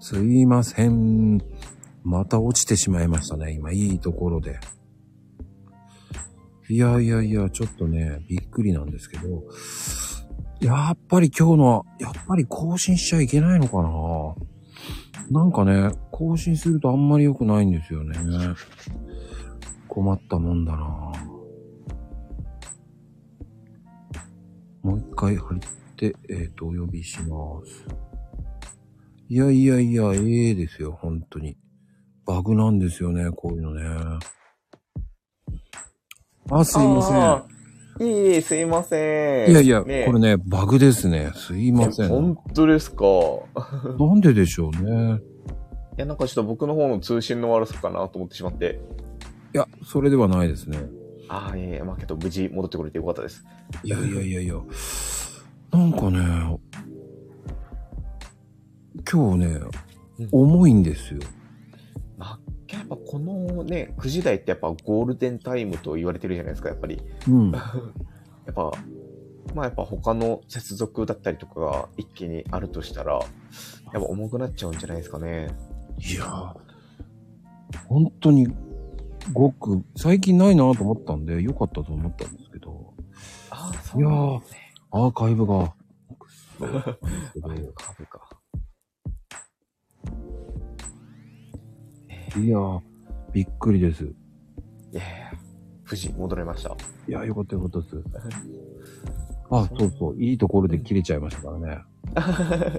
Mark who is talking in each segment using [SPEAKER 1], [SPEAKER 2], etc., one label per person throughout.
[SPEAKER 1] すいません。また落ちてしまいましたね。今、いいところで。いやいやいや、ちょっとね、びっくりなんですけど、やっぱり今日の、やっぱり更新しちゃいけないのかななんかね、更新するとあんまり良くないんですよね。困ったもんだなもう一回貼って、えっ、と、お呼びします。いやいやいや、ええですよ、本当に。バグなんですよね、こういうのね。あ、すいません。
[SPEAKER 2] あーいえいえ、すいません。
[SPEAKER 1] いやいや、
[SPEAKER 2] ねえ
[SPEAKER 1] これね、バグですね。すいませ
[SPEAKER 2] いや
[SPEAKER 1] ん。
[SPEAKER 2] 本当ですか。い
[SPEAKER 1] なんででしょうね。
[SPEAKER 2] や、なんかちょっと僕の方の通信の悪さかなと思ってしまって。
[SPEAKER 1] いや、それではないですね。
[SPEAKER 2] ああ、いえいえ、まあけど無事戻ってこれてよかったです。
[SPEAKER 1] いやいやいやいや。なんかね、今日ね
[SPEAKER 2] うん、
[SPEAKER 1] 重いんですよ。
[SPEAKER 2] まあ、やっぱこのね、9時台ってやっぱゴールデンタイムと言われてるじゃないですか、やっぱり。
[SPEAKER 1] うん。
[SPEAKER 2] やっぱ、まあやっぱ他の接続だったりとかが一気にあるとしたら、やっぱ重くなっちゃうんじゃないですかね。
[SPEAKER 1] いやー、本当に、ごく、最近ないなと思ったんで、良かったと思ったんですけど、
[SPEAKER 2] ああ、
[SPEAKER 1] いやー、アーカイブが、そうなんですけ
[SPEAKER 2] ああいう
[SPEAKER 1] ど
[SPEAKER 2] カーブか。
[SPEAKER 1] いやー、びっくりです。
[SPEAKER 2] いやいや、無事戻れました。
[SPEAKER 1] いや、よかったよかったです。あ、そうそう、いいところで切れちゃいましたからね。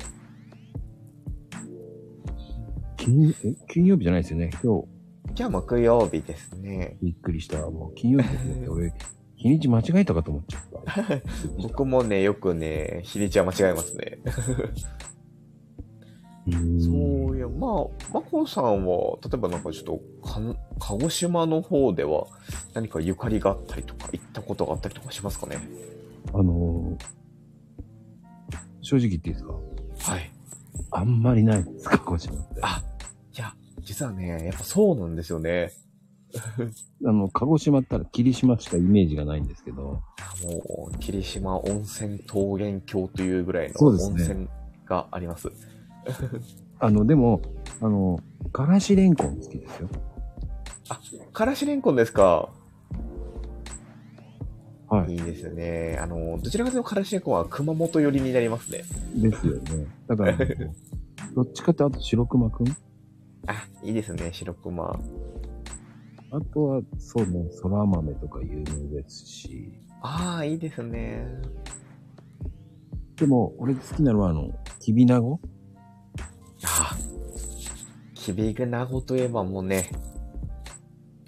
[SPEAKER 1] 金え金曜日じゃないですよね。今
[SPEAKER 2] じゃあ木曜日ですね。
[SPEAKER 1] 日びっくりした。もう金曜日ですね。俺、日にち間違えたかと思っちゃった。
[SPEAKER 2] 僕もね、よくね、日にちは間違えますね。
[SPEAKER 1] うーん
[SPEAKER 2] そういや、まあ、まこさんは、例えばなんかちょっと、かん鹿児島の方では、何かゆかりがあったりとか、行ったことがあったりとかしますかね
[SPEAKER 1] あのー正直言っていいですか
[SPEAKER 2] はい。
[SPEAKER 1] あんまりないですか、こちらって。
[SPEAKER 2] あ、いや、実はね、やっぱそうなんですよね。
[SPEAKER 1] あの、鹿児島ったら霧島しかイメージがないんですけど。
[SPEAKER 2] もう、霧島温泉桃源郷というぐらいの
[SPEAKER 1] そうです
[SPEAKER 2] 温
[SPEAKER 1] ね
[SPEAKER 2] 泉があります。
[SPEAKER 1] あの、でも、あの、からしれんこん好きですよ。
[SPEAKER 2] あ、からしれんこんですか。
[SPEAKER 1] はい
[SPEAKER 2] いですね。あの、どちらかというとからしれんこんは熊本寄りになりますね。
[SPEAKER 1] ですよね。だから、あのどっちかって、あと白熊くん
[SPEAKER 2] あ、いいですね、白熊。
[SPEAKER 1] あとは、そうね、空豆とか有名ですし。
[SPEAKER 2] ああ、いいですね。
[SPEAKER 1] でも、俺好きなのは、あの、きびなご
[SPEAKER 2] ああ。キビグナゴといえばもうね、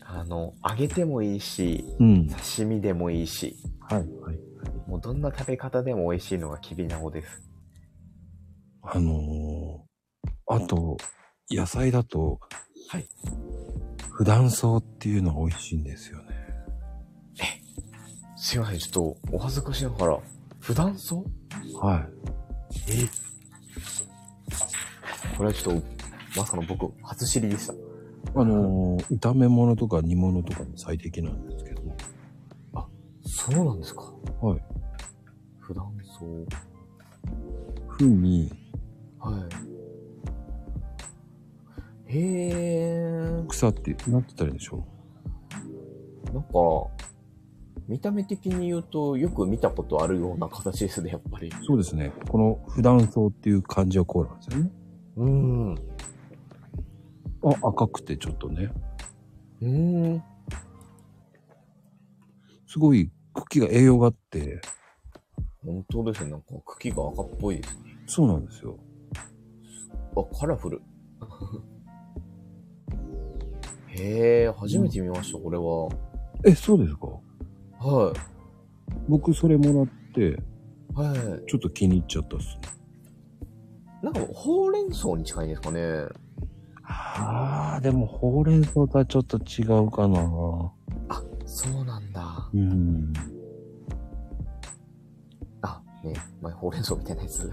[SPEAKER 2] あの、揚げてもいいし、
[SPEAKER 1] うん。
[SPEAKER 2] 刺身でもいいし、
[SPEAKER 1] はい、はい。
[SPEAKER 2] もうどんな食べ方でも美味しいのがキビナゴです。
[SPEAKER 1] あのー、あと、野菜だと、
[SPEAKER 2] はい。
[SPEAKER 1] 普段草っていうのが美味しいんですよね。
[SPEAKER 2] すいません、ちょっとお恥ずかしながら、普段そう
[SPEAKER 1] はい。
[SPEAKER 2] えこれはちょっと、まさかの僕、初知りでした。
[SPEAKER 1] あのー、炒め物とか煮物とかに最適なんですけど。
[SPEAKER 2] そうなんですか。
[SPEAKER 1] はい。
[SPEAKER 2] 普段そう。
[SPEAKER 1] 風に、
[SPEAKER 2] はい。へえ。ー。
[SPEAKER 1] 草って、なってたらいいんでしょ
[SPEAKER 2] なんか、見た目的に言うと、よく見たことあるような形ですね、やっぱり。
[SPEAKER 1] うそうですね。この、普段草っていう漢字はこうなんですよね。
[SPEAKER 2] うん。う
[SPEAKER 1] あ、赤くてちょっとね。
[SPEAKER 2] ーん。
[SPEAKER 1] すごい茎が栄養があって、
[SPEAKER 2] 本当ですね。なんか茎が赤っぽいですね。
[SPEAKER 1] そうなんですよ。
[SPEAKER 2] あ、カラフル。 へえ、初めて見ました、こ
[SPEAKER 1] え、そうですか
[SPEAKER 2] れは。はい。
[SPEAKER 1] 僕それもらって、
[SPEAKER 2] はい。
[SPEAKER 1] ちょっと気に入っちゃったっすね。
[SPEAKER 2] なんか、ほうれん草に近いんですかね。
[SPEAKER 1] あー、でもほうれん草とはちょっと違うかな
[SPEAKER 2] そうなんだ。
[SPEAKER 1] うん。
[SPEAKER 2] あ、ね、前ほうれん草みたいなやつ。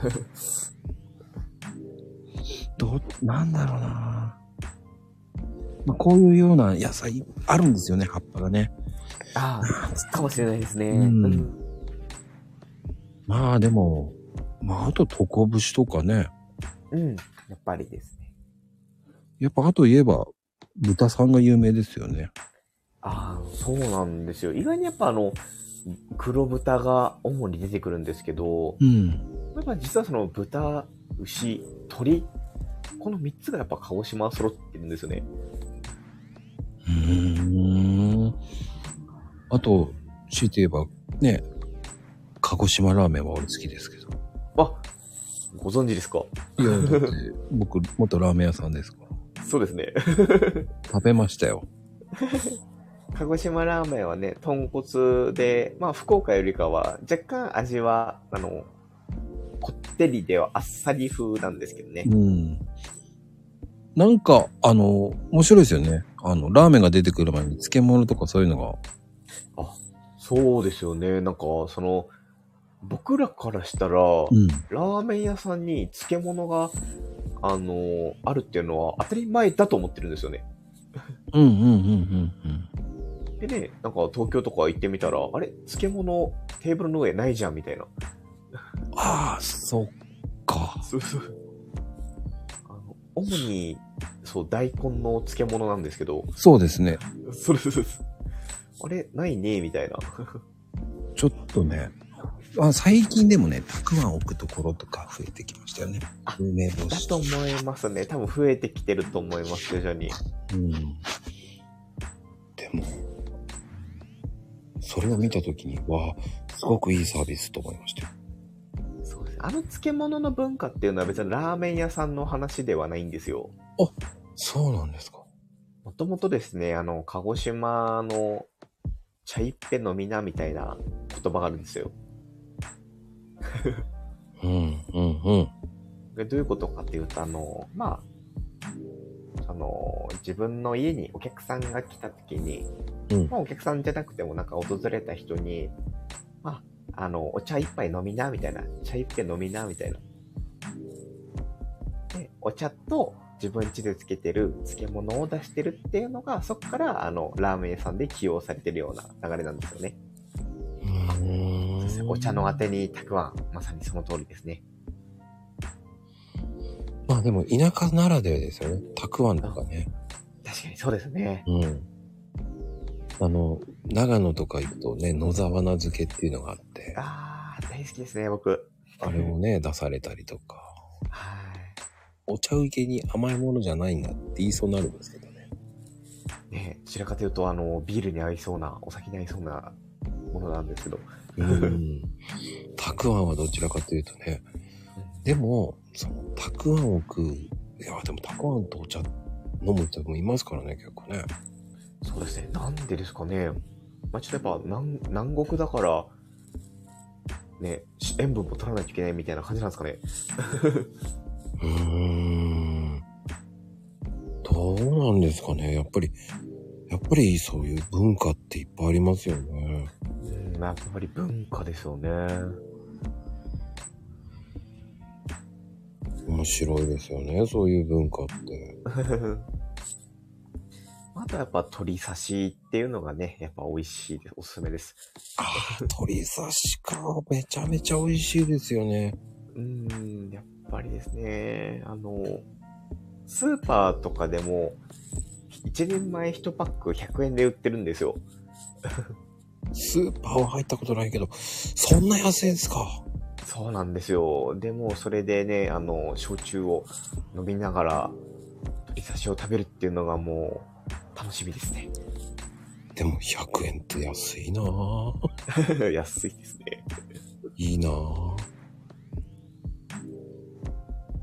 [SPEAKER 1] ど、なんだろうなまあ、こういうような野菜あるんですよね、葉っぱがね。
[SPEAKER 2] ああ、かもしれないですね。
[SPEAKER 1] うんまあでも、まああと床節とかね。
[SPEAKER 2] うん。やっぱりですね。
[SPEAKER 1] やっぱあと言えば、豚さんが有名ですよね。
[SPEAKER 2] ああ、そうなんですよ。意外にやっぱあの、黒豚が主に出てくるんですけど、
[SPEAKER 1] うん。
[SPEAKER 2] やっぱ実はその豚、牛、鳥、この3つがやっぱ鹿児島は揃ってるんですよね。
[SPEAKER 1] うーん。あと、強いて言えば、ね、鹿児島ラーメンは俺好きですけど。
[SPEAKER 2] あ、ご存知ですか
[SPEAKER 1] い や、だって、僕、元ラーメン屋さんですから。
[SPEAKER 2] そうですね。
[SPEAKER 1] 食べましたよ。
[SPEAKER 2] 鹿児島ラーメンはね、豚骨で、まあ福岡よりかは若干味は、あの、こってりではあっさり風なんですけどね。
[SPEAKER 1] うん。なんか、あの、面白いですよね。あの、ラーメンが出てくる前に漬物とかそういうのが。
[SPEAKER 2] そうですよね。なんか、その、僕らからしたら、
[SPEAKER 1] うん。
[SPEAKER 2] ラーメン屋さんに漬物が、あのあるっていうのは当たり前だと思ってるんですよね。
[SPEAKER 1] うんうんうんうん
[SPEAKER 2] でね、なんか東京とか行ってみたら、あれ漬物テーブルの上ないじゃんみたいな。
[SPEAKER 1] うん。ああ、そっか。
[SPEAKER 2] そうそう。あの、主に、そう、大根の漬物なんですけど、
[SPEAKER 1] そうですね。
[SPEAKER 2] そうそうそうそう。あれないねみたいな。
[SPEAKER 1] ちょっとね。あ最近でもね、たくあん置くところとか増えてきましたよね
[SPEAKER 2] あ。
[SPEAKER 1] 有名帽
[SPEAKER 2] だ
[SPEAKER 1] 子
[SPEAKER 2] と思いますね。多分増えてきてると思います、徐々に。
[SPEAKER 1] うん。でも、それを見たときに、わあ、すごくいいサービスと思いましたよ。
[SPEAKER 2] そうですね。あの漬物の文化っていうのは別にラーメン屋さんの話ではないんですよ。
[SPEAKER 1] そうなんですか。
[SPEAKER 2] もともとですね、あの、鹿児島の茶一ペの皆みたいな言葉があるんですよ。
[SPEAKER 1] うん、うん、うん。
[SPEAKER 2] でどういうことかっていうと、あの、まあ、その、自分の家にお客さんが来た時に、
[SPEAKER 1] うん
[SPEAKER 2] まあお客さんじゃなくてもなんか訪れた人に、まあ、あの、お茶一杯飲みな、みたいな。茶一杯飲みな、みたいな。で、お茶と自分家で漬けてる漬物を出してるっていうのが、そこから、あの、ラーメン屋さんで起用されてるような流れなんですよね。お茶のあてにたくあん、まさにその通りですね。
[SPEAKER 1] まあでも田舎ならではですよね。たくあんとかね。
[SPEAKER 2] 確かにそうですね。
[SPEAKER 1] うん。あの、長野とか行くとね、野沢菜漬けっていうのがあって、
[SPEAKER 2] あー、大好きですね、僕。
[SPEAKER 1] あれをね、出されたりとか、
[SPEAKER 2] はい。
[SPEAKER 1] お茶受けに甘いものじゃないんだって言いそうになるんですけどね。
[SPEAKER 2] ね、どちらかというと、あの、ビールに合いそうな、お酒に合いそうなものなんですけど。
[SPEAKER 1] うん。たくあんはどちらかというとね、でも、その、たくあんを食う、いや、でもたくあんとお茶飲む人もいますからね、結構ね。
[SPEAKER 2] そうですね、なんでですかね。まあ、ちょっとやっぱ南、南国だから、ね、し塩分も取らないといけないみたいな感じなんですかね。
[SPEAKER 1] うーん。どうなんですかね。やっぱり、やっぱりそういう文化っていっぱいありますよね。
[SPEAKER 2] うん、やっぱり文化ですよね。
[SPEAKER 1] 面白いですよね。そういう文化って。
[SPEAKER 2] あとはやっぱ鶏刺しっていうのがね、やっぱ美味しいです。おすすめです。
[SPEAKER 1] ああ、鳥刺しか。めちゃめちゃ美味しいですよね。
[SPEAKER 2] うーん、やっぱりですね、あの、スーパーとかでも、1人前1パック100円で売ってるんですよ。
[SPEAKER 1] スーパーは入ったことないけど、そんな安いんですか。
[SPEAKER 2] そうなんですよ。でも、それでね、あの、焼酎を飲みながら、鶏刺しを食べるっていうのがもう、楽しみですね。
[SPEAKER 1] でも100円って安いなぁ。
[SPEAKER 2] 安いですね。
[SPEAKER 1] いいなぁ。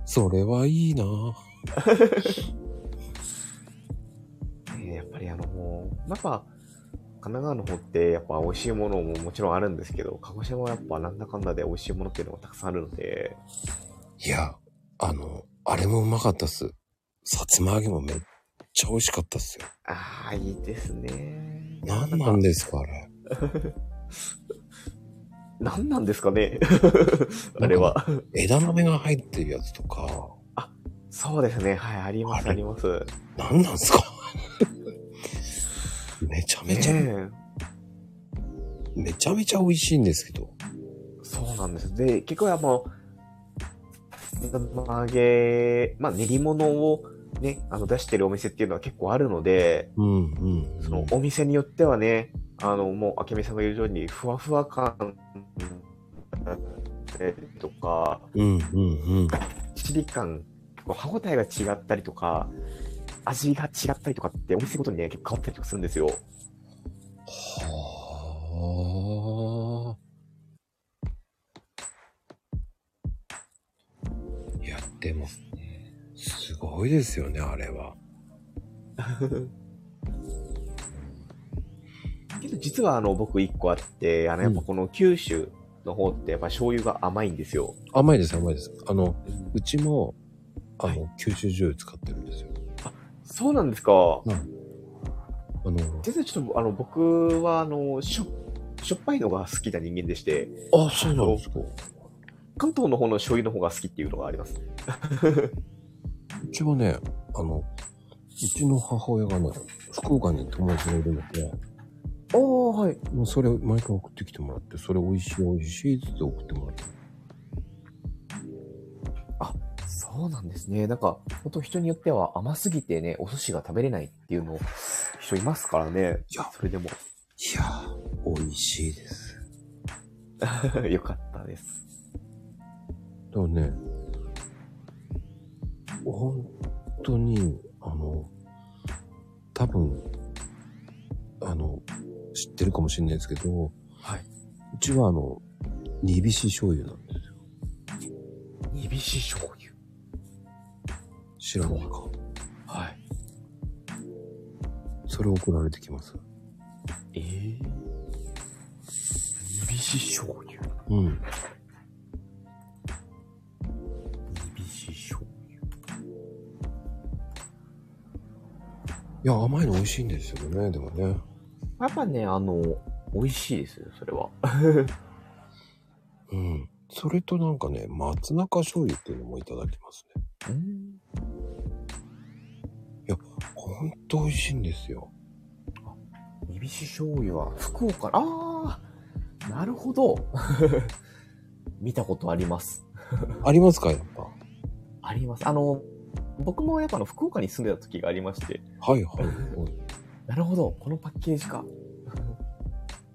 [SPEAKER 1] それはいいなぁ。
[SPEAKER 2] ねやっぱりあの、もう、やっぱ、神奈川の方って、やっぱ美味しいものももちろんあるんですけど、鹿児島はやっぱなんだかんだで美味しいものっていうのがたくさんあるので、
[SPEAKER 1] いや、あの、あれもうまかったっす。さつま揚げもめっちゃ美味しかったっすよ。
[SPEAKER 2] ああ、いいですね。
[SPEAKER 1] なんなんですか、あれ。
[SPEAKER 2] なんなんですかねあれは。
[SPEAKER 1] 枝豆が入ってるやつとか、
[SPEAKER 2] そうですね。はい、あります、
[SPEAKER 1] あ
[SPEAKER 2] あ
[SPEAKER 1] れ
[SPEAKER 2] ります。
[SPEAKER 1] なんなんすかめちゃめちゃ、
[SPEAKER 2] ね
[SPEAKER 1] めちゃめちゃ美味しいんですけど。
[SPEAKER 2] えそうなんです。で、結構やっぱ、まあ揚げ、まあ練り物をね、あの出してるお店っていうのは結構あるので、
[SPEAKER 1] うんうん。
[SPEAKER 2] そのお店によってはね、あの、もう、あけみさんが言うように、ふわふわ感えーとか、
[SPEAKER 1] うんうんうん。
[SPEAKER 2] チリ感、歯ごたえが違ったりとか、味が違ったりとかって、お店ごとにね、結構変わったりとかするんですよ。
[SPEAKER 1] はあ。いや、でも、すごいですよね、あれは。
[SPEAKER 2] けど、実は、あの、僕一個あって、あの、やっぱこの九州の方って、やっぱ醤油が甘いんですよ。
[SPEAKER 1] 甘いです、甘いです。あの、うちも、あの、九州醤油使ってるんですよ。
[SPEAKER 2] そうなんですか。
[SPEAKER 1] あの、
[SPEAKER 2] 全然ちょっと、あの、僕は、あの、しょ、しょっぱいのが好きな人間でして、
[SPEAKER 1] あ、そうなんですか。
[SPEAKER 2] 関東の方の醤油の方が好きっていうのがあります。
[SPEAKER 1] うちはね、あの、うちの母親がね、福岡に友達がいるので、
[SPEAKER 2] ああ、はい。
[SPEAKER 1] もうそれを毎回送ってきてもらって、それ美味しい美味しいって送ってもらって。
[SPEAKER 2] そうなんですね。なんか、本当人によっては甘すぎてね、お寿司が食べれないっていうの人いますからね。
[SPEAKER 1] いや
[SPEAKER 2] それでも。
[SPEAKER 1] いやー、美味しいです。
[SPEAKER 2] よかったです。
[SPEAKER 1] だからね、本当に、あの、多分、あの、知ってるかもしれないですけど、
[SPEAKER 2] はいう
[SPEAKER 1] ちはあの、煮びし醤油なんですよ。
[SPEAKER 2] 煮びし醤油。
[SPEAKER 1] 知らないか。
[SPEAKER 2] はい。
[SPEAKER 1] それ送られてきます。
[SPEAKER 2] ええー。煮びし醤油。
[SPEAKER 1] うん。
[SPEAKER 2] 煮びし醤油。
[SPEAKER 1] いや、甘いの美味しいんですよね、でもね。
[SPEAKER 2] やっぱね、あの、美味しいですよ、それは。
[SPEAKER 1] うん。それとなんかね、松中醤油っていうのもいただきますね。
[SPEAKER 2] うん。
[SPEAKER 1] ほんと美味しいんですよ。
[SPEAKER 2] 煮びし醤油は福岡、ああなるほど。 見たことあります。
[SPEAKER 1] ありますか、やっぱ。
[SPEAKER 2] あります。あの、僕もやっぱあの福岡に住んでた時がありまして、
[SPEAKER 1] はいはいはい。
[SPEAKER 2] なるほど、このパッケージか。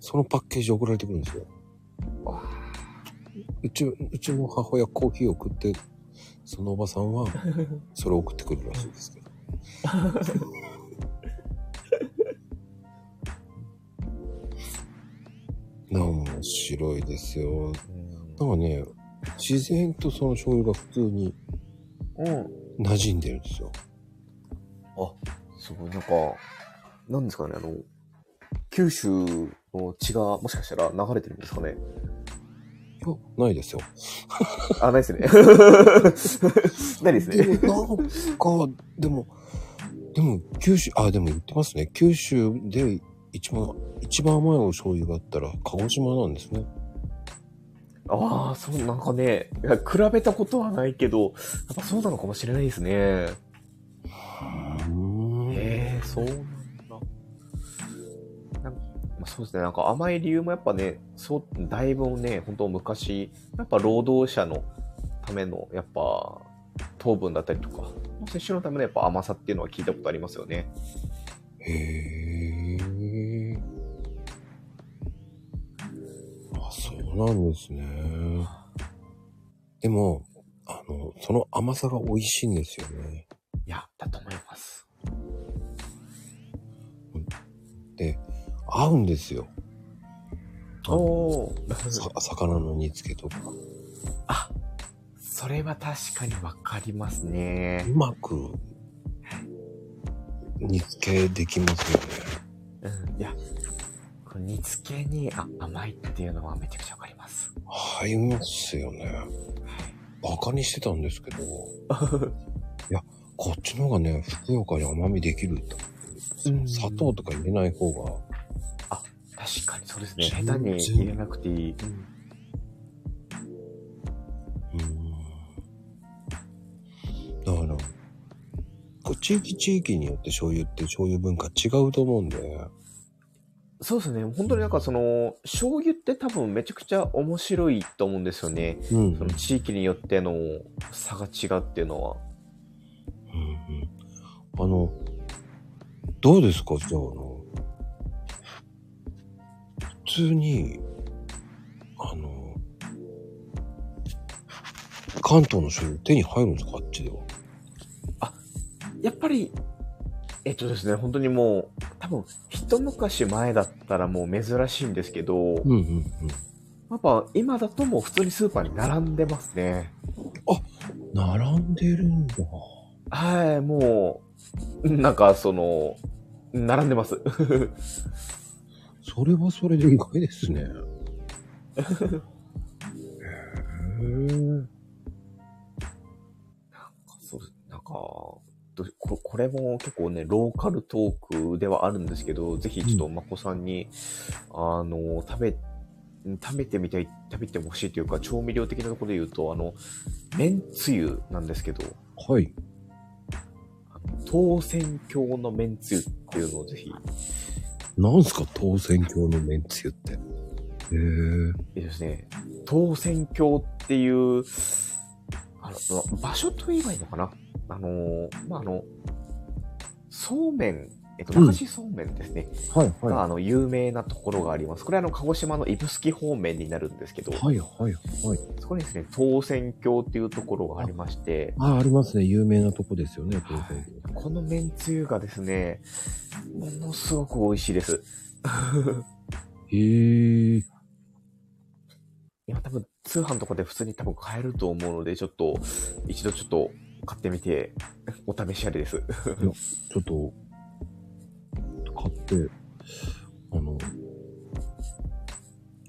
[SPEAKER 1] そのパッケージ送られてくるんですよ。
[SPEAKER 2] わ
[SPEAKER 1] うち、うちの母親コーヒーを送って、そのおばさんは、それを送ってくるらしいですけど。なんか面白いですよ。なんかね、自然とその醤油が普通に
[SPEAKER 2] うん。
[SPEAKER 1] 馴染んでるんですよ。
[SPEAKER 2] すごい、なんか、なんですかね、あの、九州の血がもしかしたら流れてるんですかね。
[SPEAKER 1] いやないですよ。
[SPEAKER 2] あ、ないですね。 ないですね。
[SPEAKER 1] でも、なんか、でも、でも、九州、あ、でも言ってますね。九州で一番、一番甘いお醤油があったら、鹿児島なんですね。
[SPEAKER 2] ああ、そう、なんかね、いや比べたことはないけど、やっぱそうなのかもしれないですね。へえ、そうなんだ。なんかまあ、そうですね、なんか甘い理由もやっぱね、そう、だいぶね、本当昔、やっぱ労働者のための、やっぱ、糖分だったりとか、摂取のためのやっぱ甘さっていうのは聞いたことありますよね。
[SPEAKER 1] へえ。あ、そうなんですね。でも、あの、その甘さが美味しいんですよね。
[SPEAKER 2] いや、だと思います。
[SPEAKER 1] 合うんですよ。
[SPEAKER 2] おおー。
[SPEAKER 1] さ魚の煮付けとか。
[SPEAKER 2] あ、それは確かにわかりますね
[SPEAKER 1] う。まく、煮付けできますよね。
[SPEAKER 2] うん、いや、この煮付けにあ甘いっていうのはめちゃくちゃわかります。
[SPEAKER 1] 合いますよね。バカにしてたんですけど。いや、こっちの方がね、ふくよかに甘みできると。
[SPEAKER 2] うん
[SPEAKER 1] 砂糖とか入れない方が。
[SPEAKER 2] 確かにそうですね。
[SPEAKER 1] 全
[SPEAKER 2] 下手
[SPEAKER 1] 然
[SPEAKER 2] に入れなくていい。うん
[SPEAKER 1] うーんだから、こう地域地域によって醤油って醤油文化違うと思うんで。
[SPEAKER 2] そうですね。本当になんかその、醤油って多分めちゃくちゃ面白いと思うんですよね。
[SPEAKER 1] うん。うん
[SPEAKER 2] その地域によっての差が違うっていうのは。
[SPEAKER 1] うんあの、どうですかじゃあ、あの、普通に、あの、関東の醤油手に入るんですかあっちでは。
[SPEAKER 2] やっぱり、えっとですね、本当にもう、多分、一昔前だったらもう珍しいんですけど、
[SPEAKER 1] うんうん
[SPEAKER 2] やっぱ今だともう普通にスーパーに並んでますね。
[SPEAKER 1] うん。並んでるんだ。
[SPEAKER 2] はい、もう、なんかその、並んでます。
[SPEAKER 1] それはそれで意外です ね。へえ。
[SPEAKER 2] そうなんか、どここれも結構ね、ローカルトークではあるんですけど、ぜひちょっとまこさんに、あの、食べ、食べてみたい、食べてほしいというか、調味料的なところで言うと、あの、麺つゆなんですけど、
[SPEAKER 1] はい。
[SPEAKER 2] 当選教の麺つゆっていうのをぜひ、
[SPEAKER 1] なんすか当選教のめんつゆって。へえ。
[SPEAKER 2] いいですね、当選教っていう、あの、ま場所と言えばいいのかなあの、まあ、あの、そうめん、えっと、
[SPEAKER 1] うん
[SPEAKER 2] 流しそうめんですね。
[SPEAKER 1] はい
[SPEAKER 2] が、
[SPEAKER 1] は
[SPEAKER 2] あの、有名なところがあります。これあの、鹿児島の指宿方面になるんですけど
[SPEAKER 1] い。、はいはいはい。
[SPEAKER 2] そこにですね、当選教っていうところがありまして、
[SPEAKER 1] あ、ありますね。有名なとこですよね、当
[SPEAKER 2] は
[SPEAKER 1] 選
[SPEAKER 2] いこの麺つゆがですね、ものすごく美味しいです。
[SPEAKER 1] 教。へえ。
[SPEAKER 2] 今多分、通販とかで普通に多分買えると思うので、ちょっと、一度ちょっと買ってみて、お試しあれです。
[SPEAKER 1] ちょっと、買って、あの、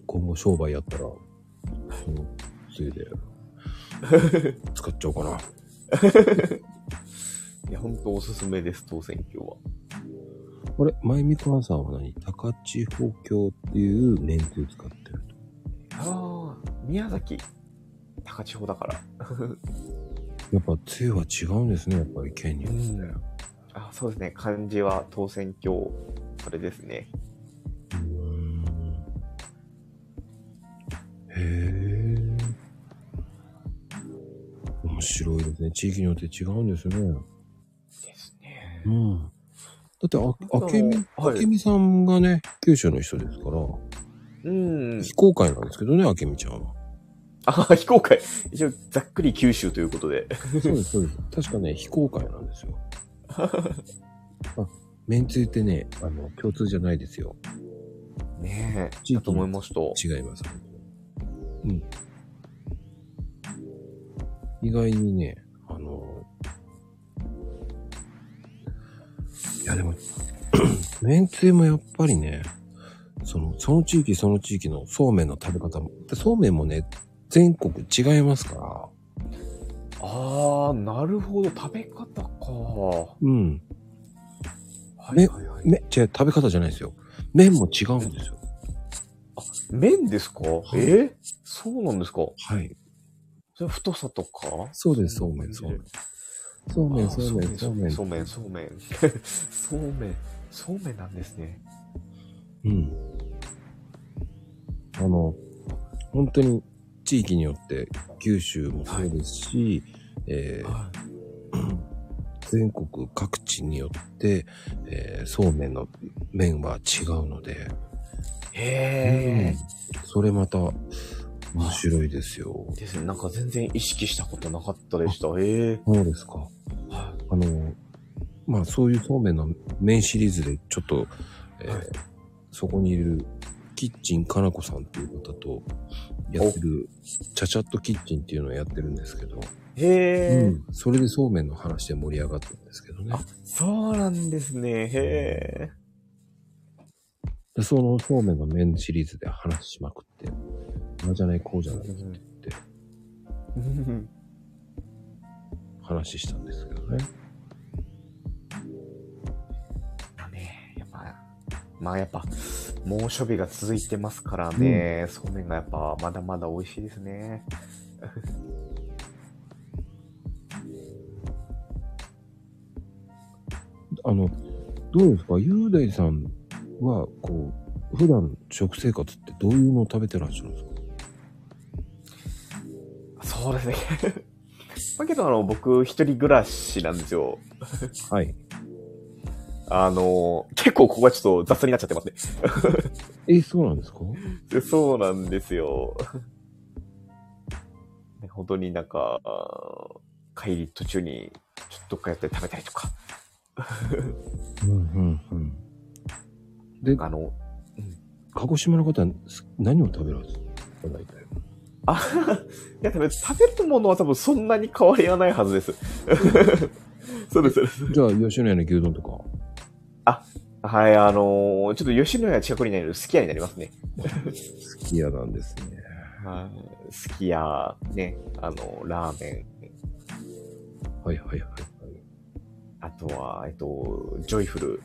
[SPEAKER 1] 今後商売やったら、このつ ゆで、使っちゃおうかな。
[SPEAKER 2] いや、本当おすすめです、当選教は。
[SPEAKER 1] あれ、まゆみかわさんは何高千穂峡っていう麺つゆ使ってると。
[SPEAKER 2] ああ、宮崎、高千穂だから。
[SPEAKER 1] やっぱつゆは違うんですね、やっぱり県によって。
[SPEAKER 2] あそうですね、漢字は当選教、それですね。
[SPEAKER 1] へえ。面白いですね。地域によって違うんですね。
[SPEAKER 2] ですね
[SPEAKER 1] うん。だってあ、あ
[SPEAKER 2] あ
[SPEAKER 1] けみ、あ
[SPEAKER 2] はい
[SPEAKER 1] けみさんがね、九州の人ですから、
[SPEAKER 2] うん。
[SPEAKER 1] 非公開なんですけどね、あけみちゃんは。
[SPEAKER 2] あ、 非公開。一応、ざっくり九州ということで。
[SPEAKER 1] そうです、そうです。確かね、非公開なん ですよ。あ、めんつゆってね、あの、共通じゃないですよ。
[SPEAKER 2] ね
[SPEAKER 1] 地域
[SPEAKER 2] え、だと思いました。
[SPEAKER 1] 違います。うん。意外にね、あの、いやでも、 めんつゆもやっぱりね、その、その地域その地域のそうめんの食べ方も、そうめんもね、全国違いますから、
[SPEAKER 2] ああ、なるほど、食べ方か。
[SPEAKER 1] うん。
[SPEAKER 2] はいはいはい。
[SPEAKER 1] め、違う、食べ方じゃないですよ。麺も違うんですよ。
[SPEAKER 2] 麺ですか
[SPEAKER 1] い
[SPEAKER 2] えそうなんですか
[SPEAKER 1] はい。
[SPEAKER 2] それ太さとか
[SPEAKER 1] そうです、そうめん、そうめん。そうめ
[SPEAKER 2] あ
[SPEAKER 1] ん、
[SPEAKER 2] ー
[SPEAKER 1] そうめん、そうめん
[SPEAKER 2] そう。めん、そうめん。 そうめん、そうめんなんですね。
[SPEAKER 1] うん。あの、本当に地域によって、九州もそうですし、えー
[SPEAKER 2] はい
[SPEAKER 1] 全国各地によって、えーそうめんの麺は違うので、
[SPEAKER 2] へえ。
[SPEAKER 1] うんそれまた面白いですよ。
[SPEAKER 2] ですね。なんか全然意識したことなかったでした。ええ。
[SPEAKER 1] そうですか。
[SPEAKER 2] は
[SPEAKER 1] あの、まあそういうそうめんの麺シリーズでちょっと、えー
[SPEAKER 2] はい
[SPEAKER 1] そこにいるキッチンかなこさんっていう方とやってる、ちゃちゃっとキッチンっていうのをやってるんですけど、
[SPEAKER 2] いへえ。
[SPEAKER 1] うんそれでそうめんの話で盛り上がったんですけどね
[SPEAKER 2] あ。そうなんですね。へ
[SPEAKER 1] でそのそうめんの麺シリーズで話しまくって、ああじゃないこうじゃないって言って
[SPEAKER 2] え。
[SPEAKER 1] 話したんですけどね。
[SPEAKER 2] だね。やっぱ、まあやっぱ、猛暑日が続いてますからね。そうめんがやっぱ、まだまだ美味しいですね。
[SPEAKER 1] あの、どうですか雄大さんは、こう、普段食生活ってどういうのを食べてらっしゃるんですか
[SPEAKER 2] そう ですね。だけど、あの、僕、一人暮らしなんですよ。
[SPEAKER 1] はい。
[SPEAKER 2] あの、結構ここがちょっと雑になっちゃってますね。
[SPEAKER 1] え、そうなんですか
[SPEAKER 2] でそうなんですよ。 ね本当になんか、帰り途中に、ちょっとどっかやって食べたりとか、
[SPEAKER 1] うん、うん、うん。で、
[SPEAKER 2] あの、
[SPEAKER 1] 鹿児島の方はす何を食べるんですか大体。
[SPEAKER 2] いや、食べ、食べるものは多分そんなに変わりはないはずです。そうです、そうです。
[SPEAKER 1] じゃあ、吉野家の牛丼とか。
[SPEAKER 2] はい、あのーちょっと吉野家近くにないので、すき家になりますね。
[SPEAKER 1] 好き屋なんですね。
[SPEAKER 2] はい。すき家、ね、あのラーメン、
[SPEAKER 1] はいはいはい。
[SPEAKER 2] あとは、えっと、ジョイフル。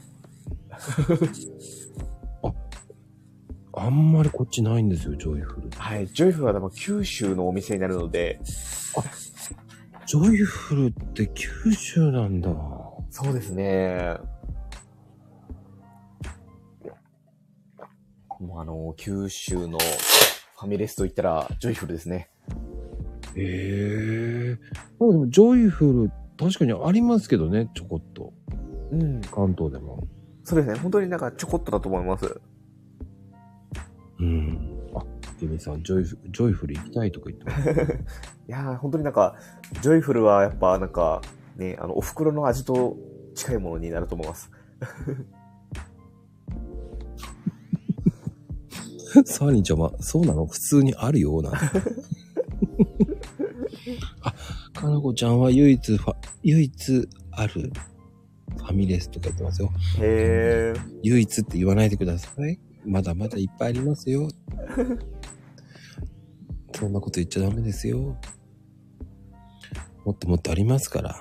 [SPEAKER 1] あんまりこっちないんですよ、ジョイフル。
[SPEAKER 2] はい、ジョイフルは多分九州のお店になるので、
[SPEAKER 1] ジョイフルって九州なんだ。う
[SPEAKER 2] そうですね。もうあの九州のファミレスと言ったら、ジョイフルですね。
[SPEAKER 1] へえ。まあでも、ジョイフル、確かにありますけどね、ちょこっと。
[SPEAKER 2] うん。
[SPEAKER 1] 関東でも。
[SPEAKER 2] そうですね。本当になんかちょこっとだと思います。
[SPEAKER 1] うん。あ、ケミさん、ジョイフル、ジョイフル行きたいとか言ってます。
[SPEAKER 2] いやー、本当になんか、ジョイフルはやっぱなんか、ね、あの、お袋の味と近いものになると思います。
[SPEAKER 1] サーリンちゃんは、そうなの普通にあるような。あ、かなこちゃんは唯一ファ、唯一あるファミレスとか言ってますよ。
[SPEAKER 2] へえ。
[SPEAKER 1] 唯一って言わないでください。まだまだいっぱいありますよ。そんなこと言っちゃダメですよ。もっともっとありますから。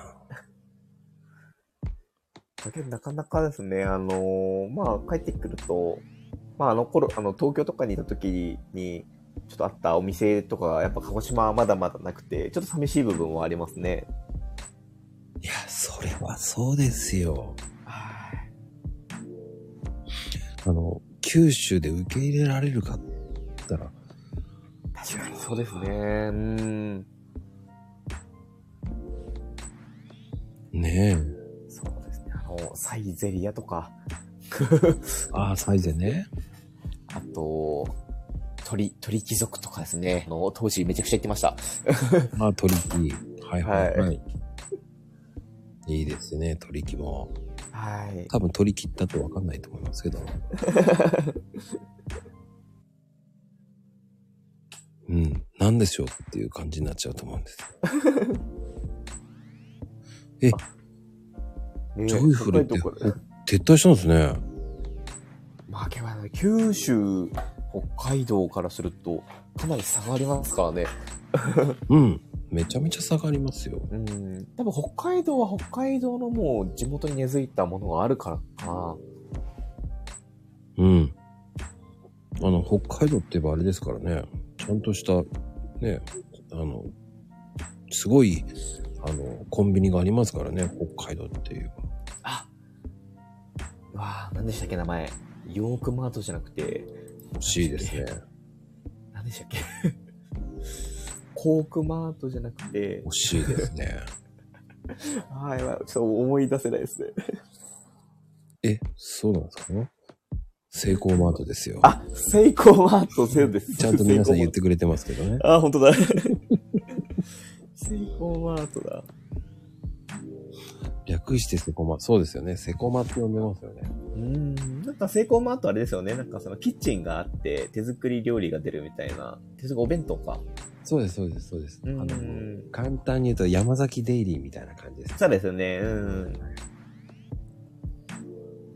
[SPEAKER 2] だけどなかなかですね、あのーまあ、帰ってくると、まあ、あの頃、あの、東京とかにいた時に、ちょっとあったお店とか、やっぱ鹿児島はまだまだなくて、ちょっと寂しい部分はありますね。
[SPEAKER 1] いや、それはそうですよ。
[SPEAKER 2] はい。
[SPEAKER 1] あの、九州で受け入れられるかって言ったら、
[SPEAKER 2] 確かにそうですね。うん。
[SPEAKER 1] ね
[SPEAKER 2] そうですね。あの、サイゼリアとか、
[SPEAKER 1] え。ああ、サイゼね。
[SPEAKER 2] あと、鳥、鳥貴族とかですね。あの、当時めちゃくちゃ行ってました。
[SPEAKER 1] ああ、取引。はいはい、は。
[SPEAKER 2] はい
[SPEAKER 1] いいですね、取引も。
[SPEAKER 2] はい。
[SPEAKER 1] 多分取り切ったと分かんないと思いますけど。うん、なんでしょうっていう感じになっちゃうと思うんです。
[SPEAKER 2] ね
[SPEAKER 1] ジョイフルって
[SPEAKER 2] 高いとこ
[SPEAKER 1] 撤退したんですね。
[SPEAKER 2] まあ、けばね九州、北海道からすると、かなり差がありますからね。
[SPEAKER 1] うん。めちゃめちゃ差がありますよ。
[SPEAKER 2] うん。多分北海道は北海道のもう地元に根付いたものがあるからかな。
[SPEAKER 1] うん。あの、北海道って言えばあれですからね。ちゃんとした、ね、あの、すごい、あの、コンビニがありますからね、北海道っていう。
[SPEAKER 2] あうわあ、何でしたっけ名前。ヨークマートじゃなくて、
[SPEAKER 1] 欲しいですね。
[SPEAKER 2] 何でしたっけ コークマートじゃなくて、
[SPEAKER 1] 欲しいですね。
[SPEAKER 2] はい、まあちょっと思い出せないですね。
[SPEAKER 1] え、そうなんですかね成功マートですよ。
[SPEAKER 2] あ、セイコーマートゼロです。
[SPEAKER 1] ちゃんと皆さん言っ
[SPEAKER 2] って
[SPEAKER 1] くれてますけどね。
[SPEAKER 2] あ、本当だ。セイコーマートだ。
[SPEAKER 1] 略してセコマ。そうですよね。セコマって呼んでますよね。
[SPEAKER 2] うん。なんか、セイコーマートあれですよね。なんか、その、キッチンがあって、手作り料理が出るみたいな。手作りお弁当か。
[SPEAKER 1] そうです、そうです、そうです。あ
[SPEAKER 2] うん
[SPEAKER 1] の、簡単に言うと山崎デイリーみたいな感じです。
[SPEAKER 2] そうですよね。うん。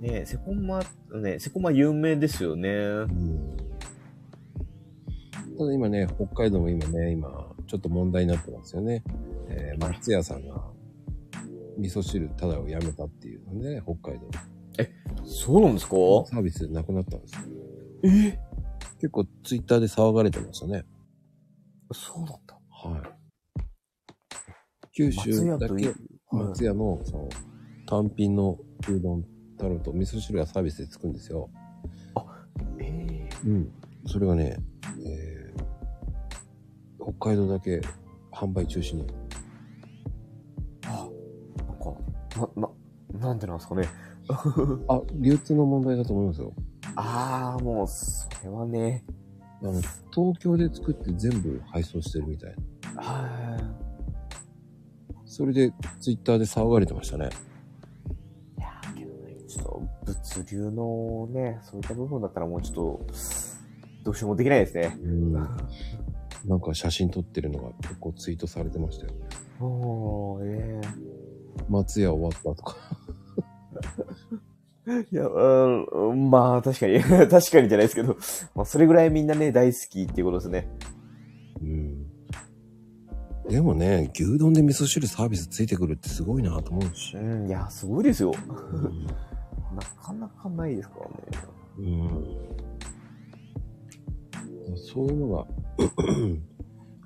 [SPEAKER 2] ねえセコマ、ねセコマ有名ですよね。
[SPEAKER 1] うんただ今ね、北海道も今ね、今、ちょっと問題になってますよね。えー、松屋さんが、味噌汁ただをやめたっていうので、北海道。
[SPEAKER 2] そうなんですか
[SPEAKER 1] サービスなくなったんですよ。結構ツイッターで騒がれてましたね。
[SPEAKER 2] そうだった。
[SPEAKER 1] はい。九州だ
[SPEAKER 2] 松屋とい
[SPEAKER 1] け
[SPEAKER 2] う、
[SPEAKER 1] 松屋の、その、単品の牛丼タロと味噌汁がサービスでつくんですよ。
[SPEAKER 2] え
[SPEAKER 1] うん。それがね、えー、北海道だけ販売中止に。
[SPEAKER 2] あ、なんか、な、な、なんでなんですかね。
[SPEAKER 1] あ、流通の問題だと思いますよ。
[SPEAKER 2] ああ、もう、それはね。
[SPEAKER 1] あの、東京で作って全部配送してるみたいな。
[SPEAKER 2] は
[SPEAKER 1] それで、ツイッターで騒がれてましたね。
[SPEAKER 2] い。いやーけどね、ちょっと、物流のね、そういった部分だったらもうちょっと、どうしようもできないですね。
[SPEAKER 1] うん。なんか写真撮ってるのが結構ツイートされてましたよ。
[SPEAKER 2] おー、え
[SPEAKER 1] 松屋終わったとか。
[SPEAKER 2] えいや、うん、まあ、確かに、 確かにじゃないですけど、まあ、それぐらいみんなね、大好きっていうことですね。
[SPEAKER 1] うん。でもね、牛丼で味噌汁サービスついてくるってすごいなと思うし
[SPEAKER 2] う。ん、いや、すごいですよ。
[SPEAKER 1] うん
[SPEAKER 2] なかなかないですからね。
[SPEAKER 1] うんそういうのが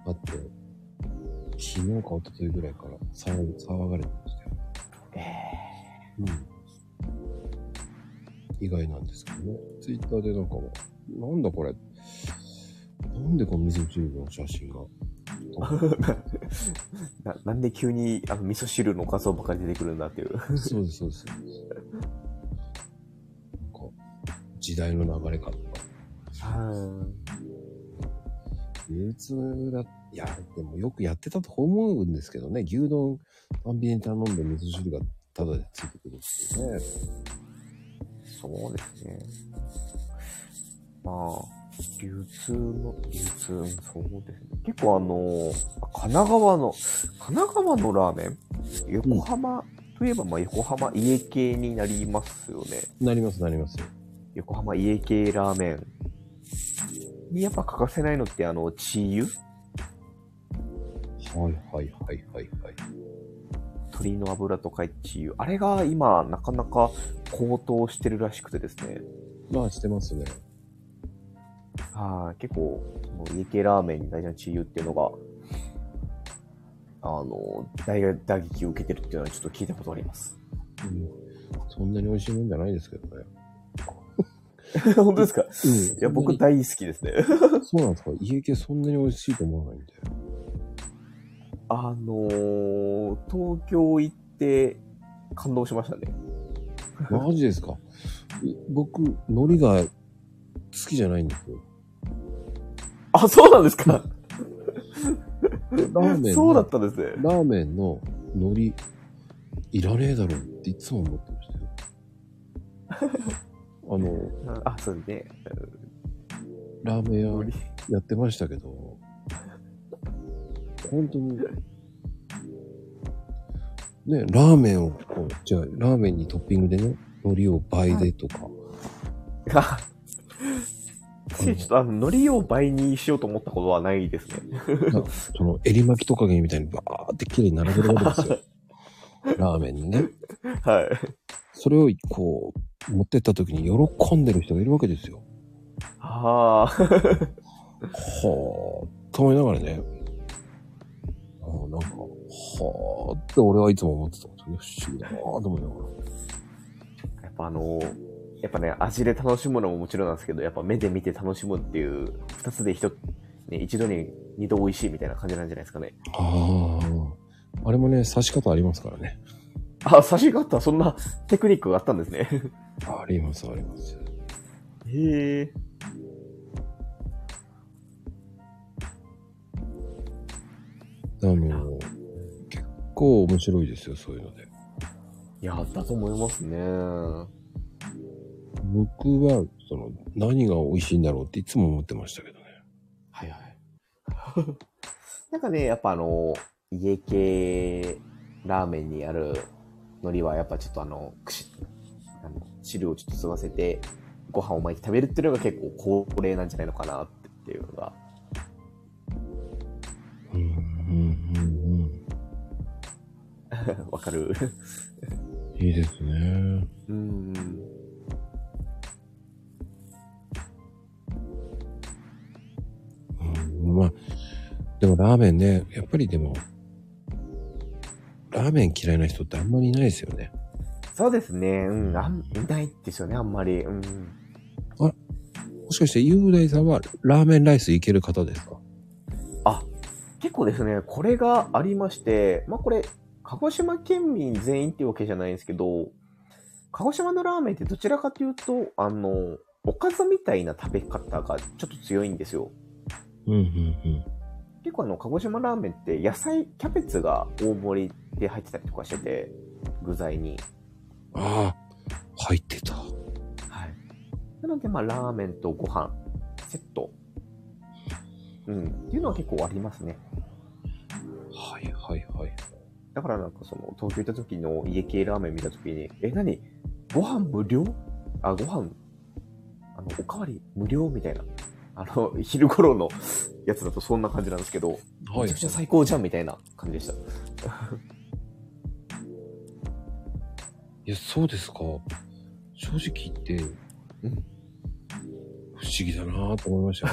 [SPEAKER 1] あって、昨日か一昨日ぐらいから騒ぎ騒がれてましたよ。
[SPEAKER 2] え
[SPEAKER 1] 意外なんですけどね。ツイッターでなんかも、なんだこれ、なんでこの水汁の写真が。
[SPEAKER 2] えな、なんで急に、あの、味噌汁の画像ばっかり出てくるんだっていう。
[SPEAKER 1] そうです、そうです。なんか、時代の流れかとか。流通だ、いや、でもよくやってたと思うんですけどね、牛丼、アンビエン頼んで味噌汁がタダでついてくるっていうね。
[SPEAKER 2] そうですね。まあ、流通の、流通、そうですね。結構あの、神奈川の、神奈川のラーメン横浜、といえば、まあ、横浜家系になりますよね。
[SPEAKER 1] なります、なります。
[SPEAKER 2] 横浜家系ラーメンにやっぱ欠かせないのって、あの、チー油
[SPEAKER 1] はいはいはいはいはい。
[SPEAKER 2] 鶏の油とかチー油。あれが今、なかなか高騰してるらしくてですね。
[SPEAKER 1] まあ、してますね。
[SPEAKER 2] はい、結構、その家系ラーメンに大事なチー油っていうのが、あの、大打撃を受けてるっていうのはちょっと聞いたことあります。
[SPEAKER 1] うん、そんなに美味しいもんじゃないですけどね。
[SPEAKER 2] 本当ですかい
[SPEAKER 1] うん。
[SPEAKER 2] や、僕
[SPEAKER 1] だ
[SPEAKER 2] 大好きですね。
[SPEAKER 1] そうなんですか。家系そんなに美味しいと思わないんで。
[SPEAKER 2] あのー、東京行って感動しましたね。
[SPEAKER 1] マジですか。い僕、海苔が好きじゃないんですよ。
[SPEAKER 2] あ、そうなんですか
[SPEAKER 1] ラーメン
[SPEAKER 2] そうだ
[SPEAKER 1] の
[SPEAKER 2] っ、たんですね。
[SPEAKER 1] ラーメンの海苔、いらねえだろうっていつも思ってましたよ。あの、
[SPEAKER 2] あ、そうですね。
[SPEAKER 1] ラーメン屋
[SPEAKER 2] 海苔
[SPEAKER 1] やってましたけど、本当に、ね、ラーメンをこう、じゃあ、ラーメンにトッピングでね、海苔を倍でとか、
[SPEAKER 2] あちょっとあの、海苔を倍にしようと思ったことはないですね。
[SPEAKER 1] その、襟巻きトカゲみたいにバーって綺麗に並べるわけですよ。ラーメンにね。
[SPEAKER 2] はい。
[SPEAKER 1] それをこう、持ってった時に喜んでる人がいるわけですよ。
[SPEAKER 2] ああ、
[SPEAKER 1] はあ、と思いながらね。ああなんか、はあって俺はいつも思ってたことね。不思議だなあと思いながら。
[SPEAKER 2] やっぱあのやっぱね、味で楽しむのももちろんなんですけど、やっぱ目で見て楽しむっていう、二つで一、ね、一度に二度美味しいみたいな感じなんじゃないですかね。
[SPEAKER 1] ああ、あれもね、刺し方ありますからね。
[SPEAKER 2] あ、差し方、そんなテクニックがあったんですね。
[SPEAKER 1] あります、あります。
[SPEAKER 2] へえ。
[SPEAKER 1] あの、結構面白いですよ、そういうので。
[SPEAKER 2] いや、だと思いますね。
[SPEAKER 1] 僕は、その、何が美味しいんだろうっていつも思ってましたけどね。
[SPEAKER 2] はいはい。 なんかね、やっぱあの、家系ラーメンにある海苔は、やっぱちょっとあの、くし、あの汁をちょっと吸わせて、ご飯を巻いて食べるっていうのが結構恒例なんじゃないのかなっていうのが。
[SPEAKER 1] うん、うん、
[SPEAKER 2] わかる。
[SPEAKER 1] うん。いいですね。
[SPEAKER 2] うん。
[SPEAKER 1] うん、まあ、でもラーメンね、やっぱりでも、ラーメン嫌いな人ってあんまりいないですよね。
[SPEAKER 2] そうですね。うん。あん、いないですよね、あんまり。うん。
[SPEAKER 1] もしかして、雄大さんはラーメンライスいける方ですか
[SPEAKER 2] 結構ですね、これがありまして、まあこれ、鹿児島県民全員っていうわけじゃないんですけど、鹿児島のラーメンってどちらかというと、あの、おかずみたいな食べ方がちょっと強いんですよ。
[SPEAKER 1] うん、うん、
[SPEAKER 2] 結構あの、鹿児島ラーメンって野菜、キャベツが大盛りで入ってたりとかしてて、具材に。
[SPEAKER 1] うん。ああ、入ってた。
[SPEAKER 2] はい。なので、まあ、ラーメンとご飯、セット。うん。っていうのは結構ありますね。
[SPEAKER 1] はいはいはい。
[SPEAKER 2] だからなんかその、東京行った時の家系ラーメン見た時に、え、何ご飯無料あ、ご飯、あの、おかわり無料みたいな。あの、昼頃のやつだとそんな感じなんですけど、
[SPEAKER 1] は
[SPEAKER 2] め
[SPEAKER 1] い
[SPEAKER 2] ちゃくちゃ最高じゃんみたいな感じでした。
[SPEAKER 1] いや、そうですか。正直言って、不思議だなぁと思いましたよ。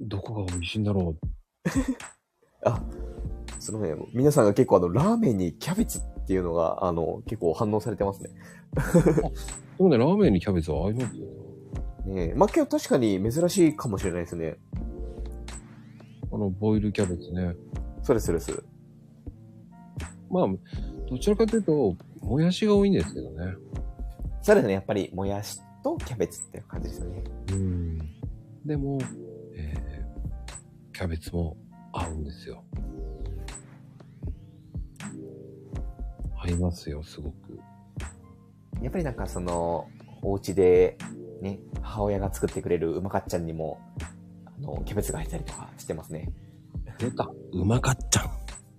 [SPEAKER 1] どこが美味しいんだろう。
[SPEAKER 2] あ、そのね、皆さんが結構あの、ラーメンにキャベツっていうのが、あの、結構反応されてますね。
[SPEAKER 1] でもね、ラーメンにキャベツは合いますよ。
[SPEAKER 2] ねえ、まあ、けど確かに珍しいかもしれないですね。
[SPEAKER 1] あの、ボイルキャベツね。
[SPEAKER 2] そうです、そうです。
[SPEAKER 1] まあ、どちらかというと、もやしが多いんですけどね。
[SPEAKER 2] そうですね、やっぱり、もやしとキャベツっていう感じですよね。
[SPEAKER 1] うん。でも、えー、キャベツも合うんですよ。合いますよ、すごく。
[SPEAKER 2] やっぱりなんかその、お家で、ね、母親が作ってくれるうまかっちゃんにも、あの、キャベツが入ったりとかしてますね。
[SPEAKER 1] 出た。うまかっちゃん。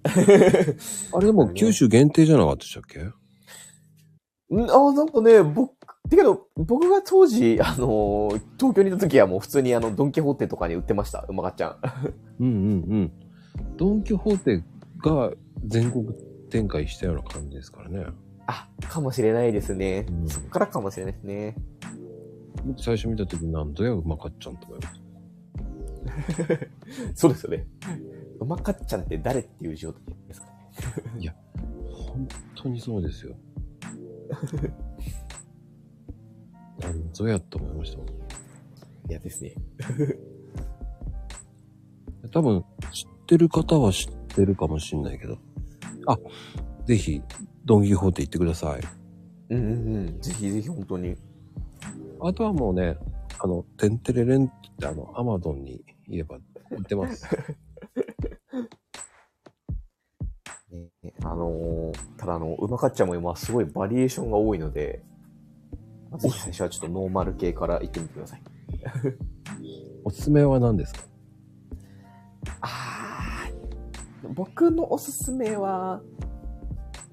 [SPEAKER 1] あれで も九州限定じゃなかったでしたっけ
[SPEAKER 2] うん、あ、なんかね、僕、てけど、僕が当時、あの、東京にいた時はもう普通にあの、ドンキホーテとかに売ってました、うまかっちゃん。
[SPEAKER 1] うんうんうん。ドン・キホーテが全国展開したような感じですからね。
[SPEAKER 2] あ、かもしれないですね。
[SPEAKER 1] うん
[SPEAKER 2] そっからかもしれないですね。
[SPEAKER 1] 僕最初見た時なんぞやうまかっちゃんと思いました。
[SPEAKER 2] そうですよね。うまかっちゃんって誰っていう状態ですかね。
[SPEAKER 1] 本当にそうです よ。なんぞやと思いましたもん。
[SPEAKER 2] いやですね。
[SPEAKER 1] 多分、知ってる方は知ってるかもしんないけど。あ、ぜひ、ドン・キホーテ行ってください。
[SPEAKER 2] うんうんうん。ぜひぜひ本当に。
[SPEAKER 1] あとはもうね、あの、てんてれれんってあの、アマゾンに言えば売って ます。
[SPEAKER 2] ねあのーただあの、うまかっちゃんも今すごいバリエーションが多いので、まあぜひ最初はちょっとノーマル系から行ってみてください。
[SPEAKER 1] おすすめは何ですか
[SPEAKER 2] あー、僕のおすすめは、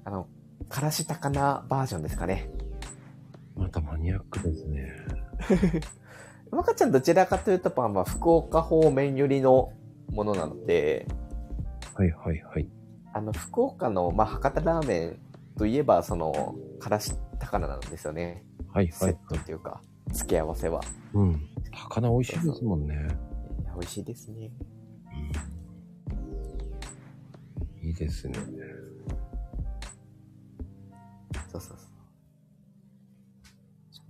[SPEAKER 2] あの、からしたかなバージョンですかね。
[SPEAKER 1] またマニアックですね。
[SPEAKER 2] うまかっちゃんどちらかというと、まあまあ福岡方面寄りのものなので、
[SPEAKER 1] はいはいはい。
[SPEAKER 2] あの、福岡の、まあ、博多ラーメンといえば、その、からしたかななんですよね。
[SPEAKER 1] はい
[SPEAKER 2] セットっていうか、付け合わせは。
[SPEAKER 1] うん。高菜美味しいですもんね。
[SPEAKER 2] いや美味しいですね。
[SPEAKER 1] いいですね。
[SPEAKER 2] そうそうそう。そ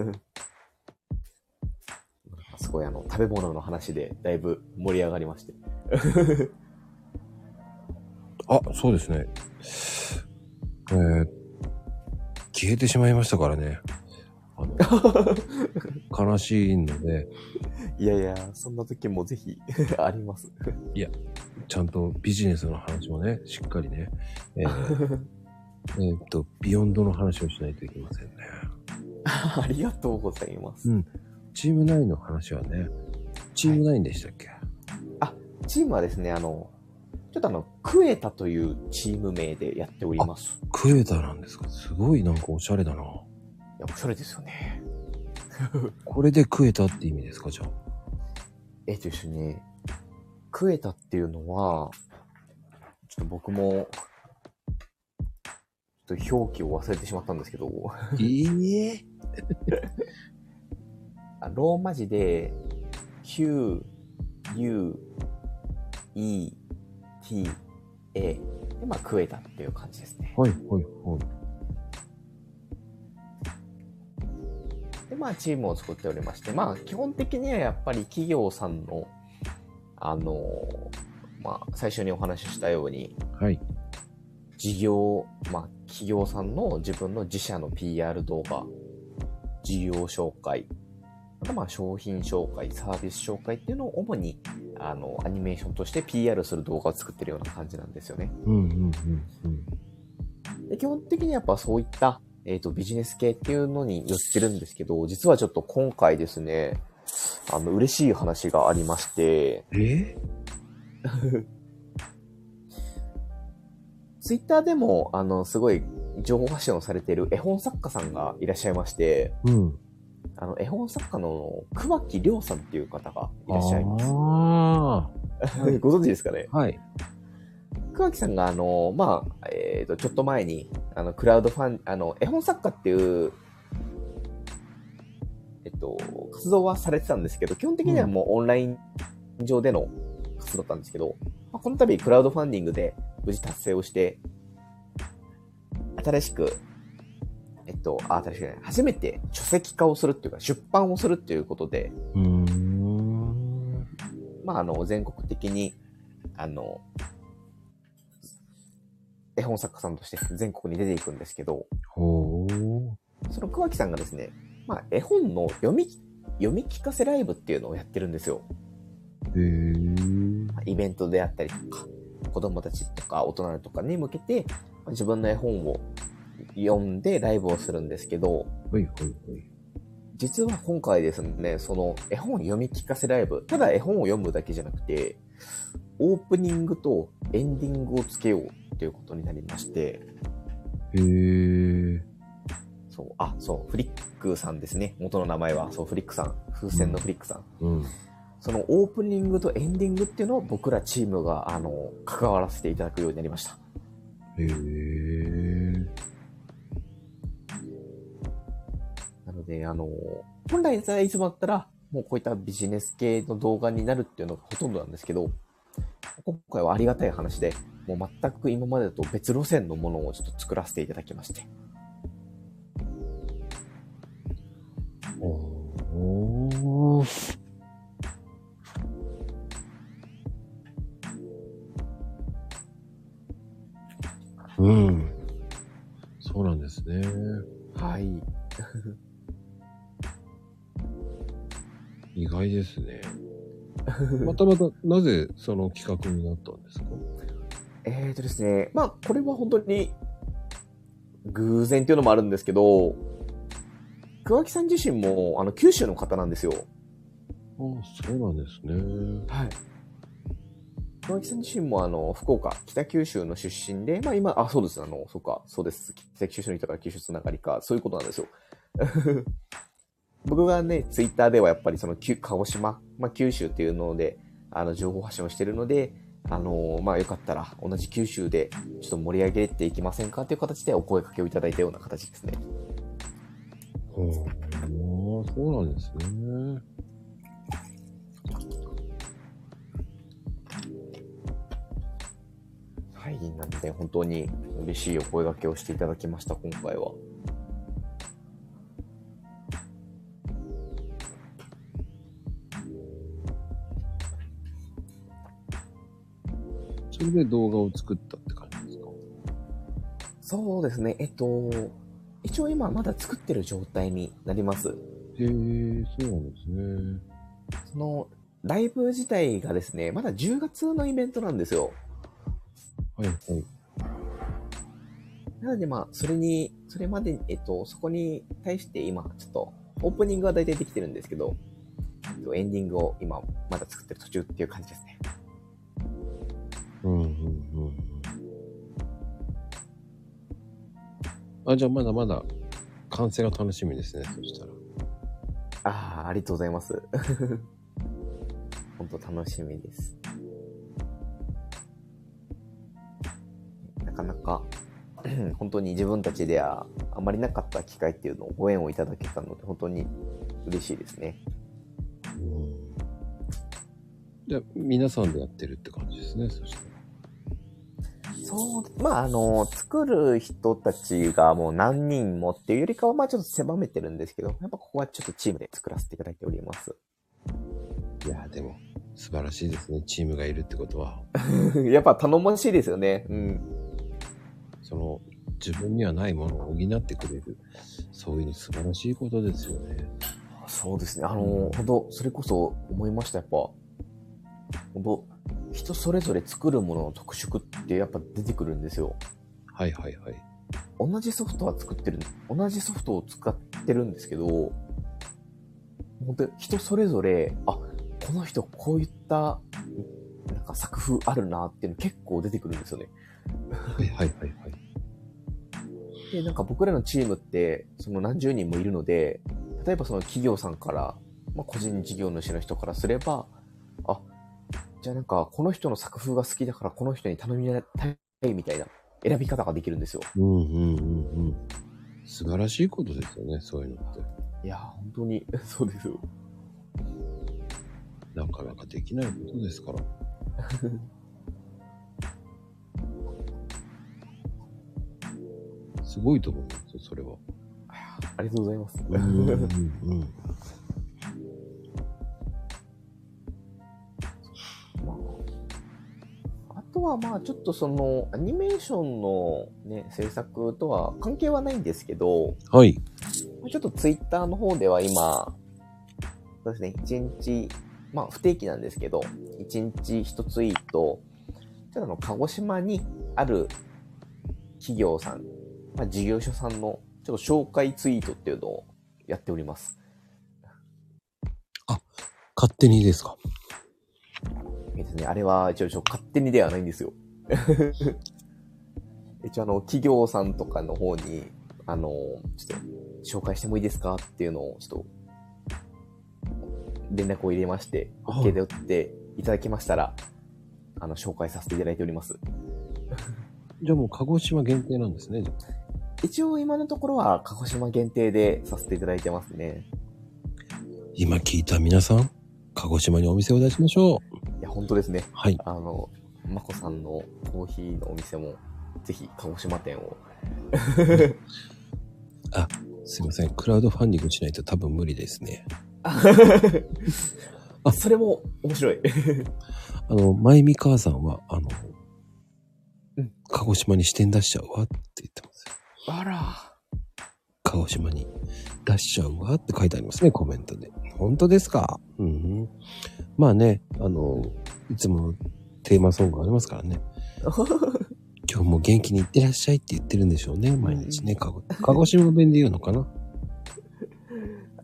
[SPEAKER 2] うなんです。なんかすごいあの、食べ物の話でだいぶ盛り上がりまして。
[SPEAKER 1] あ、そうですね。えー、消えてしまいましたからね。あ の、悲しいので、
[SPEAKER 2] いやいや、そんな時もぜ ひあります。
[SPEAKER 1] ちゃんとビジネスの話もね、しっかりね、え ーえーっと、ビヨンドの話をしないといけませんね。
[SPEAKER 2] ありがとうございます。
[SPEAKER 1] チーム9の話はね、チーム9でしたっけ、
[SPEAKER 2] チームはですね、あの、ちょっとあの、クエタというチーム名でやっております。
[SPEAKER 1] クエタなんですかすごいなんかおしゃれだな。
[SPEAKER 2] いや、おしゃれですよね。
[SPEAKER 1] これでクエタって意味ですかじゃあ。
[SPEAKER 2] えっと一緒に、クエタっていうのは、ちょっと僕も、ちょっと表記を忘れてしまったんですけど、
[SPEAKER 1] いいえ。
[SPEAKER 2] あローマ字で、Q, U, E, T, A で、まあ、クエタっていう感じですね。
[SPEAKER 1] はい、はい、はい。
[SPEAKER 2] で、まあ、チームを作っておりまして、まあ、基本的にはやっぱり企業さんの、あの、まあ、最初にお話ししたように、
[SPEAKER 1] はい。
[SPEAKER 2] 事業、まあ、企業さんの自分の自社の PR 動画、事業紹介、あとまあ商品紹介、サービス紹介っていうのを主にあのアニメーションとして PR する動画を作ってるような感じなんですよね。
[SPEAKER 1] うんうんうんうん。
[SPEAKER 2] で基本的にやっぱそういった、えっとビジネス系っていうのに寄ってるんですけど、実はちょっと今回ですね、あの嬉しい話がありまして、
[SPEAKER 1] え
[SPEAKER 2] ツイッターでもあのすごい情報発信をされている絵本作家さんがいらっしゃいまして、
[SPEAKER 1] うん。
[SPEAKER 2] あの絵本作家の桑木亮さんっていう方がいらっしゃいます。
[SPEAKER 1] あ
[SPEAKER 2] ご存知ですかね
[SPEAKER 1] あ。はい。
[SPEAKER 2] 桑木さんが、あの、まあ、えっ、と、ちょっと前に、あの、クラウドファン、あの、絵本作家っていう、えっと、活動はされてたんですけど、基本的にはもうオンライン上での活動だったんですけど、まあ、この度クラウドファンディングで無事達成をして、新しく、えっと、あ、新しくね、初めて書籍化をするっていうか、出版をするっていうことで、
[SPEAKER 1] うーん。
[SPEAKER 2] まあ、あの、全国的に、あの、絵本作家さんとして全国に出ていくんですけど、
[SPEAKER 1] ほう。
[SPEAKER 2] その桑木さんがですね、まあ、絵本の読み、読み聞かせライブっていうのをやってるんですよ。
[SPEAKER 1] へえ。
[SPEAKER 2] まあイベントであったりとか、子供たちとか大人とかに向けて、まあ自分の絵本を読んでライブをするんですけど、
[SPEAKER 1] ほいほいほい。
[SPEAKER 2] 実は今回ですね、その絵本読み聞かせライブ、ただ絵本を読むだけじゃなくて、オープニングとエンディングをつけようということになりまして、
[SPEAKER 1] へえ。
[SPEAKER 2] そう、あ、そう、フリックさんですね。元の名前は、そう、フリックさん。風船のフリックさん。
[SPEAKER 1] うん。
[SPEAKER 2] そのオープニングとエンディングっていうのを僕らチームが、あの、関わらせていただくようになりました。
[SPEAKER 1] へえ。
[SPEAKER 2] なので、あの、本来ですねいつもだったら、もうこういったビジネス系の動画になるっていうのがほとんどなんですけど、今回はありがたい話で、もう全く今までと別路線のものをちょっと作らせていただきまして。
[SPEAKER 1] おー。うん。そうなんですね。
[SPEAKER 2] はい。
[SPEAKER 1] 意外です ね。またまた、なぜその企画になったんですか
[SPEAKER 2] えーとですね、まあ、これは本当に、偶然っていうのもあるんですけど、桑木さん自身も、あの、九州の方なんですよ。
[SPEAKER 1] ああ、そうなんですね。
[SPEAKER 2] はい。桑木さん自身もあの、福岡、北九州の出身で、まあ今、あ、そうです、あの、そうか、そうです。北九州の人から九州つながりか、そういうことなんですよ。 僕がね、ツイッターではやっぱりその、きゅ鹿児島、まあ九州っていうので、あの、情報発信をしてるので、あのまあよかったら、同じ九州で、ちょっと盛り上げていきませんかっていう形でお声掛けをいただいたような形ですね。
[SPEAKER 1] ほう、そうなんですね。
[SPEAKER 2] はい、なので本当に嬉しいお声掛けをしていただきました、今回は。
[SPEAKER 1] それで動画を作ったって感じですか
[SPEAKER 2] そうですね、えっと、一応今まだ作ってる状態になります。
[SPEAKER 1] へえ、そうなんですね。
[SPEAKER 2] その、ライブ自体がですね、まだ10月のイベントなんですよ。
[SPEAKER 1] はいはい。
[SPEAKER 2] なのでまあ、それに、それまで、えっと、そこに対して今、ちょっと、オープニングは大体できてるんですけど、えっとエンディングを今、まだ作ってる途中っていう感じですね。
[SPEAKER 1] うんうんうんうん。あ、じゃあまだまだ完成が楽しみですね、そしたら。
[SPEAKER 2] ああ、ありがとうございます。 本当楽しみです。なかなか、 本当に自分たちではあまりなかった機会っていうのをご縁をいただけたので、本当に嬉しいですね。
[SPEAKER 1] うん。じゃあ皆さんでやってるって感じですね、そしたら。
[SPEAKER 2] そう、まあ、あの、作る人たちがもう何人もっていうよりかは、まあちょっと狭めてるんですけど、やっぱここはちょっとチームで作らせていただいております。
[SPEAKER 1] いやー、でも素晴らしいですね、チームがいるってことは。
[SPEAKER 2] やっぱ頼もしいですよね。うん。
[SPEAKER 1] その、自分にはないものを補ってくれる、そういう素晴らしいことですよね。
[SPEAKER 2] そうですね。あの、本当それこそ思いました。やっぱ、本当人それぞれ作るものの特色ってやっぱ出てくるんですよ。
[SPEAKER 1] はいはいはい。
[SPEAKER 2] 同じソフトは作ってる、同じソフトを使ってるんですけど、本当人それぞれ、あ、この人こういった、なんか作風あるなっていうの結構出てくるんですよね。
[SPEAKER 1] はいはいはいはい。
[SPEAKER 2] で、なんか僕らのチームって、その何十人もいるので、例えばその企業さんから、まあ、個人事業主の人からすれば、あ、じゃあなんかこの人の作風が好きだからこの人に頼みたいみたいな選び方ができるんですよ。
[SPEAKER 1] うんうんうんうん。素晴らしいことですよね、そういうのって。
[SPEAKER 2] いやー、本当に、 そうですよ。
[SPEAKER 1] なかなかできないことです から。すごいと思いますよ、それは。
[SPEAKER 2] ありがとうございます。
[SPEAKER 1] うんうんうん。
[SPEAKER 2] まあ、あとはまあちょっとそのアニメーションのね、制作とは関係はないんですけど、
[SPEAKER 1] はい。
[SPEAKER 2] ちょっとツイッターの方では今、そうですね、1日、まあ不定期なんですけど、1日1ツイート、ちょっとあの、鹿児島にある企業さん、まあ事業所さんのちょっと紹介ツイートっていうのをやっております。
[SPEAKER 1] 勝手にですか
[SPEAKER 2] えっとね、あれは一応ちょ勝手にではないんですよ。 一応あの、企業さんとかの方に、あの、ちょっと紹介してもいいですかっていうのを、ちょっと、連絡を入れまして、
[SPEAKER 1] はい
[SPEAKER 2] OK で打っていただきましたら、あの、紹介させていただいております。
[SPEAKER 1] じゃあもう鹿児島限定なんですね。じゃあ
[SPEAKER 2] 一応今のところは鹿児島限定でさせていただいてますね。
[SPEAKER 1] 今聞いた皆さん、鹿児島にお店を出しましょう。
[SPEAKER 2] いや、本当ですね。
[SPEAKER 1] はい。
[SPEAKER 2] あの、まこさんのコーヒーのお店も、ぜひ鹿児島店を。
[SPEAKER 1] すいません。クラウドファンディングしないと多分無理ですね。
[SPEAKER 2] あ、それも面白い。
[SPEAKER 1] あの、まゆみ母さんは、あの
[SPEAKER 2] うん、
[SPEAKER 1] 鹿児島に支店出しちゃうわって言ってますよ。
[SPEAKER 2] あら。
[SPEAKER 1] 鹿児島に出しちゃうわって書いてありますね、コメントで。本当ですかうんうん。まあね、あの、いつものテーマソングありますからね。今日も元気にいってらっしゃいって言ってるんでしょうね、毎日ね。鹿児鹿児島弁で言うのかな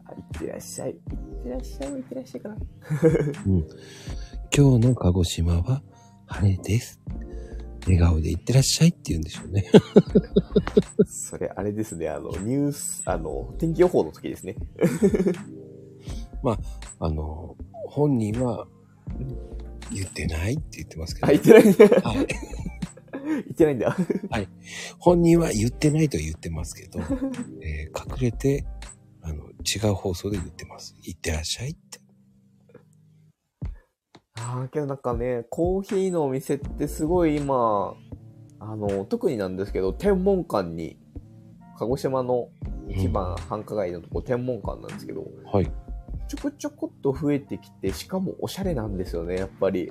[SPEAKER 2] あいってらっしゃい。いってらっしゃいもいってらっしゃいかな。
[SPEAKER 1] 今日の鹿児島は晴れです。笑顔でいってらっしゃいって言うんでしょうね。
[SPEAKER 2] それ、あれですね、あの、ニュース、あの、天気予報の時ですね。
[SPEAKER 1] あの、本人は言ってないって言ってますけど。
[SPEAKER 2] あ、言 ってないんだ。
[SPEAKER 1] はい
[SPEAKER 2] 言ってないんだ。
[SPEAKER 1] 本人は言ってないと言ってます けど、えー隠れて、あの、違う放送で言ってます。行ってらっしゃいって。
[SPEAKER 2] ああ、けどなんかね、コーヒーのお店ってすごい今、あの、特になんですけど、天文館に、鹿児島の一番繁華街のとこ、天文館なんですけど、
[SPEAKER 1] はい。
[SPEAKER 2] ちょこちょこっと増えてきて、しかもおしゃれなんですよね、やっぱり。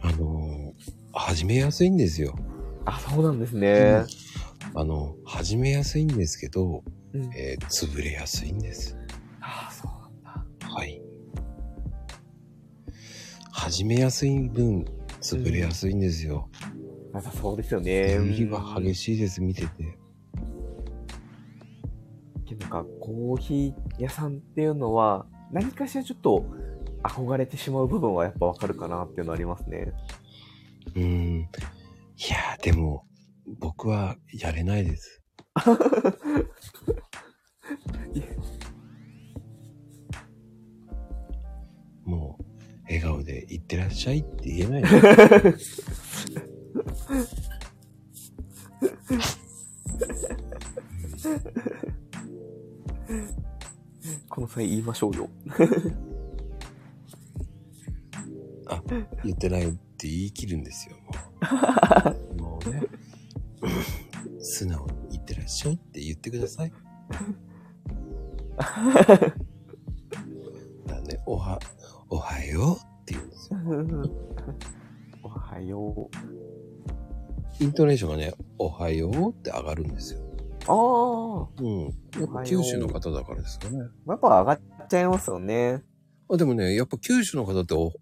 [SPEAKER 1] あのー始めやすいんですよ。
[SPEAKER 2] あ、そうなんですね。
[SPEAKER 1] あの、始めやすいんですけど、
[SPEAKER 2] うん、
[SPEAKER 1] えー潰れやすいんです。
[SPEAKER 2] ああ、そうなんだ。
[SPEAKER 1] はい。始めやすい分、潰れやすいんですよ。
[SPEAKER 2] なんかそうですよね。
[SPEAKER 1] 売りは激しいです、見てて。
[SPEAKER 2] けどなんかコーヒー屋さんっていうのは何かしらちょっと憧れてしまう部分はやっぱわかるかなっていうのはありますね。
[SPEAKER 1] うーん。いやー、でも、僕はやれないです。 もう、笑顔で行ってらっしゃいって言えないの。
[SPEAKER 2] この際言いましょう よ。
[SPEAKER 1] 言ってないって言い切るんですよ、もう。もうね。素直に行ってらっしゃいって言ってください。だね、おは、おはようって言うんですよ。
[SPEAKER 2] おはよう。
[SPEAKER 1] イントネーションがね、おはようって上がるんですよ。
[SPEAKER 2] ああ。
[SPEAKER 1] うん。やっぱ九州の方だからですかね。
[SPEAKER 2] やっぱ上がっちゃいますよね。
[SPEAKER 1] あでもね、やっぱ九州の方ってお、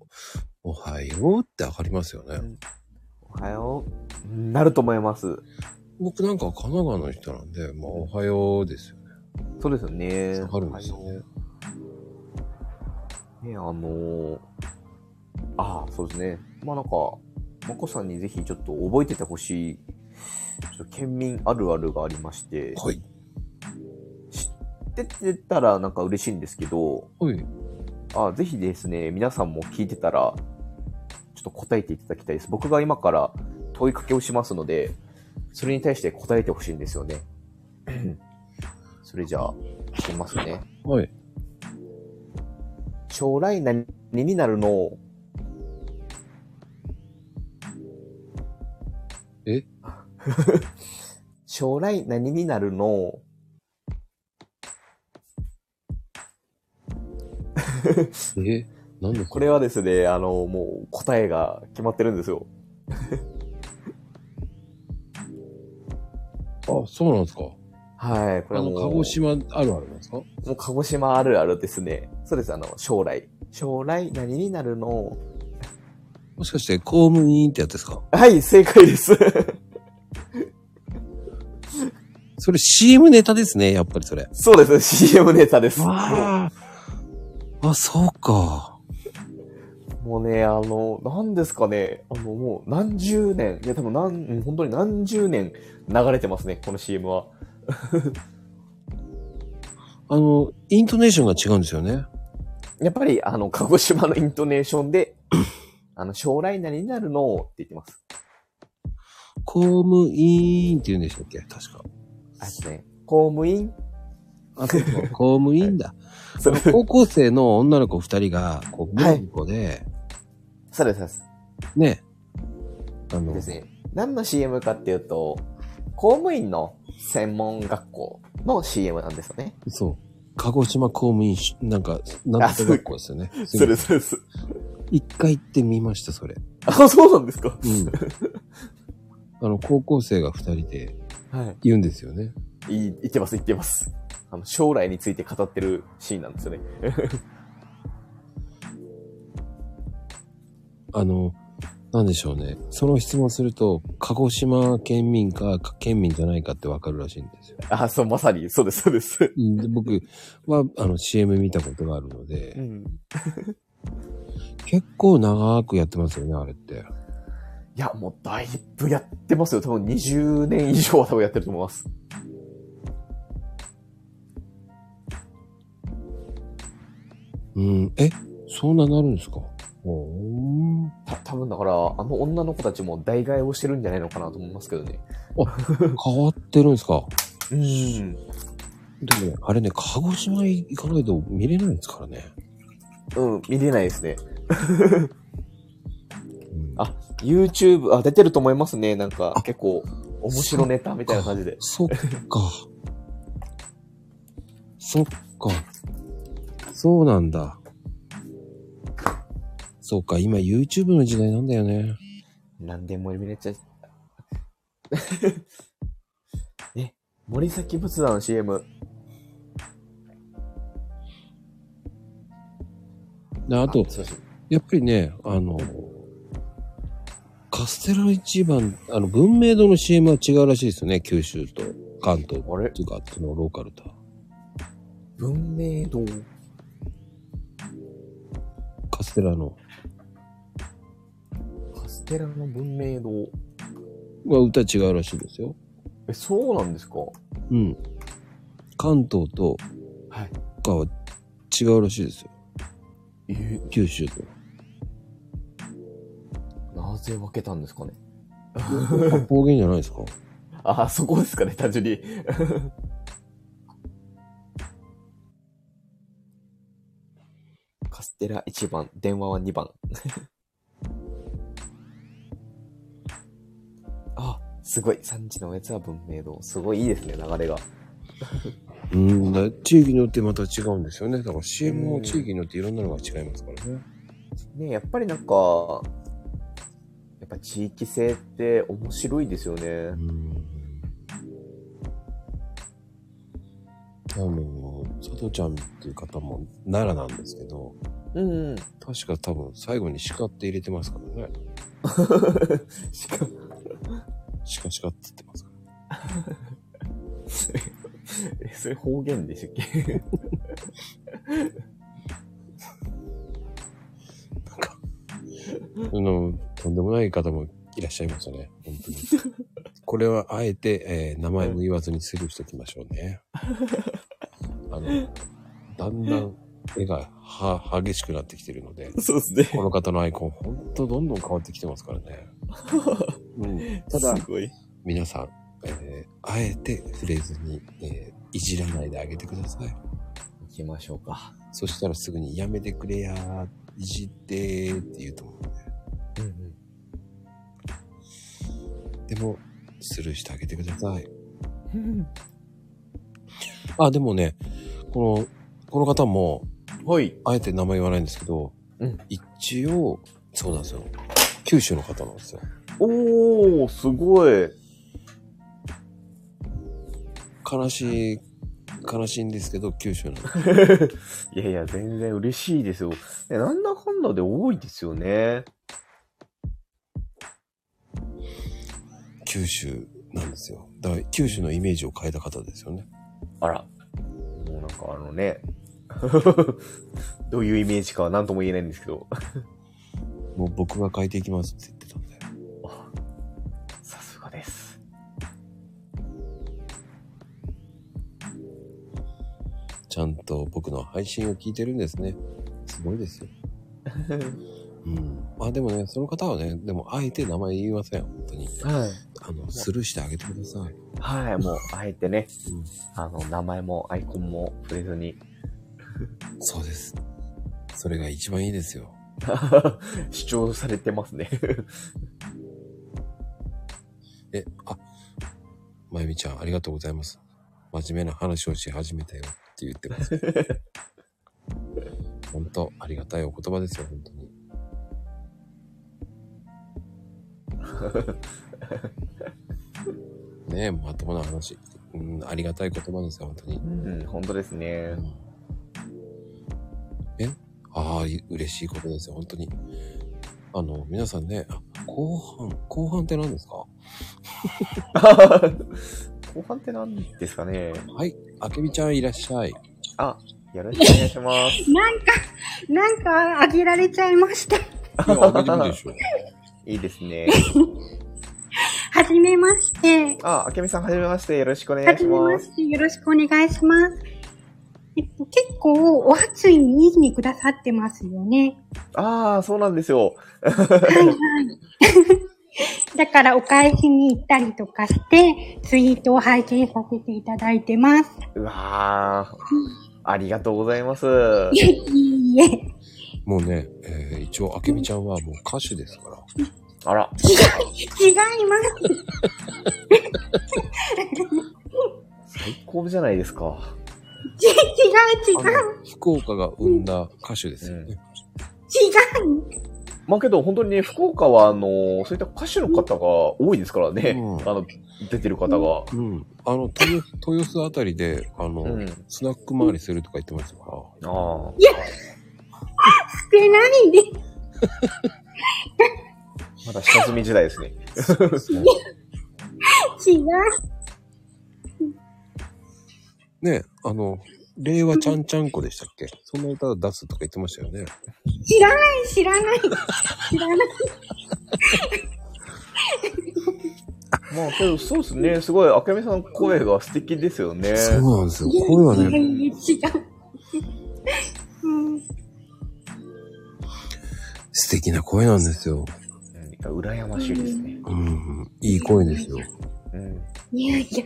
[SPEAKER 1] おはようって上がりますよね。
[SPEAKER 2] おはよう。なると思います。
[SPEAKER 1] 僕なんかは神奈川の人なんで、まあ、おはようですよね。
[SPEAKER 2] そうですよね。
[SPEAKER 1] 下がるんですよね。
[SPEAKER 2] ね、あのーああ、そうですね。まあなんか、まこさんにぜひちょっと覚えててほしい、ちょっと県民あるあるがありまして、
[SPEAKER 1] はい。
[SPEAKER 2] 知っててたらなんか嬉しいんですけど、
[SPEAKER 1] はい。
[SPEAKER 2] ああ、ぜひですね、皆さんも聞いてたら、ちょっと答えていただきたいです。僕が今から問いかけをしますので、それに対して答えてほしいんですよね。 それじゃあ、聞きますね。
[SPEAKER 1] はい。
[SPEAKER 2] 将来何になるの
[SPEAKER 1] え
[SPEAKER 2] 将来何になるの
[SPEAKER 1] え、なんで
[SPEAKER 2] これはですね、あの、もう答えが決まってるんですよ。
[SPEAKER 1] あ、そうなんですか。
[SPEAKER 2] はい、こ
[SPEAKER 1] あ
[SPEAKER 2] れは
[SPEAKER 1] の、
[SPEAKER 2] もう。
[SPEAKER 1] 鹿児島あるあるなんですか
[SPEAKER 2] もう鹿児島あるあるですね。そうです、あの、将来。将来何になるの
[SPEAKER 1] もしかして公務員ってやつですか
[SPEAKER 2] はい、正解です。
[SPEAKER 1] それ CM ネタですね、やっぱりそれ。
[SPEAKER 2] そうです、CM ネタです。
[SPEAKER 1] ああ。あ、そうか。
[SPEAKER 2] もうね、あの、何ですかね、あの、もう何十年、いや、多分何、うん本当に何十年流れてますね、この CM は。
[SPEAKER 1] あの、イントネーションが違うんですよね。
[SPEAKER 2] やっぱり、あの、鹿児島のイントネーション で、あの、将来何になるのって言ってます。
[SPEAKER 1] 公務員って言うんでしたっけ確か。
[SPEAKER 2] あですね、公務員
[SPEAKER 1] あ、そうそう公務員だ。
[SPEAKER 2] それ、
[SPEAKER 1] 高校生の女の子二人が、こう、ブランコで、
[SPEAKER 2] そうです、そうです。
[SPEAKER 1] ね。あの
[SPEAKER 2] で、すね。何の CM かっていうと、公務員の専門学校の CM なんですよね。
[SPEAKER 1] そう。鹿児島公務員し、なんか、なんとか学校ですよね。すいません
[SPEAKER 2] そうです。
[SPEAKER 1] 一回行ってみました、それ。
[SPEAKER 2] あ、そうなんですか
[SPEAKER 1] うん。あの、高校生が二人で
[SPEAKER 2] は
[SPEAKER 1] 言うんですよね。
[SPEAKER 2] い。いい、言ってます、言ってます。あの、将来について語ってるシーンなんですよね。
[SPEAKER 1] あの、なんでしょうね。その質問すると、鹿児島県民か、県民じゃないかってわかるらしいんですよ。
[SPEAKER 2] あ、そう、まさに、そうです、そうです。
[SPEAKER 1] うんで僕は、あの、CM 見たことがあるので、
[SPEAKER 2] ん。
[SPEAKER 1] 結構長くやってますよね、あれって。
[SPEAKER 2] いや、もうだいぶやってますよ。多分20年以上は多分やってると思います。
[SPEAKER 1] うん、え、そんななるんですかおー
[SPEAKER 2] た、多分だから、あの女の子たちも代替えをしてるんじゃないのかなと思いますけどね。
[SPEAKER 1] 変わってるんですか
[SPEAKER 2] うん。
[SPEAKER 1] でもね、あれね、鹿児島行かないと見れないですからね。
[SPEAKER 2] うん、見れないですね。
[SPEAKER 1] うん
[SPEAKER 2] あ YouTube、あ、出てると思いますね。なんか
[SPEAKER 1] あ、
[SPEAKER 2] 結構、面白ネタみたいな感じで。
[SPEAKER 1] そっか。そっか。そうなんだ。そうか、今 YouTube の時代なんだよね。
[SPEAKER 2] 何でも見れちゃう。 ね、森崎仏壇の CM。
[SPEAKER 1] であと、
[SPEAKER 2] すいません
[SPEAKER 1] やっぱりね、あの、カステラ一番、あの、文明堂の CM は違うらしいですよね、九州と関東
[SPEAKER 2] あれ
[SPEAKER 1] っていうか、そのローカルとは。
[SPEAKER 2] 文明堂。
[SPEAKER 1] カステラの。
[SPEAKER 2] カステラの文明堂。
[SPEAKER 1] は歌違うらしいですよ。
[SPEAKER 2] え、そうなんですか
[SPEAKER 1] うん。関東と
[SPEAKER 2] はい。
[SPEAKER 1] かは違うらしいですよ。
[SPEAKER 2] え、
[SPEAKER 1] 九州と。
[SPEAKER 2] なぜ分けたんですかね
[SPEAKER 1] 方言じゃないですか
[SPEAKER 2] あ、そこですかね、単純に。 カステラ1番、電話は2番。 あ、すごい。3時のおやつは文明堂。すごいいいですね、流れが。
[SPEAKER 1] うん、だ地域によってまた違うんですよね。だから CM も地域によっていろんなのが違いますからね。
[SPEAKER 2] ねやっぱりなんか、やっぱ地域性って面白いですよね
[SPEAKER 1] う。ん。あの、佐藤ちゃんっていう方も奈良なんですけど、
[SPEAKER 2] うん、うん。
[SPEAKER 1] 確か多分最後に鹿って入れてますからね。
[SPEAKER 2] しかも、
[SPEAKER 1] 鹿鹿って言ってますか
[SPEAKER 2] えそれ方言でしたっけ
[SPEAKER 1] ら。あの、とんでもない方もいらっしゃいましたね。本当に。これはあえて、えー名前も言わずにスルーしときましょうね。あの、だんだん絵がは激しくなってきてるので。
[SPEAKER 2] そうです ね。
[SPEAKER 1] この方のアイコン、ほんとどんどん変わってきてますからね。 うん、ただ
[SPEAKER 2] す、ごい。
[SPEAKER 1] 皆さん、えーあえて触れずに、えーいじらないであげてください。
[SPEAKER 2] 行きましょうか。
[SPEAKER 1] そしたらすぐにやめてくれやー、いじってーって言うと思うんで。
[SPEAKER 2] うんうん。
[SPEAKER 1] でも、スルーしてあげてください。あ、でもね、この、この方も、
[SPEAKER 2] はい。
[SPEAKER 1] あえて名前言わないんですけど、
[SPEAKER 2] うん
[SPEAKER 1] 一応、そうなんですよ。九州の方なんですよ。
[SPEAKER 2] おー、すごい。
[SPEAKER 1] 悲しい、悲しいんですけど、九州なんです。
[SPEAKER 2] いやいや、全然嬉しいですよ。ねなんだかんだで多いですよね。
[SPEAKER 1] 九州なんですよ。だから九州のイメージを変えた方ですよね。
[SPEAKER 2] あら。もうなんかあのね。 どういうイメージかは何とも言えないんですけど。
[SPEAKER 1] もう僕が変えていきますって言ってたんで。
[SPEAKER 2] さすがです。
[SPEAKER 1] ちゃんと僕の配信を聞いてるんですね。すごいですよ。うん。まあでもね、その方はね、でもあえて名前言いません。本当に。
[SPEAKER 2] はい。
[SPEAKER 1] あの、スルーしてあげてください。
[SPEAKER 2] はい、もう、あえてね、
[SPEAKER 1] うん。
[SPEAKER 2] あの、名前もアイコンも触れずに、
[SPEAKER 1] そうです。それが一番いいですよ。
[SPEAKER 2] 主張されてます ね。
[SPEAKER 1] え、あ、まゆみちゃん、ありがとうございます。真面目な話をし始めたよって言ってます けど。本当、ありがたいお言葉ですよ、本当 に。ねえ、まともな話。うん、ありがたい言葉ですよ、本当に。
[SPEAKER 2] うん、本当ですね。
[SPEAKER 1] えああ、い嬉しいことですよ、本当に。あの、皆さんね、あ後半、後半って何ですか
[SPEAKER 2] 後半って何ですかね。
[SPEAKER 1] はい、あけみちゃんいらっしゃい。
[SPEAKER 2] あ、よろしくお願いします。
[SPEAKER 3] なんか、なんかあげられちゃいました。
[SPEAKER 1] いや、あげてみるでしょう。
[SPEAKER 2] いいです ね。
[SPEAKER 3] はじめまして。
[SPEAKER 2] あ、あけみさん、はじめまして。よろしくお願
[SPEAKER 3] はい
[SPEAKER 2] し
[SPEAKER 3] じめ
[SPEAKER 2] ま。
[SPEAKER 3] ますして。よろしくお願いします。えっと、結構、お初にいいにくださってますよね。
[SPEAKER 2] ああ、そうなんですよ。
[SPEAKER 3] はいはい。だから、お返しに行ったりとかして、ツイートを拝見させていただいてます。
[SPEAKER 2] うわあ、ありがとうございます。はい
[SPEAKER 3] えいえいえ。
[SPEAKER 1] もうね、えー一応、あけみちゃんはもう歌手ですから。
[SPEAKER 2] あら、
[SPEAKER 3] 違います。
[SPEAKER 2] 最高じゃないですか。
[SPEAKER 3] ち違う違
[SPEAKER 1] あ
[SPEAKER 3] う。
[SPEAKER 1] の福岡が生んだ歌手ですよね。
[SPEAKER 3] 違う。
[SPEAKER 2] まあけど、本当にね、福岡は、あの、そういった歌手の方が多いですからね。
[SPEAKER 1] うん
[SPEAKER 2] あの、出てる方が。
[SPEAKER 1] うん。あの、豊豊洲あたりで、あの、
[SPEAKER 2] うん。
[SPEAKER 1] スナック回りするとか言ってましたから。
[SPEAKER 2] ああ。
[SPEAKER 3] してないです。
[SPEAKER 2] まだ下積み時代ですね。
[SPEAKER 3] 違う。
[SPEAKER 1] ねあの、令和ちゃんちゃんこでしたっけそんな歌を出すとか言ってましたよね。
[SPEAKER 3] 知らない、知らない。知らない。
[SPEAKER 2] まあけど、そうですね。すごい、あけみさん声が素敵ですよね。
[SPEAKER 1] うなんですよ声はね、
[SPEAKER 3] 違う。うん、
[SPEAKER 1] 素敵な声なんですよ。
[SPEAKER 2] うんいや羨ましいですね。
[SPEAKER 1] うん。いい声ですよ。
[SPEAKER 2] うん。
[SPEAKER 3] いやいや、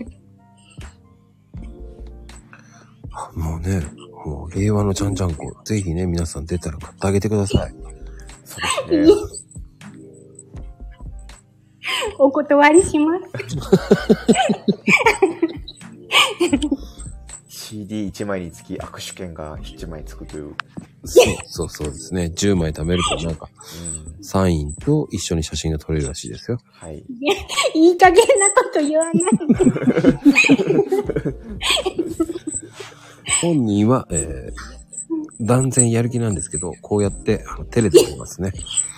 [SPEAKER 1] もうね、もう令和のちゃんちゃんこ、ぜひね、皆さん出たら買ってあげてください。
[SPEAKER 2] そう ですね。
[SPEAKER 3] お断りします。
[SPEAKER 2] CD1 枚につき握手券が1枚つくという。
[SPEAKER 1] そうそうそうですね。10枚貯めるとなんか、
[SPEAKER 2] うん。
[SPEAKER 1] サインと一緒に写真が撮れるらしいですよ。
[SPEAKER 2] はい。
[SPEAKER 3] いい加減なこと言わない。
[SPEAKER 1] 本人は、えー、断然やる気なんですけど、こうやって、あの、照れておりますね。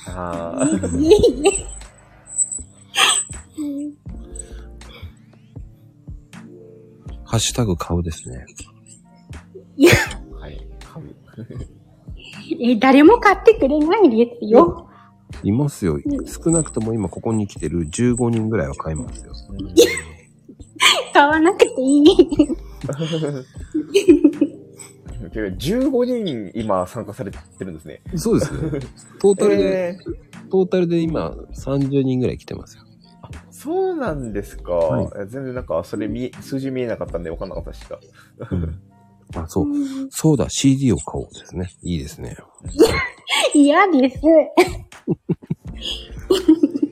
[SPEAKER 2] ああ。
[SPEAKER 3] いいね。
[SPEAKER 1] ハッシュタグ顔ですね。
[SPEAKER 2] はい。神
[SPEAKER 3] え、誰も買ってくれないですよ。
[SPEAKER 1] いますよ。少なくとも今ここに来てる15人ぐらいは買いますよ。
[SPEAKER 3] 買わなくていい。
[SPEAKER 2] てか15人今参加されてるんですね。
[SPEAKER 1] そう ですね。トータルで、
[SPEAKER 2] えー
[SPEAKER 1] トータルで今30人ぐらい来てますよ。
[SPEAKER 2] そうなんですか。
[SPEAKER 1] はい
[SPEAKER 2] え全然なんか、それ見え、数字見えなかったんで分かんなかったしか。
[SPEAKER 1] あ、そう。そうだ、CD を買おうですね。いいですね。
[SPEAKER 3] 嫌です。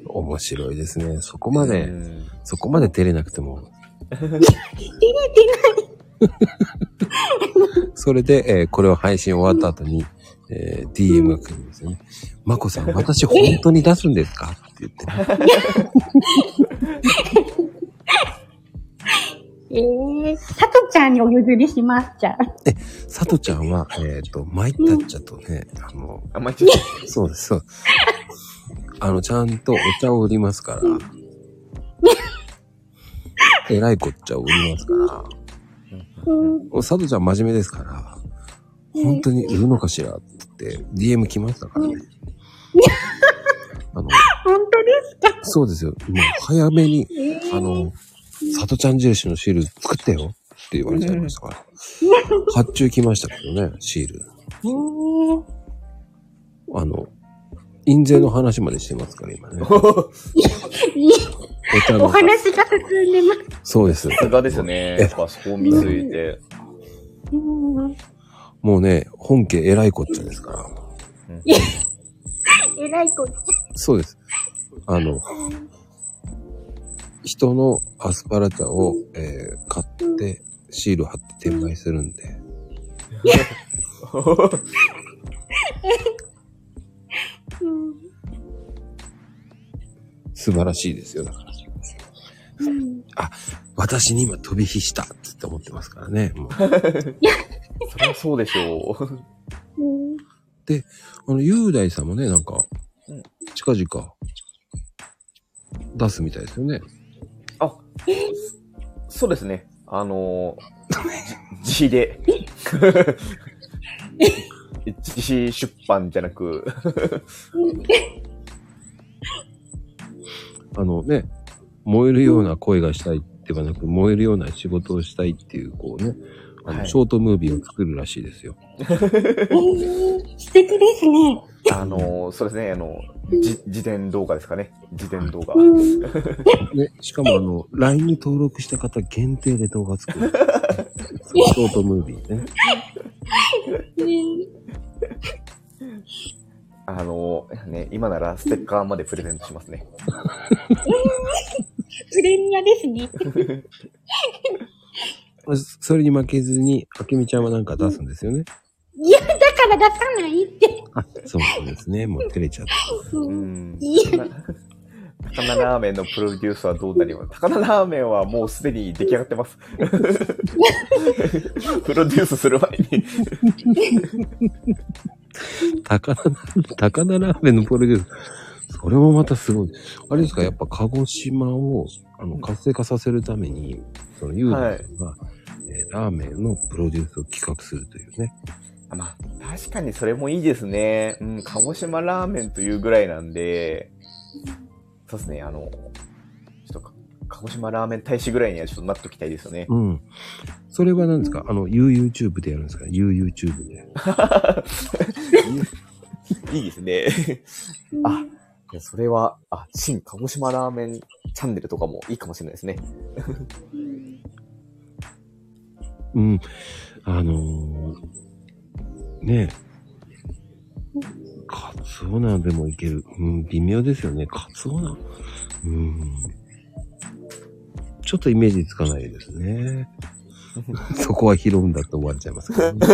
[SPEAKER 1] 面白いですね。そこま
[SPEAKER 2] う
[SPEAKER 1] で、
[SPEAKER 2] ん
[SPEAKER 1] そこまで照れなくても。それで、えーこれを配信終わった後に、えー DM が来るんですよね。まこさん、私本当に出すんですかって言って。
[SPEAKER 3] えー、さとちゃんにお譲りします、じゃあ。
[SPEAKER 1] さとちゃんは、えっ、と、マイタッチャとね、あの、
[SPEAKER 2] あんまりちょっ
[SPEAKER 1] そうです、そうです。あの、ちゃんとお茶を売りますから。えらいこっちゃを売りますから。
[SPEAKER 3] うん、
[SPEAKER 1] お佐藤ちゃん真面目ですから、本当に売るのかしらって言って、DM 来ましたからね。あの、
[SPEAKER 3] 本当ですか
[SPEAKER 1] そうですよ。もう早めに、あの、佐藤ちゃん印のシール作ってよって言われちゃいましたから。発注来ましたけどね、シール。
[SPEAKER 3] えー、
[SPEAKER 1] あの、印税の話までしてますから、今ね。
[SPEAKER 2] と、
[SPEAKER 3] いい。
[SPEAKER 1] お茶
[SPEAKER 3] お
[SPEAKER 1] の。
[SPEAKER 3] 話が進んでます。
[SPEAKER 1] そうです。
[SPEAKER 2] さすがで すね。やっぱそこを見据えて。
[SPEAKER 3] うん、
[SPEAKER 1] もうね、本家偉いこっちゃですから。
[SPEAKER 3] えらいこと。
[SPEAKER 1] そうです。あの、人のアスパラ茶を、えー買って、シール貼って転売するんで。
[SPEAKER 3] うん
[SPEAKER 1] 素晴らしいですよ、だから。
[SPEAKER 3] うん、
[SPEAKER 1] 私に今飛び火したって思ってますからね。もう
[SPEAKER 2] それはそうでしょう。
[SPEAKER 3] うん
[SPEAKER 1] あの、雄大さんもね、なんか
[SPEAKER 2] うん、
[SPEAKER 1] 近々、出すみたいですよね。
[SPEAKER 2] あ、そうですね。あのー、じ自費 で。自費出版じゃなく、
[SPEAKER 1] あのね、燃えるような声がしたいではなく、燃えるような仕事をしたいっていう、こうね、あの、
[SPEAKER 2] はい
[SPEAKER 1] ショートムービーを作るらしいですよ。
[SPEAKER 3] えー、素敵ですね。
[SPEAKER 2] あのー、そうですね、あの、じ、自伝動画ですかね。自伝動画。
[SPEAKER 3] うん、
[SPEAKER 1] ね、しかもあの、LINE に登録した方限定で動画作る。そう ショートムービーね。
[SPEAKER 3] ね
[SPEAKER 2] あのー、ね、今ならステッカーまでプレゼントしますね。
[SPEAKER 3] プレミアですね。
[SPEAKER 1] それに負けずに、あけみちゃんはなんか出すんですよね。
[SPEAKER 3] いや、だから出さないって。
[SPEAKER 1] あ、そうなんですね。もう照れちゃって。
[SPEAKER 3] う
[SPEAKER 2] うんん
[SPEAKER 3] いや。
[SPEAKER 2] 高菜ラーメンのプロデュースはどうなります高菜ラーメンはもうすでに出来上がってます。 プロデュースする前に。
[SPEAKER 1] 高菜、高菜ラーメンのプロデュース。それもまたすごい。あれですか、やっぱ鹿児島をあの活性化させるために、その、ゆうださんが、えーラーメンのプロデュースを企画するというね。
[SPEAKER 2] あまあ、確かにそれもいいですね。うん、鹿児島ラーメンというぐらいなんで、そうですね、あの、ちょっとか、鹿児島ラーメン大使ぐらいにはちょっとなっときたいですよね。
[SPEAKER 1] うん。それは何ですかあの、ゆう YouTube でやるんですかゆう YouTube で。
[SPEAKER 2] いいですね。あ、いやそれは、あ、新鹿児島ラーメンチャンネルとかもいいかもしれないですね。
[SPEAKER 1] うん。あのー、ねえ。カツオナでもいける。うん、微妙ですよね。カツオナ。うん。ちょっとイメージつかないですね。そこは拾うんだって終わっちゃいますけど、ね。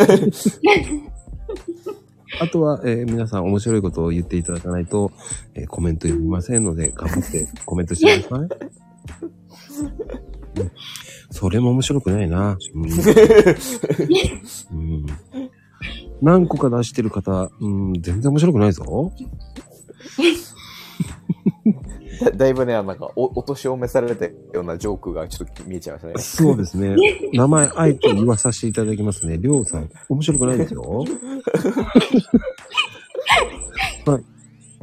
[SPEAKER 1] あとは、えー皆さん面白いことを言っていただかないと、えーコメント読みませんので、頑張ってコメントしてください。うんそれも面白くないな。うんうん何個か出してる方、うん、全然面白くないぞ。
[SPEAKER 2] だ だいぶね、あのなんかお、お年を召されたようなジョークがちょっと見えちゃいましたね。
[SPEAKER 1] そうですね。名前、あえて言わさせていただきますね。りょうさん、面白くないですよ。 まあ、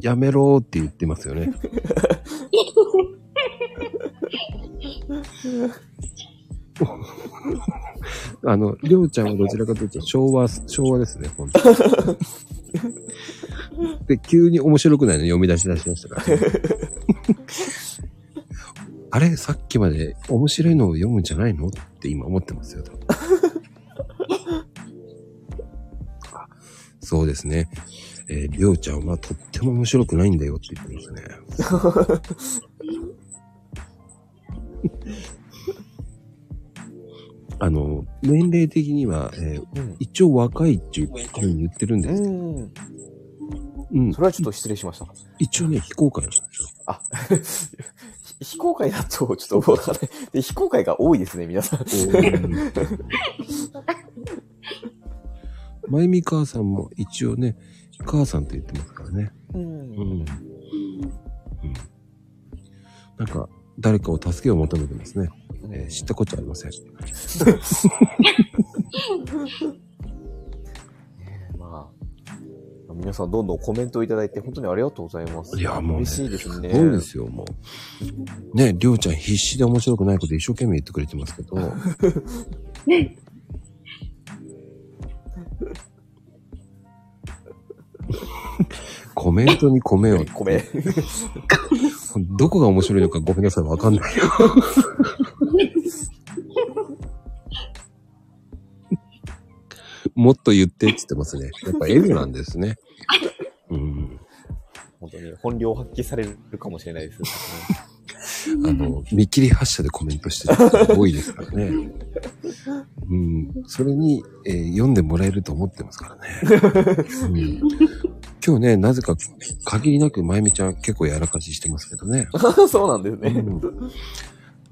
[SPEAKER 1] やめろーって言ってますよね。 あの、りょうちゃんはどちらかというと昭和、昭和ですね、本当に。で、急に面白くないの読み出し出しましたから、ね。あれさっきまで面白いのを読むんじゃないのって今思ってますよ。多分あそうですね。えーりょうちゃんはとっても面白くないんだよって言ってますね。あの、年齢的には、えー
[SPEAKER 2] うん。
[SPEAKER 1] 一応若いっていうふうに言ってるんです。
[SPEAKER 2] うん。
[SPEAKER 1] うん
[SPEAKER 2] そ。れはちょっと失礼しました。
[SPEAKER 1] 一応ね、非公開なんですよ。
[SPEAKER 2] あ、非非公開だと、ちょっとわからない。で非公開が多いですね、皆さん。
[SPEAKER 1] まゆみ母さんも一応ね、母さんと言ってますからね。
[SPEAKER 2] うん
[SPEAKER 1] うん。うん、なんか、誰かを助けを求めてますね。えー知ったことありません。
[SPEAKER 2] まあ、皆さんどんどんコメントをいただいて、本当にありがとうございます。
[SPEAKER 1] いやもうね
[SPEAKER 2] 嬉しいですね。
[SPEAKER 1] そうですよ、もう。ね、りょうちゃん必死で面白くないこと一生懸命言ってくれてますけど。コメントに米を。
[SPEAKER 2] ごめん。
[SPEAKER 1] どこが面白いのかごめんなさい、わかんないよ。もっと言ってって言ってますね。やっぱエグなんですね。うん。
[SPEAKER 2] 本当に本領を発揮されるかもしれないです、 ね。
[SPEAKER 1] あの、見切り発車でコメントしてる人が多いですからね。うん。それに、えー読んでもらえると思ってますからね。うん、今日ね、なぜか限りなくまゆみちゃん結構やらかししてますけどね。
[SPEAKER 2] そうなんです
[SPEAKER 1] う
[SPEAKER 2] ね。
[SPEAKER 1] ん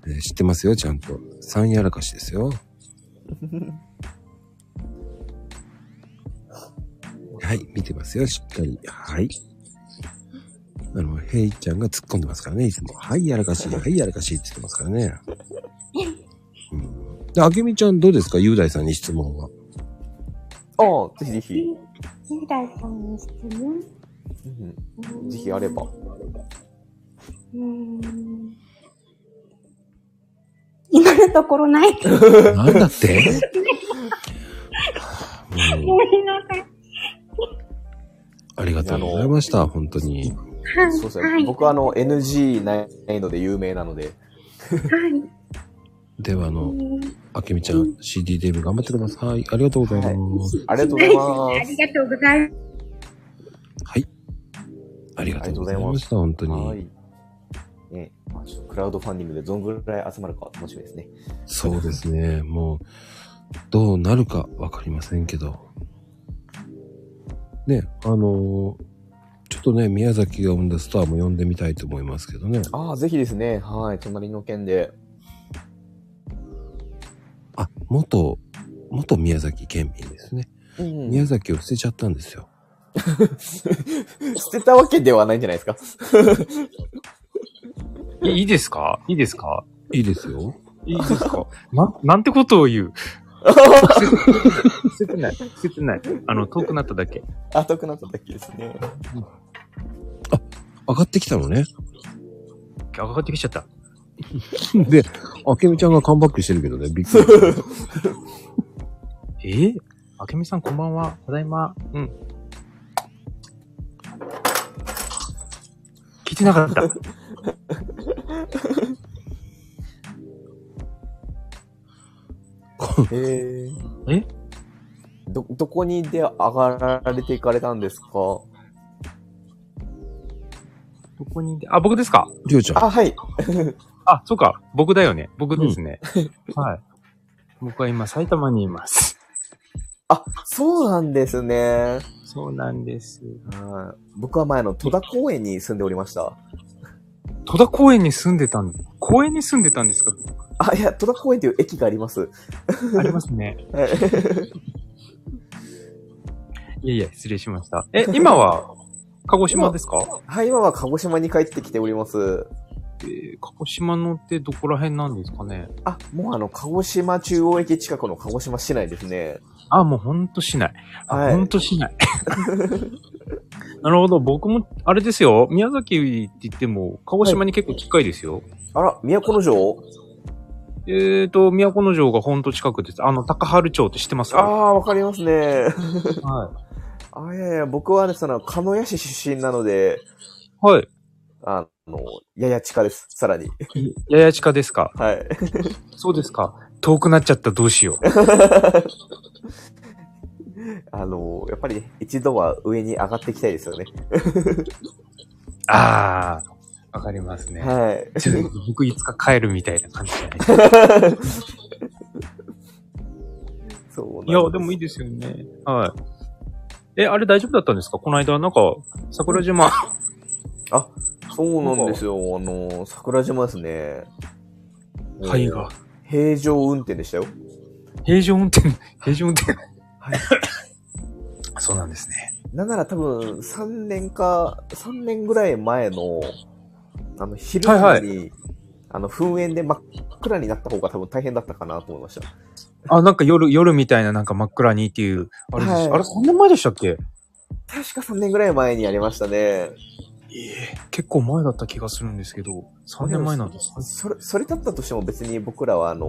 [SPEAKER 1] えー知ってますよ、ちゃんと。3やらかしです よ。はい、見てますよ、しっかり。はい。あの、ヘイちゃんが突っ込んでますからね、いつも。はい、やら かしい、はい、やらかしいって言ってますからね。うん。で、あけみちゃんどうですか雄大さんに質問は。
[SPEAKER 2] ああ、ぜひぜひ。
[SPEAKER 3] 10代さんに質問
[SPEAKER 2] うん
[SPEAKER 3] うん
[SPEAKER 2] ぜひあれば。
[SPEAKER 3] うーん今のところない。
[SPEAKER 1] なんだって、 うん
[SPEAKER 3] ごめんなさい。
[SPEAKER 1] ありがとうございました、本当に。
[SPEAKER 3] はい。
[SPEAKER 2] そうですね。
[SPEAKER 3] はい。
[SPEAKER 2] 僕はあの NG ないので有名なので。
[SPEAKER 3] はい。
[SPEAKER 1] では、あの、あけみちゃん、CD デビュー頑張ってください。ありがとうございます。
[SPEAKER 2] ありがとう
[SPEAKER 3] はい
[SPEAKER 2] ござい
[SPEAKER 3] あ
[SPEAKER 2] ます
[SPEAKER 3] り。がとうございます。
[SPEAKER 1] はい。ありがとうございました、本当に。
[SPEAKER 2] はい。ね、まあ、ちょっとクラウドファンディングでどんぐらい集まるか楽しみですね。
[SPEAKER 1] そうですね、もう、どうなるかわかりませんけど。ね、あのーちょっとね、宮崎が生んだスターも呼んでみたいと思いますけどね。
[SPEAKER 2] ああ、ぜひですね。はい。隣の県で。
[SPEAKER 1] あ、元、元宮崎県民ですね。
[SPEAKER 2] うん
[SPEAKER 1] 宮崎を捨てちゃったんですよ。
[SPEAKER 2] 捨てたわけではないんじゃないですか。
[SPEAKER 4] いいいですかいいですか
[SPEAKER 1] いいですよ。
[SPEAKER 4] いいですかな、なんてことを言 う。捨ててない。捨ててない。あの、遠くなっただけ。
[SPEAKER 2] 後くなっただけですね。
[SPEAKER 1] 上がってきたのね。
[SPEAKER 4] 上がってきちゃった。
[SPEAKER 1] で、あけみちゃんがカムバックしてるけどね、びっくり。
[SPEAKER 4] えー、あけみさんこんばんは。ただいま。うん。聞いてなかった。
[SPEAKER 2] へえ。
[SPEAKER 4] え
[SPEAKER 2] ど、どこにで上がられていかれたんですか
[SPEAKER 4] ここにいて、あ、僕ですか
[SPEAKER 1] りょうちゃん。
[SPEAKER 2] あ、はい。
[SPEAKER 4] あ、そうか。僕だよね。僕ですね。はい。僕は今、埼玉にいます。
[SPEAKER 2] あ、そうなんですね。
[SPEAKER 4] そうなんです。
[SPEAKER 2] はい僕は前の戸田公園に住んでおりました。
[SPEAKER 4] 戸田公園に住んでたん、公園に住んでたんですか
[SPEAKER 2] あ、いや、戸田公園という駅があります。
[SPEAKER 4] ありますね。
[SPEAKER 2] はい
[SPEAKER 4] いやいや、失礼しました。え、今は、鹿児島ですか、
[SPEAKER 2] はい、今は鹿児島に帰ってきております。
[SPEAKER 4] えー鹿児島のってどこら辺なんですかね
[SPEAKER 2] あ、もうあの、鹿児島中央駅近くの鹿児島市内ですね。
[SPEAKER 4] あ、もうほんと市内。あ
[SPEAKER 2] はい
[SPEAKER 4] ほんと市内。 なるほど。僕も、あれですよ。宮崎って言っても、鹿児島に結構近いですよ。
[SPEAKER 2] あら、都城
[SPEAKER 4] えーと、都の城がほんと近くです。あの、高原町って知ってます
[SPEAKER 2] ああ、わかりますね。
[SPEAKER 4] はい。
[SPEAKER 2] あ、いやいや、僕はね、その、鹿屋市出身なので、
[SPEAKER 4] はい。
[SPEAKER 2] あの、やや地下です。さらに。
[SPEAKER 4] やや近ですか
[SPEAKER 2] はい。
[SPEAKER 4] そうですか。遠くなっちゃったどうしよう。
[SPEAKER 2] あの、やっぱり、ね、一度は上に上がっていきたいですよね。
[SPEAKER 4] あー、わかりますね。
[SPEAKER 2] はい。
[SPEAKER 4] ちょっと僕いつか帰るみたいな感じじゃないですか
[SPEAKER 2] そうなん
[SPEAKER 4] いや、でもいいですよね。はい。え、あれ大丈夫だったんですかこの間、なんか、桜島、
[SPEAKER 2] そうなんですよ。あの、桜島ですね。
[SPEAKER 4] 灰が。。
[SPEAKER 2] 平常運転でしたよ。
[SPEAKER 4] 平常運転、 平常運転。そうなんですね。
[SPEAKER 2] なんなら多分、3年か、3年ぐらい前の、あの、昼間に、
[SPEAKER 4] はい
[SPEAKER 2] あの、噴煙で真っ暗になった方が多分大変だったかなと思いました。
[SPEAKER 4] あ、なんか夜、夜みたいななんか真っ暗にっていう、あれです。
[SPEAKER 2] はい
[SPEAKER 4] あれ、3年前でしたっけ
[SPEAKER 2] 確か3年ぐらい前にやりましたね。
[SPEAKER 4] 結構前だった気がするんですけど、3年前なんですか
[SPEAKER 2] それ、それだったとしても別に僕らはあの、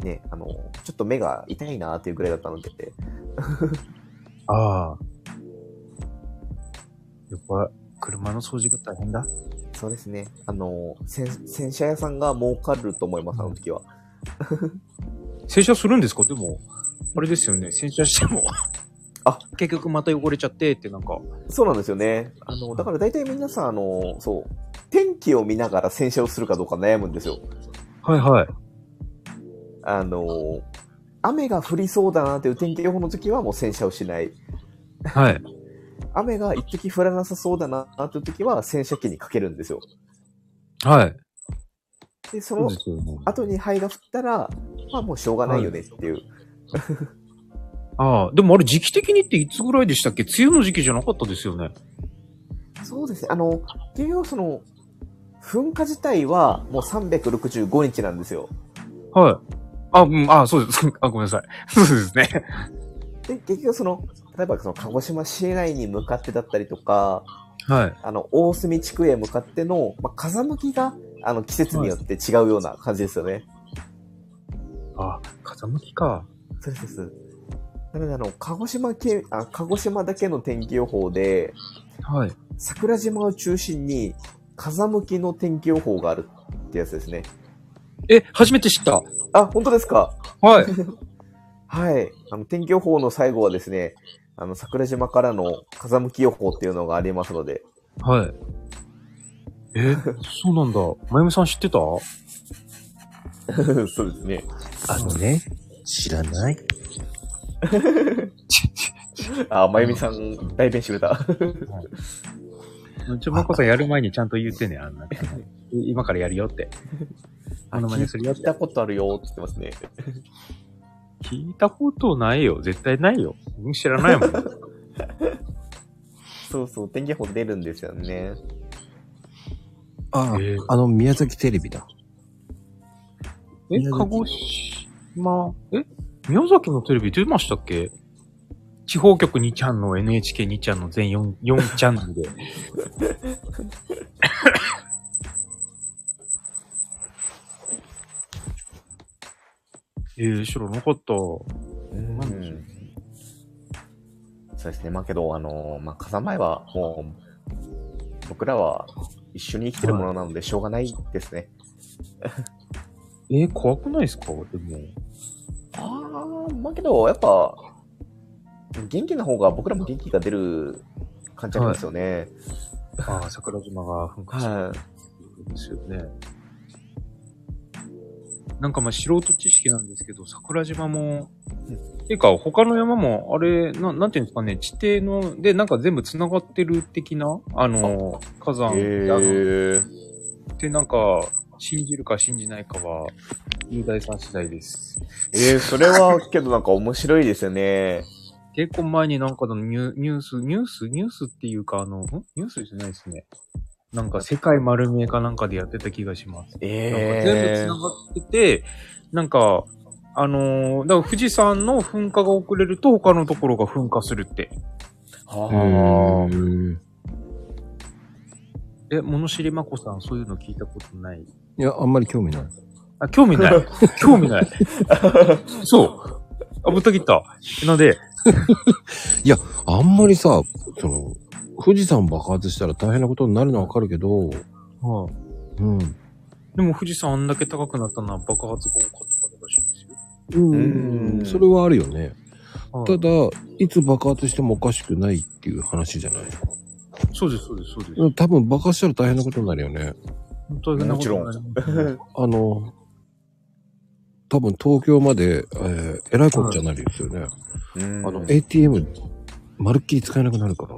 [SPEAKER 2] ね、あの、ちょっと目が痛いなっていうぐらいだったので、
[SPEAKER 4] ああ。やっぱ、車の掃除が大変だ。
[SPEAKER 2] そうですね。あの、せん洗車屋さんが儲かると思います、あの時は。
[SPEAKER 4] 洗車するんですかでも、あれですよね。洗車しても。
[SPEAKER 2] あ、
[SPEAKER 4] 結局また汚れちゃってってなんか。
[SPEAKER 2] そうなんですよね。あの、だから大体皆さん、あの、そう、天気を見ながら洗車をするかどうか悩むんですよ。
[SPEAKER 4] はいはい。
[SPEAKER 2] あの、雨が降りそうだなっていう天気予報の時はもう洗車をしない。
[SPEAKER 4] はい。
[SPEAKER 2] 雨が一滴降らなさそうだなっていう時は洗車機にかけるんですよ。
[SPEAKER 4] はい。
[SPEAKER 2] で、そ
[SPEAKER 4] そう
[SPEAKER 2] の
[SPEAKER 4] ですよね。
[SPEAKER 2] 後に灰が降ったら、まあもうしょうがないよねっていう。
[SPEAKER 4] ああ、でもあれ時期的にっていつぐらいでしたっけ梅雨の時期じゃなかったですよね。
[SPEAKER 2] そうですね。あの、結局その、噴火自体はもう365日なんですよ。
[SPEAKER 4] はい。あ、うん、あそうです。 あ、ごめんなさい。そうですね。
[SPEAKER 2] で、結局その、例えばその鹿児島市内に向かってだったりとか、
[SPEAKER 4] はい。
[SPEAKER 2] あの、大隅地区へ向かっての、まあ、風向きが、あの、季節によって違うような感じですよね。
[SPEAKER 4] あ、風向きか。
[SPEAKER 2] そうですそうです。なので、あの、鹿児島県、あ、鹿児島だけの天気予報で、
[SPEAKER 4] はい。
[SPEAKER 2] 桜島を中心に、風向きの天気予報があるってやつですね。
[SPEAKER 4] え、初めて知った。
[SPEAKER 2] あ、本当ですか
[SPEAKER 4] はい。
[SPEAKER 2] はい。あの、天気予報の最後はですね、あの、桜島からの風向き予報っていうのがありますので、
[SPEAKER 4] はい。え、そうなんだ。まゆみさん知ってた
[SPEAKER 2] そうですね。
[SPEAKER 1] あのね、知らない
[SPEAKER 2] あ、まゆみさん、代弁してくれた。
[SPEAKER 4] ちょ、まこさんやる前にちゃんと言ってね、あん な。今からやるよって。 あの真似するよ
[SPEAKER 2] 聞
[SPEAKER 4] っ
[SPEAKER 2] い
[SPEAKER 4] て。
[SPEAKER 2] たことあるよって言ってますね。
[SPEAKER 4] 聞いたことないよ。絶対ないよ。知らないもん。
[SPEAKER 2] そうそう、天気予報出るんですよね。
[SPEAKER 1] ああ、
[SPEAKER 4] えー
[SPEAKER 1] あの、宮崎テレビだ。
[SPEAKER 4] え、
[SPEAKER 1] 宮崎
[SPEAKER 4] 鹿児島、え宮崎のテレビ出ましたっけ地方局2ちゃんの NHK2 ちゃんの全 4, 4チャンネルで。 えー、知らなかった。
[SPEAKER 2] うん。そうですね。まあけど、あのーまあ、風前はもう、僕らは一緒に生きてるものなのでしょうがないですね。
[SPEAKER 4] えー、怖くないですかでも。
[SPEAKER 2] ああ、まあけど、やっぱ、元気な方が僕らも元気が出る感じありますよね。
[SPEAKER 4] ああ、桜島が噴火した
[SPEAKER 2] は
[SPEAKER 4] んですよね。なんかまあ素人知識なんですけど、桜島も、てか他の山も、あれ、ななんていうんですかね、地底の、で、なんか全部繋がってる的な、あの、火山、あの
[SPEAKER 2] え
[SPEAKER 4] で、なんか、信じるか信じないかは、雄大さん次第です。
[SPEAKER 2] えー、それは、けどなんか面白いですよね。
[SPEAKER 4] 結構前になんかのニュニュース、ニュース、ニュースっていうか、あの、んニュースじゃないですね。なんか世界丸見えかなんかでやってた気がします。なんか全部
[SPEAKER 2] え
[SPEAKER 4] 繋がってて、なんか、あのーだから富士山の噴火が遅れると他のところが噴火するって。
[SPEAKER 1] あ
[SPEAKER 2] は
[SPEAKER 1] ー
[SPEAKER 4] え、物知りまこさん、そういうの聞いたことない。
[SPEAKER 1] いや、あんまり興味ない。
[SPEAKER 4] あ、興味 ない。興味ない。そう。あ、ぶった切った。なので、
[SPEAKER 1] あんまりさ、その、富士山爆発したら大変なことになるのはわかるけど、うん。
[SPEAKER 4] でも富士山あんだけ高くなったのは爆発後かとからしいですよ。
[SPEAKER 1] うん。それはあるよね。
[SPEAKER 4] は
[SPEAKER 1] た
[SPEAKER 4] い
[SPEAKER 1] だ、いつ爆発してもおかしくないっていう話じゃない
[SPEAKER 4] そうです、そうです、そうです。
[SPEAKER 1] うん多分爆発したら大変なことになるよね。
[SPEAKER 4] 本当になことになりますね
[SPEAKER 2] もちろん
[SPEAKER 1] あの、多分東京まで、えー、えらいことじゃなるですよね。
[SPEAKER 2] い。うん
[SPEAKER 1] あの、ATM、まるっきり使えなくなるから。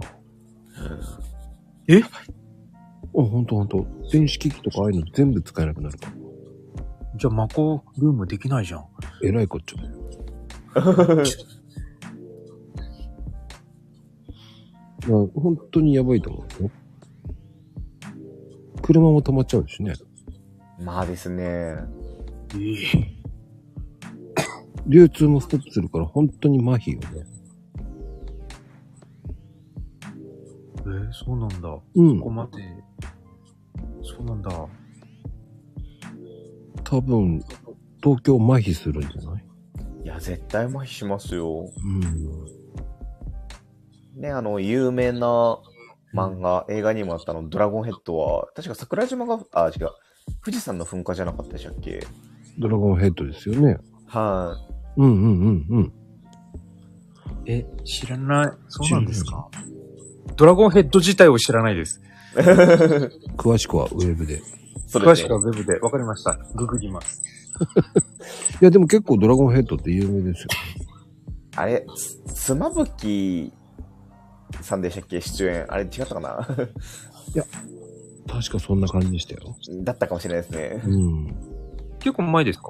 [SPEAKER 4] え
[SPEAKER 1] あ、ほんとほんと。電子機器とかああいうの全部使えなくなるから。
[SPEAKER 4] じゃあ、マコルームできないじゃん。
[SPEAKER 1] えらいこっ ちゃだよ。まあ、本当にやばいと思うよ。車も止まっちゃうしね。
[SPEAKER 2] まあですね。
[SPEAKER 4] ええ
[SPEAKER 1] 流通もストップするから本当に麻痺よね。
[SPEAKER 4] えーそうなんだ。こ
[SPEAKER 1] うん
[SPEAKER 4] こ。まで。そうなんだ。
[SPEAKER 1] 多分、東京麻痺するんじゃない
[SPEAKER 2] いや、絶対麻痺しますよ。
[SPEAKER 1] うん。
[SPEAKER 2] ね、あの、有名な漫画、映画にもあったの、ドラゴンヘッドは、確か桜島が、あ、違う、富士山の噴火じゃなかったでしたっけ
[SPEAKER 1] ドラゴンヘッドですよね。
[SPEAKER 2] はい、
[SPEAKER 1] うんうんうんうん。
[SPEAKER 4] え、知らない。そうなんですかドラゴンヘッド自体を知らないです。
[SPEAKER 1] 詳しくはウェブで。い
[SPEAKER 2] そ
[SPEAKER 4] 詳
[SPEAKER 2] う
[SPEAKER 4] し
[SPEAKER 2] ですね
[SPEAKER 4] くは。ウェブで。わかりました。ググります。
[SPEAKER 1] や、でも結構ドラゴンヘッドって有名ですよ。
[SPEAKER 2] あれ、つ妻夫木さんでしたっけ出演。あれ、違ったかな
[SPEAKER 1] 確かそんな感じでしたよ。
[SPEAKER 2] だったかもしれないですね。
[SPEAKER 1] うん。
[SPEAKER 4] 結構前ですか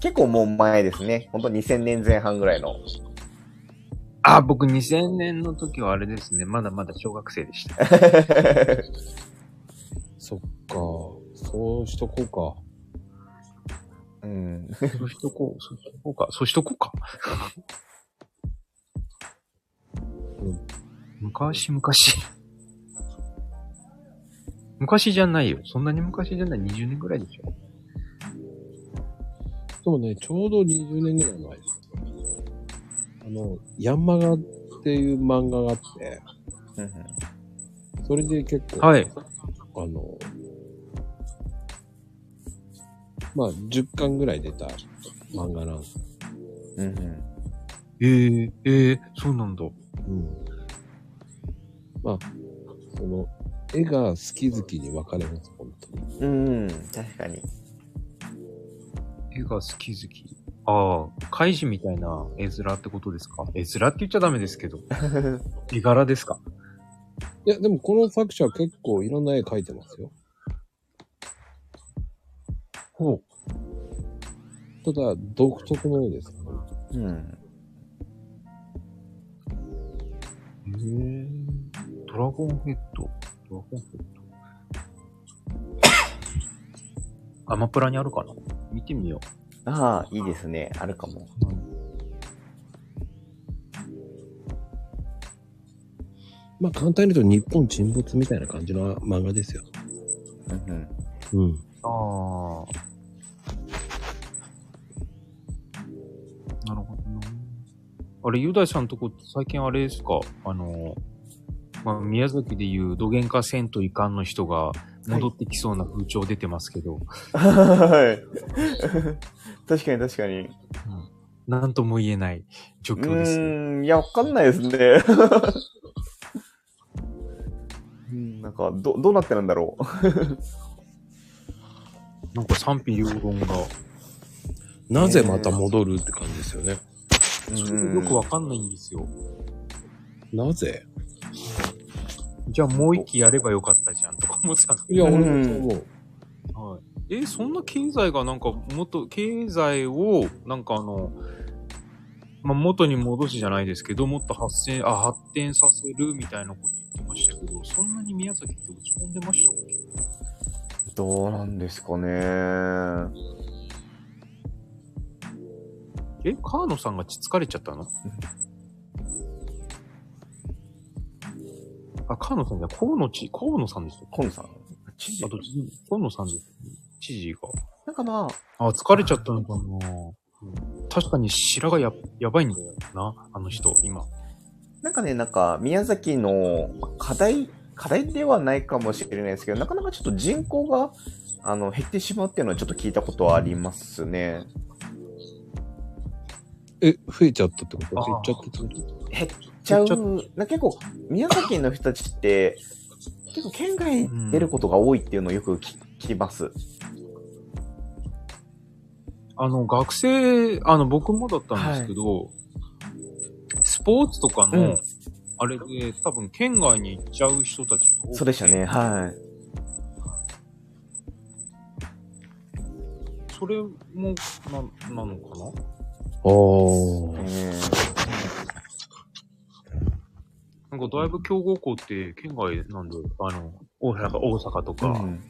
[SPEAKER 2] 結構もう前ですね。ほんと2000年前半ぐらいの。
[SPEAKER 4] あ、僕2000年の時はあれですね。まだまだ小学生でした。
[SPEAKER 1] そっか。そうしとこ
[SPEAKER 2] うん。
[SPEAKER 4] そうしとこう、そうしとこうか。そうしとこうか。昔、昔。昔じゃないよ。そんなに昔じゃない。20年ぐらいでしょ。
[SPEAKER 1] うか。そうね、ちょうど20年ぐらい前です。あの、ヤンマガっていう漫画があって、それで結構、
[SPEAKER 4] はい。
[SPEAKER 1] あの、まあ、10巻ぐらい出た漫画なんですよ。
[SPEAKER 2] うん。
[SPEAKER 4] えー、えー、そうなんだ。
[SPEAKER 1] うん。まあ、その、絵が好き好きに分かれます、本当に。
[SPEAKER 2] うん。確かに。
[SPEAKER 4] 絵が好き好き。ああ、怪獣みたいな絵面ってことですか絵面って言っちゃダメですけ ど。絵柄ですか
[SPEAKER 1] いや、でもこの作者は結構いろんな絵描いてますよ。
[SPEAKER 4] ほう。
[SPEAKER 1] ただ、独特の絵です、ね。
[SPEAKER 2] うん。
[SPEAKER 4] へえ。ドラゴンヘッド。ドラゴンヘッ ド。アマプラにあるかな見てみよ
[SPEAKER 2] ああ、いいですね。あるかも。
[SPEAKER 4] う。
[SPEAKER 1] まあ、簡単に言うと日本沈没みたいな感じの漫画ですよ。
[SPEAKER 2] うんうん。
[SPEAKER 1] うん。
[SPEAKER 4] ああ。なるほどな。あれ、雄大さんとこって最近あれですかあの、まあ、宮崎でいう土幻化せんといかんの人が戻ってきそうな風潮出てますけど、
[SPEAKER 2] はい。確かに確かに。
[SPEAKER 4] なんとも言えない状
[SPEAKER 2] う
[SPEAKER 4] 況ですね。
[SPEAKER 2] ーん、いや、わかんないですね。 うん、なんか、ど、どうなってるんだろう。
[SPEAKER 4] なんか賛否両論が、
[SPEAKER 5] なぜまた戻るって感じですよね。
[SPEAKER 4] それよくわかんないんですよ。
[SPEAKER 5] なぜ
[SPEAKER 4] じゃあもう一期やればよかったじゃんとか思ってたんですけ
[SPEAKER 5] いや、
[SPEAKER 2] うん
[SPEAKER 5] 俺もそう思う。
[SPEAKER 4] ど。はい。え、そんな経済がなんか、もっと、経済を、なんかあの、まあ、元に戻しじゃないですけど、もっと発展、あ、発展させるみたいなこと言ってましたけど、そんなに宮崎って落ち込んでましたっけ
[SPEAKER 2] どうなんですかね。
[SPEAKER 4] え、河野さんがちつかれちゃったのあ、河野さんじゃ、河野ち、河野さんでしたっけ
[SPEAKER 2] 河野さん。知
[SPEAKER 4] あと、河野さんです。知事が。
[SPEAKER 2] なんかまあ、
[SPEAKER 4] あ、疲れちゃったのかな。確かに白がや、やばいんだよな、あの人、今。
[SPEAKER 2] なんかね、なんか、宮崎のまあ課題、課題ではないかもしれないですけど、なかなかちょっと人口が、あの、減ってしまうっていうのはちょっと聞いたことはありますね。
[SPEAKER 5] え、増えちゃったってこと
[SPEAKER 4] あー
[SPEAKER 5] 減っちゃったってこ
[SPEAKER 2] 減っちゃう
[SPEAKER 4] 減っち、
[SPEAKER 2] な結構、宮崎の人たちって、結構県外に出ることが多いっていうのをよく聞聞きます。
[SPEAKER 4] あの、学生、あの、僕もだったんですけど、スポーツとかの、
[SPEAKER 2] うん
[SPEAKER 4] あれで、多分、県外に行っちゃう人たちが多くて
[SPEAKER 2] そうでしたね、はい。
[SPEAKER 4] それも、な、なのかな
[SPEAKER 5] とああ。
[SPEAKER 2] え
[SPEAKER 4] なんか、だいぶ強豪校って、県外なんで、あの、大阪、大阪と
[SPEAKER 2] ー
[SPEAKER 4] か、
[SPEAKER 2] うん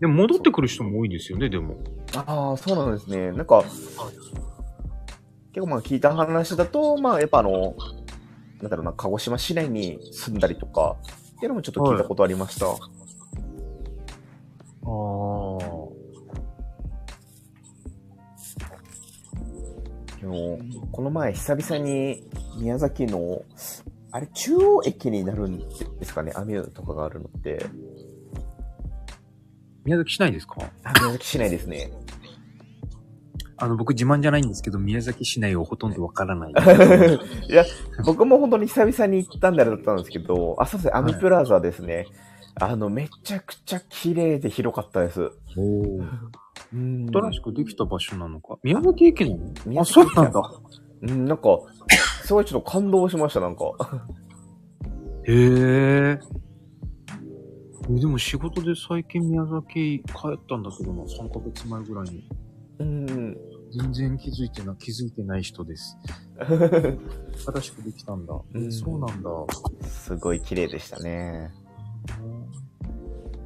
[SPEAKER 4] でも戻ってくる人も多いですよね、でも。
[SPEAKER 2] ああ、そうなんですね。なんか、結構まあ聞いた話だと、まあやっぱあの、なんだろうな、鹿児島市内に住んだりとか、っていうのもちょっと聞いたことありました。
[SPEAKER 4] ああ。
[SPEAKER 2] でもこの前久々に宮崎の、あれ中央駅になるんですかね、アミューとかがあるのって。
[SPEAKER 4] 宮崎市内ですか
[SPEAKER 2] あ宮崎市内ですね。
[SPEAKER 4] あの、僕自慢じゃないんですけど、宮崎市内をほとんどわからない。
[SPEAKER 2] いや、僕も本当に久々に行ったんだだったんですけど、あ、そうですね、アミプラザですね。あの、めちゃくちゃ綺麗で広かったです。
[SPEAKER 5] おー
[SPEAKER 2] うん
[SPEAKER 4] 新しくできた場所なのか。宮崎駅なの
[SPEAKER 2] 宮
[SPEAKER 4] あ、そ
[SPEAKER 2] 崎
[SPEAKER 4] う
[SPEAKER 2] 駅
[SPEAKER 4] なんだ。
[SPEAKER 2] うん、なんか、すごいちょっと感動しました、なんか。
[SPEAKER 4] へえ。えでも仕事で最近宮崎帰ったんだけどな、3ヶ月前ぐらいに。
[SPEAKER 2] うん。
[SPEAKER 4] 全然気づいてない、気づいてない人 です。新しくできたんだ。え
[SPEAKER 2] うん
[SPEAKER 4] そうなんだ。
[SPEAKER 2] すごい綺麗でしたね。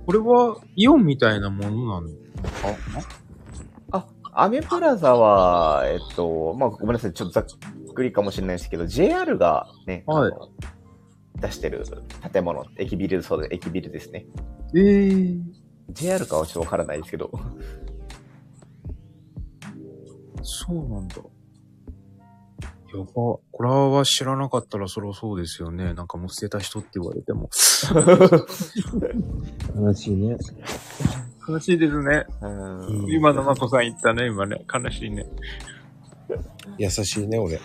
[SPEAKER 4] これは、イオンみたいなものなの
[SPEAKER 2] あ、アメプラザは、えっと、まあ、ごめんなさい、ちょっとざっくりかもしれないですけど、JR がね、あの
[SPEAKER 4] はい
[SPEAKER 2] 出してる建物、駅ビル、そうです、駅ビルですね。
[SPEAKER 4] ええー。
[SPEAKER 2] JR かはちょっとわからないですけど。
[SPEAKER 4] そうなんだ。やば。これは知らなかったらそろそうですよね。なんかもう捨てた人って言われても。
[SPEAKER 5] 悲しいね。
[SPEAKER 4] 悲しいですね。
[SPEAKER 2] うん
[SPEAKER 4] 今のまこさん言ったね、今ね。悲しいね。
[SPEAKER 5] 優しいね、俺。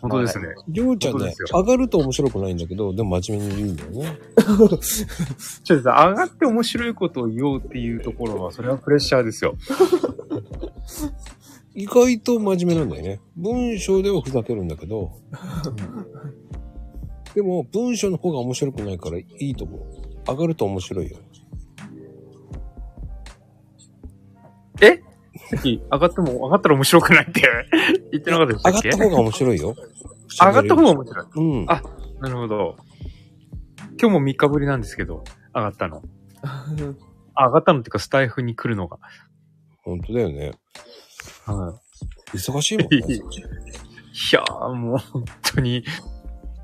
[SPEAKER 4] 本当ですね。
[SPEAKER 5] りょうちゃん
[SPEAKER 4] そう
[SPEAKER 5] ね
[SPEAKER 4] です、よ
[SPEAKER 5] 上がると面白くないんだけど、でも真面目に言うんだよね。
[SPEAKER 4] ちょっとさ、上がって面白いことを言おうっていうところは、それはプレッシャーですよ。
[SPEAKER 5] 意外と真面目なんだよね。文章ではふざけるんだけ ど。でも、文章の方が面白くないからいいと思う。上がると面白いよ。
[SPEAKER 4] さっき上がっても、上がったら面白くないって言ってなかったでし
[SPEAKER 5] 上
[SPEAKER 4] た
[SPEAKER 5] がっ
[SPEAKER 4] っけ
[SPEAKER 5] た方が面白いよ。
[SPEAKER 4] 上がった方が面白い。
[SPEAKER 5] うん
[SPEAKER 4] あ。なるほど。今日も3日ぶりなんですけど、上が ったの。あ上がったのっていうか、スタイフに来るのが。
[SPEAKER 5] 本当だよね。
[SPEAKER 4] はい。
[SPEAKER 5] 忙しいもん
[SPEAKER 4] い
[SPEAKER 5] ね。
[SPEAKER 4] やー、もう本当に、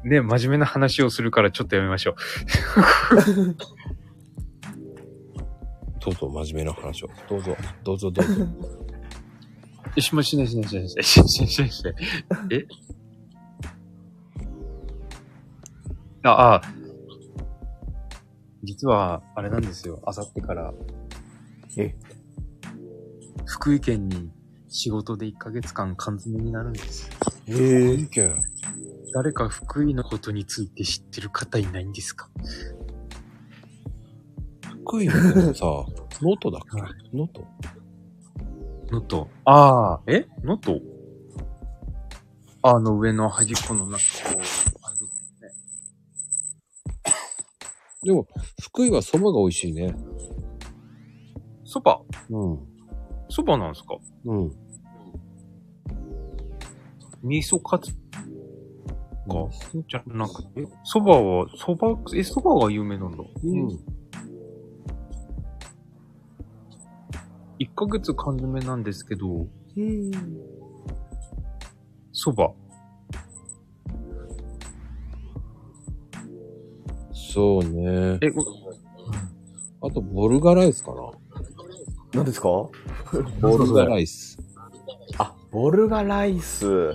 [SPEAKER 4] ね、真面目な話をするからちょっとやめましょう。
[SPEAKER 5] とうとう真面目な話を。どうぞ、どうぞどう ぞ。
[SPEAKER 4] え、しましないしないしないしないしないしないしない。えあ、あ、実は、あれなんですよ。あさってから。
[SPEAKER 2] え
[SPEAKER 4] 福井県に仕事で1ヶ月間缶詰になるんです。
[SPEAKER 5] ええ。意見。
[SPEAKER 4] 誰か福井のことについて知ってる方いないんですか
[SPEAKER 1] 得意なのさ、ノートだっけ
[SPEAKER 4] は
[SPEAKER 1] ノート
[SPEAKER 4] ノット。ああ、えノットあの上の端っこのなんかこう。
[SPEAKER 1] でも、福井は蕎麦が美味しいね。
[SPEAKER 4] そば
[SPEAKER 1] うん。
[SPEAKER 4] そばなんですか
[SPEAKER 1] うん。
[SPEAKER 4] 味噌カツか。じゃなくて、そばは、そば、え、そばが有名なんだ。
[SPEAKER 1] うん。
[SPEAKER 4] 1ヶ月缶詰なんですけど、そば。
[SPEAKER 1] そうね。
[SPEAKER 4] え、ご
[SPEAKER 1] あと、ボルガライスかな。
[SPEAKER 2] 何ですか
[SPEAKER 1] ボルガライス。
[SPEAKER 2] あ、ボルガライス。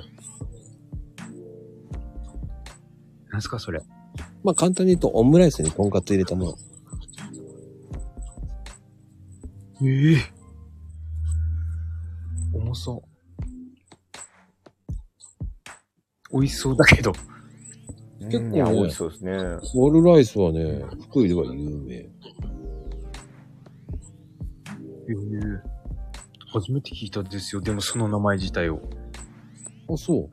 [SPEAKER 4] なんすかそれ。
[SPEAKER 1] まあ、簡単に言うと、オムライスにとんかつ入れたもの。
[SPEAKER 4] ええ重そう。美味しそうだけど。
[SPEAKER 2] 結
[SPEAKER 1] 構ね
[SPEAKER 2] いや、美味しそうですね。
[SPEAKER 1] ボルライスはね、福井では有名。
[SPEAKER 4] ええ初めて聞いたんですよ。でもその名前自体を。
[SPEAKER 1] あ、そ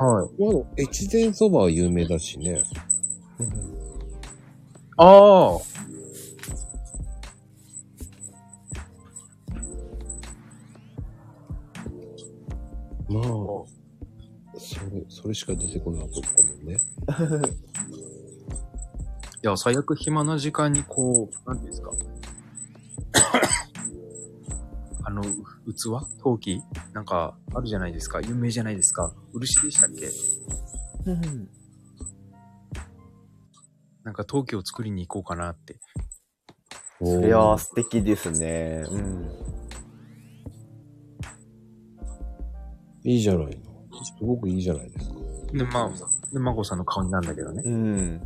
[SPEAKER 1] う。
[SPEAKER 4] はい。
[SPEAKER 1] まあ、越前蕎麦は有名だしね。
[SPEAKER 4] ああ
[SPEAKER 1] まあ、それ、それしか出てこないとごめんね。
[SPEAKER 4] いや、最悪暇な時間にこう、なんていうんですか。あの、う器陶器なんか、あるじゃないですか。有名じゃないですか。漆でしたっけなんか陶器を作りに行こうかなって。
[SPEAKER 2] そりゃあ素敵ですね。うん。
[SPEAKER 1] いいじゃないの。すごくいいじゃないですか。
[SPEAKER 4] で、まあ、で、まこさんの顔になるんだけどね。
[SPEAKER 2] うん。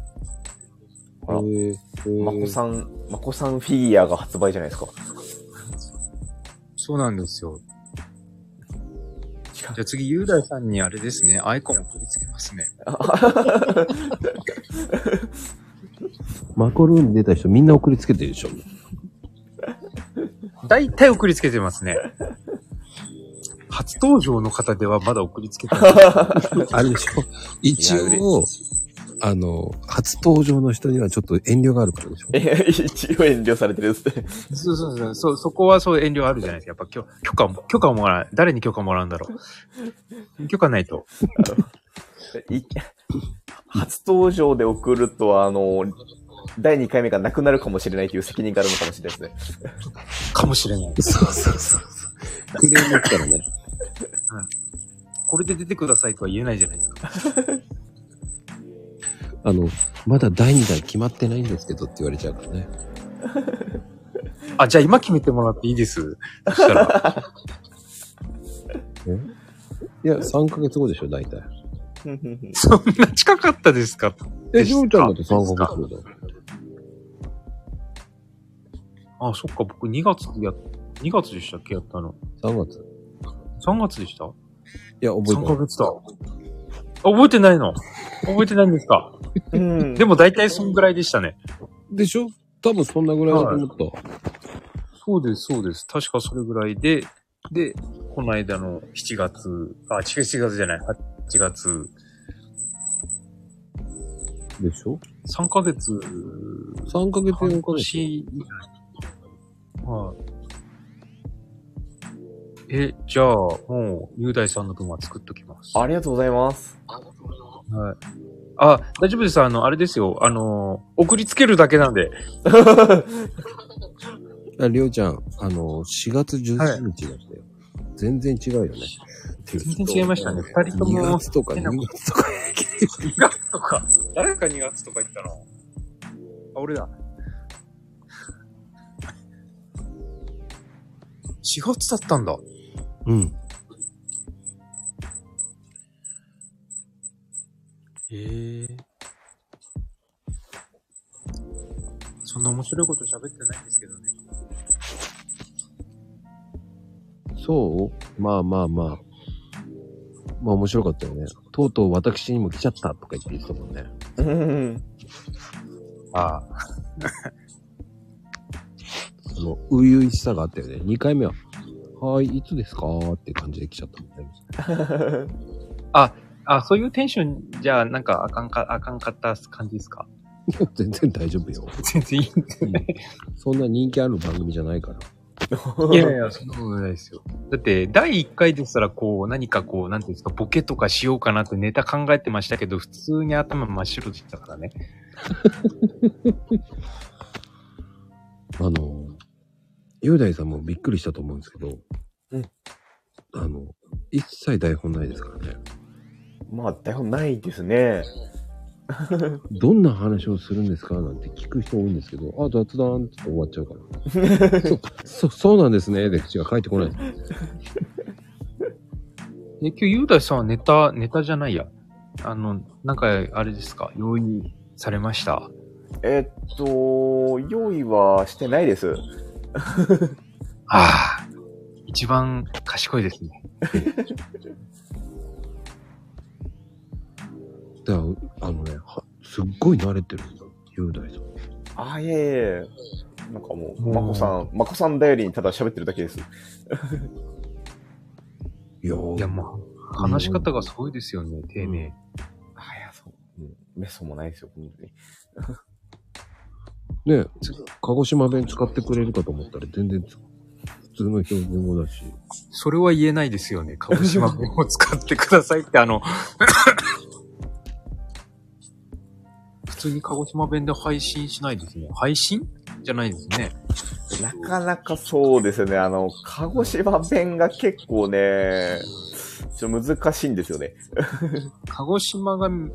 [SPEAKER 2] あ
[SPEAKER 1] へ
[SPEAKER 2] ら
[SPEAKER 1] え
[SPEAKER 2] まこさん、まこさんフィギュアが発売じゃないですか。
[SPEAKER 4] そうなんですよ。
[SPEAKER 2] 違
[SPEAKER 4] じゃあ次、雄大さんにあれですね、アイコンを取り付けますね。
[SPEAKER 1] マコルーム出た人みんな送りつけてるでしょ。
[SPEAKER 4] 大体送りつけてます ね。初登場の方ではまだ送りつけてない。
[SPEAKER 1] あれでし ょ一応、あの、初登場の人にはちょっと遠慮があるからでしょ
[SPEAKER 2] え、一応遠慮されてるっすね。
[SPEAKER 4] そうそうそう、そうそこはそう遠慮あるじゃないですか。やっぱきょ許可も、許可をもらう。誰に許可もらうんだろう。許可ないと。
[SPEAKER 2] い初登場で送ると、あの、第2回目がなくなるかもしれないという責任があるのかもしれないですね。
[SPEAKER 4] かもしれない。
[SPEAKER 1] そうそうそうそう。クレーム来たらね。
[SPEAKER 4] これで出てくださいとは言えないじゃないですか。
[SPEAKER 1] あの、まだ第2弾決まってないんですけどって言われちゃうからね。
[SPEAKER 4] あ、じゃあ今決めてもらっていいです。そした ら。
[SPEAKER 1] いや、3ヶ月後でしょ、大体。
[SPEAKER 4] そんな近かったですか
[SPEAKER 1] え、
[SPEAKER 4] え
[SPEAKER 1] し
[SPEAKER 4] し
[SPEAKER 1] お
[SPEAKER 4] お
[SPEAKER 1] ち
[SPEAKER 4] ち
[SPEAKER 1] ゃ
[SPEAKER 4] ゃ
[SPEAKER 1] んだっ
[SPEAKER 4] んだってて
[SPEAKER 1] 3
[SPEAKER 4] 3
[SPEAKER 1] ヶ
[SPEAKER 4] ヶ
[SPEAKER 1] 月
[SPEAKER 4] 月
[SPEAKER 1] 後
[SPEAKER 4] 後
[SPEAKER 1] だよ。
[SPEAKER 4] あ、そっか、僕2月や、2月でしたっけやったの。
[SPEAKER 1] 3月。
[SPEAKER 4] 3月でした
[SPEAKER 1] いや、覚え
[SPEAKER 4] 3
[SPEAKER 1] てな
[SPEAKER 4] ヶ
[SPEAKER 1] い。
[SPEAKER 4] 月だ。あ覚えてないの覚えてないんですか
[SPEAKER 2] うん
[SPEAKER 4] でも大体そんぐらいでしたね。
[SPEAKER 1] でしょ多分そんなぐらいだと思った。
[SPEAKER 4] そうです、そうです。確かそれぐらいで、で、この間の7月、あ、違う、7月じゃない、8月、
[SPEAKER 1] でしょ
[SPEAKER 4] 3ヶ月、
[SPEAKER 1] ?3 ヶ月4
[SPEAKER 4] 半
[SPEAKER 1] ヶ月。
[SPEAKER 4] 年、はい。え、じゃあ、もう、雄大さんの分は作っときます。
[SPEAKER 2] ありがとうございます。
[SPEAKER 4] はい。あ、大丈夫です。あの、あれですよ。あの、送りつけるだけなんで。
[SPEAKER 1] ありょうちゃん、あの、4月13日だったよ。全然違うよね。
[SPEAKER 4] 全然違いましたね。二人と
[SPEAKER 1] 2
[SPEAKER 4] も、
[SPEAKER 1] 月とか2
[SPEAKER 4] 変なこ
[SPEAKER 1] 月とか。
[SPEAKER 4] 2月とか。誰か2月とか言ったのあ、俺だ。4月だったんだ。
[SPEAKER 1] うん。
[SPEAKER 4] へえ。そんな面白いこと喋ってないんですけどね。
[SPEAKER 1] そうまあまあまあ。まあ面白かったよね。とうとう私にも来ちゃったとか言って言ってたもんね。
[SPEAKER 2] うん
[SPEAKER 4] ああ。
[SPEAKER 1] の、初々しさがあったよね。2回目は、はーい、いつですかーって感じで来ちゃったみたいな。
[SPEAKER 4] あ、そういうテンションじゃ、なんか、あかんか、あかんかった感じですか
[SPEAKER 1] いや全然大丈夫よ。
[SPEAKER 4] 全然いいんですね。
[SPEAKER 1] そんな人気ある番組じゃないから。
[SPEAKER 4] いやいや、そんなことないですよ。だって、第1回ですら、こう、何かこう、なんていうんですか、ボケとかしようかなってネタ考えてましたけど、普通に頭真っ白でしたからね。
[SPEAKER 1] あの、雄大さんもびっくりしたと思うんですけど、
[SPEAKER 2] うん
[SPEAKER 1] あの、一切台本ないですからね。
[SPEAKER 2] まあ、台本ないですね。
[SPEAKER 1] どんな話をするんですかなんて聞く人多いんですけど、あ、雑談って終わっちゃうから。 そ、そ、そうなんですね。で、口が返ってこない。
[SPEAKER 4] え、今日、ゆうだいさんはネタ、ネタじゃないや。あの、なんか、あれですか、用意されました。
[SPEAKER 2] えっと、用意はしてないです。
[SPEAKER 4] ああ、一番賢いですね。
[SPEAKER 1] だからあのね、はすっごい慣れてるんだ。雄大さん。
[SPEAKER 2] あ、いえいえ。なんかもう、まこさん、まこさん頼りにただ喋ってるだけです。
[SPEAKER 1] いやー
[SPEAKER 4] いや、もう、話し方がすごいですよね、丁寧。
[SPEAKER 2] あ、いや、そう。うんメソもないですよ、本当に。
[SPEAKER 1] ね鹿児島弁使ってくれるかと思ったら全然つ普通の標準語だし。
[SPEAKER 4] それは言えないですよね。鹿児島弁を使ってくださいって、あの、 普通に鹿児島弁で配信しないですね。配信じゃないですね。
[SPEAKER 2] なかなかそうですよね。あの、鹿児島弁が結構ね、ちょっと難しいんですよね。
[SPEAKER 4] 鹿児島が難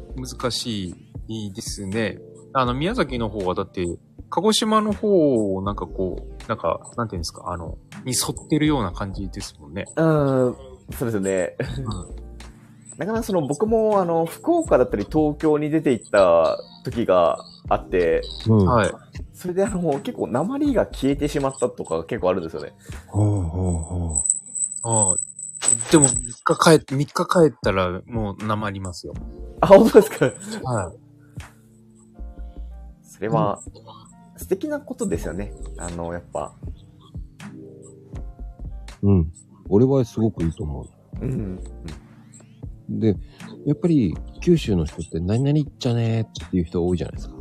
[SPEAKER 4] しいですね。あの、宮崎の方はだって、鹿児島の方をなんかこう、なんか、なんていうんですか、あの、に沿ってるような感じですもんね。
[SPEAKER 2] うん、そうですよね。なかなかその僕もあの、福岡だったり東京に出て行った時があって、
[SPEAKER 1] うん。は
[SPEAKER 4] はい。
[SPEAKER 2] それであの、結構鉛が消えてしまったとか結構あるんですよね。
[SPEAKER 1] あ、は
[SPEAKER 4] ああでも、3日帰、3日帰ったらもうなまりますよ。
[SPEAKER 2] あ、本当ですか
[SPEAKER 4] はい。
[SPEAKER 2] それは、素敵なことですよね。あの、やっぱ。
[SPEAKER 1] あ、うん。俺はすごくいいと思う。
[SPEAKER 2] うん。
[SPEAKER 1] で、やっぱり九州の人って何々っちゃねーっていう人多いじゃないですか。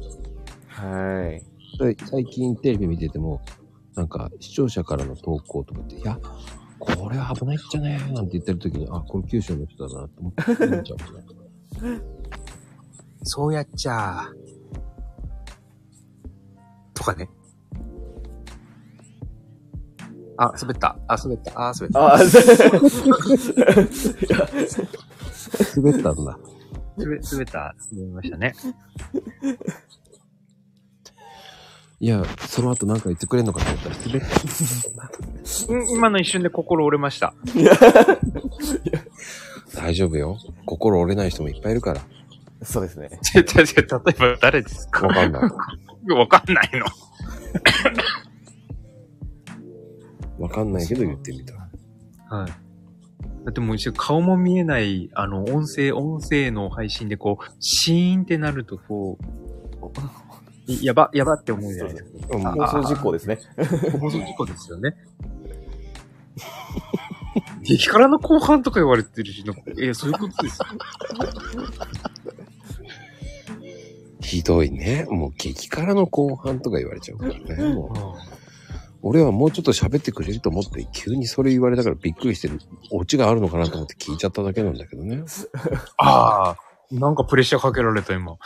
[SPEAKER 2] はい。
[SPEAKER 1] で最近テレビ見てても、なんか視聴者からの投稿とかって、いや、これ危ないっちゃねーなんて言ってる時に、あ、これ九州の人だなって思 って見ちゃうもんね。
[SPEAKER 4] そうやっちゃとかね。あ、滑った。あ、滑った。あ、滑った。
[SPEAKER 2] あ、
[SPEAKER 1] 滑ったんだ。
[SPEAKER 4] 滑滑った。滑りましたね。
[SPEAKER 1] いや、その後なんか言ってくれんのかと思ったら滑った。
[SPEAKER 4] うん今の一瞬で心折れました。
[SPEAKER 1] 大丈夫よ。心折れない人もいっぱいいるから。
[SPEAKER 2] そうです ね。
[SPEAKER 4] ちょちょちょ例えば誰ですか
[SPEAKER 1] わかん ない。
[SPEAKER 4] わかんないの。
[SPEAKER 1] わかんないけど言ってみた。
[SPEAKER 4] はい。だってもう一応顔も見えない、あの、音声、音声の配信でこう、シーンってなるとこう、 いやば、やばって思うじゃないですか。
[SPEAKER 1] うん
[SPEAKER 2] 放送事故ですね。
[SPEAKER 4] 放送事故ですよね。 激辛の後半とか言われてるし、なんかえそういうこと ですよ。
[SPEAKER 1] ひどいね。もう激辛の後半とか言われちゃうからね。もう俺はもうちょっと喋ってくれると思って、急にそれ言われたからびっくりしてる。オチがあるのかなと思って聞いちゃっただけなんだけどね。
[SPEAKER 4] ああ、なんかプレッシャーかけられた今。
[SPEAKER 1] い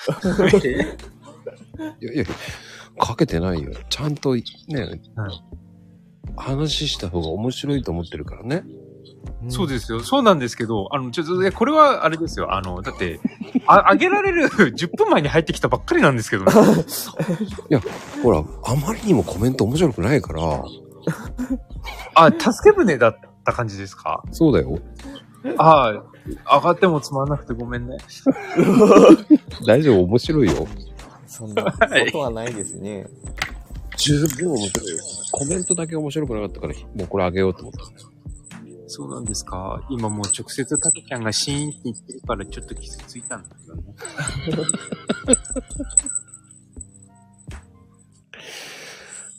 [SPEAKER 1] やいや、かけてないよ。ちゃんとね、話した方が面白いと思ってるからね。
[SPEAKER 4] そうですよ。そうなんですけど、あの、ちょっと、いやこれはあれですよ。あの、だって、あ、あげられる 10分前に入ってきたばっかりなんですけどね、
[SPEAKER 1] ほら、あまりにもコメント面白くないから。
[SPEAKER 4] あ、助け舟だった感じですか
[SPEAKER 1] そうだよ。
[SPEAKER 4] ああ、上がってもつまんなくてごめんね。
[SPEAKER 1] 大丈夫、面白いよ。
[SPEAKER 2] そんなことはないですね。
[SPEAKER 1] 十分面白いよ。コメントだけ面白くなかったから、もうこれあげようと思った。
[SPEAKER 4] そうなんですか今もう直接タケちゃんがシーンって言ってるからちょっと傷ついたんだけどね。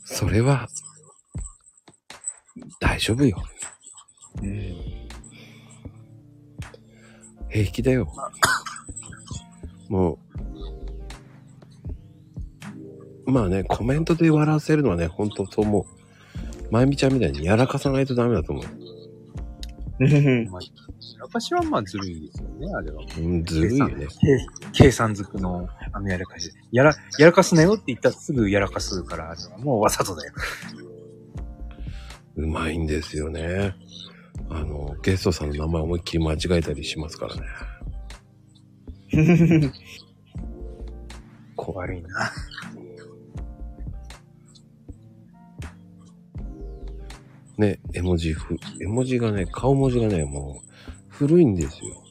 [SPEAKER 1] それは、大丈夫よ。平気だよ。もう、まあね、コメントで笑わせるのはね、本当そう思う。まゆみちゃんみたいにやらかさないとダメだと思う。
[SPEAKER 4] まあ、私はまあずるいですよね、あれは。
[SPEAKER 1] うん、ずるいよね。
[SPEAKER 4] 計算づくの、あのやらかし。やら、やらかすなよって言ったらすぐやらかすから、あれはもうわざとだよ。
[SPEAKER 1] うまいんですよね。あの、ゲストさんの名前思いっきり間違えたりしますからね。
[SPEAKER 4] 悪いな。
[SPEAKER 1] ね、絵文字ふ、絵文字がね、顔文字がね、もう、古いんですよ。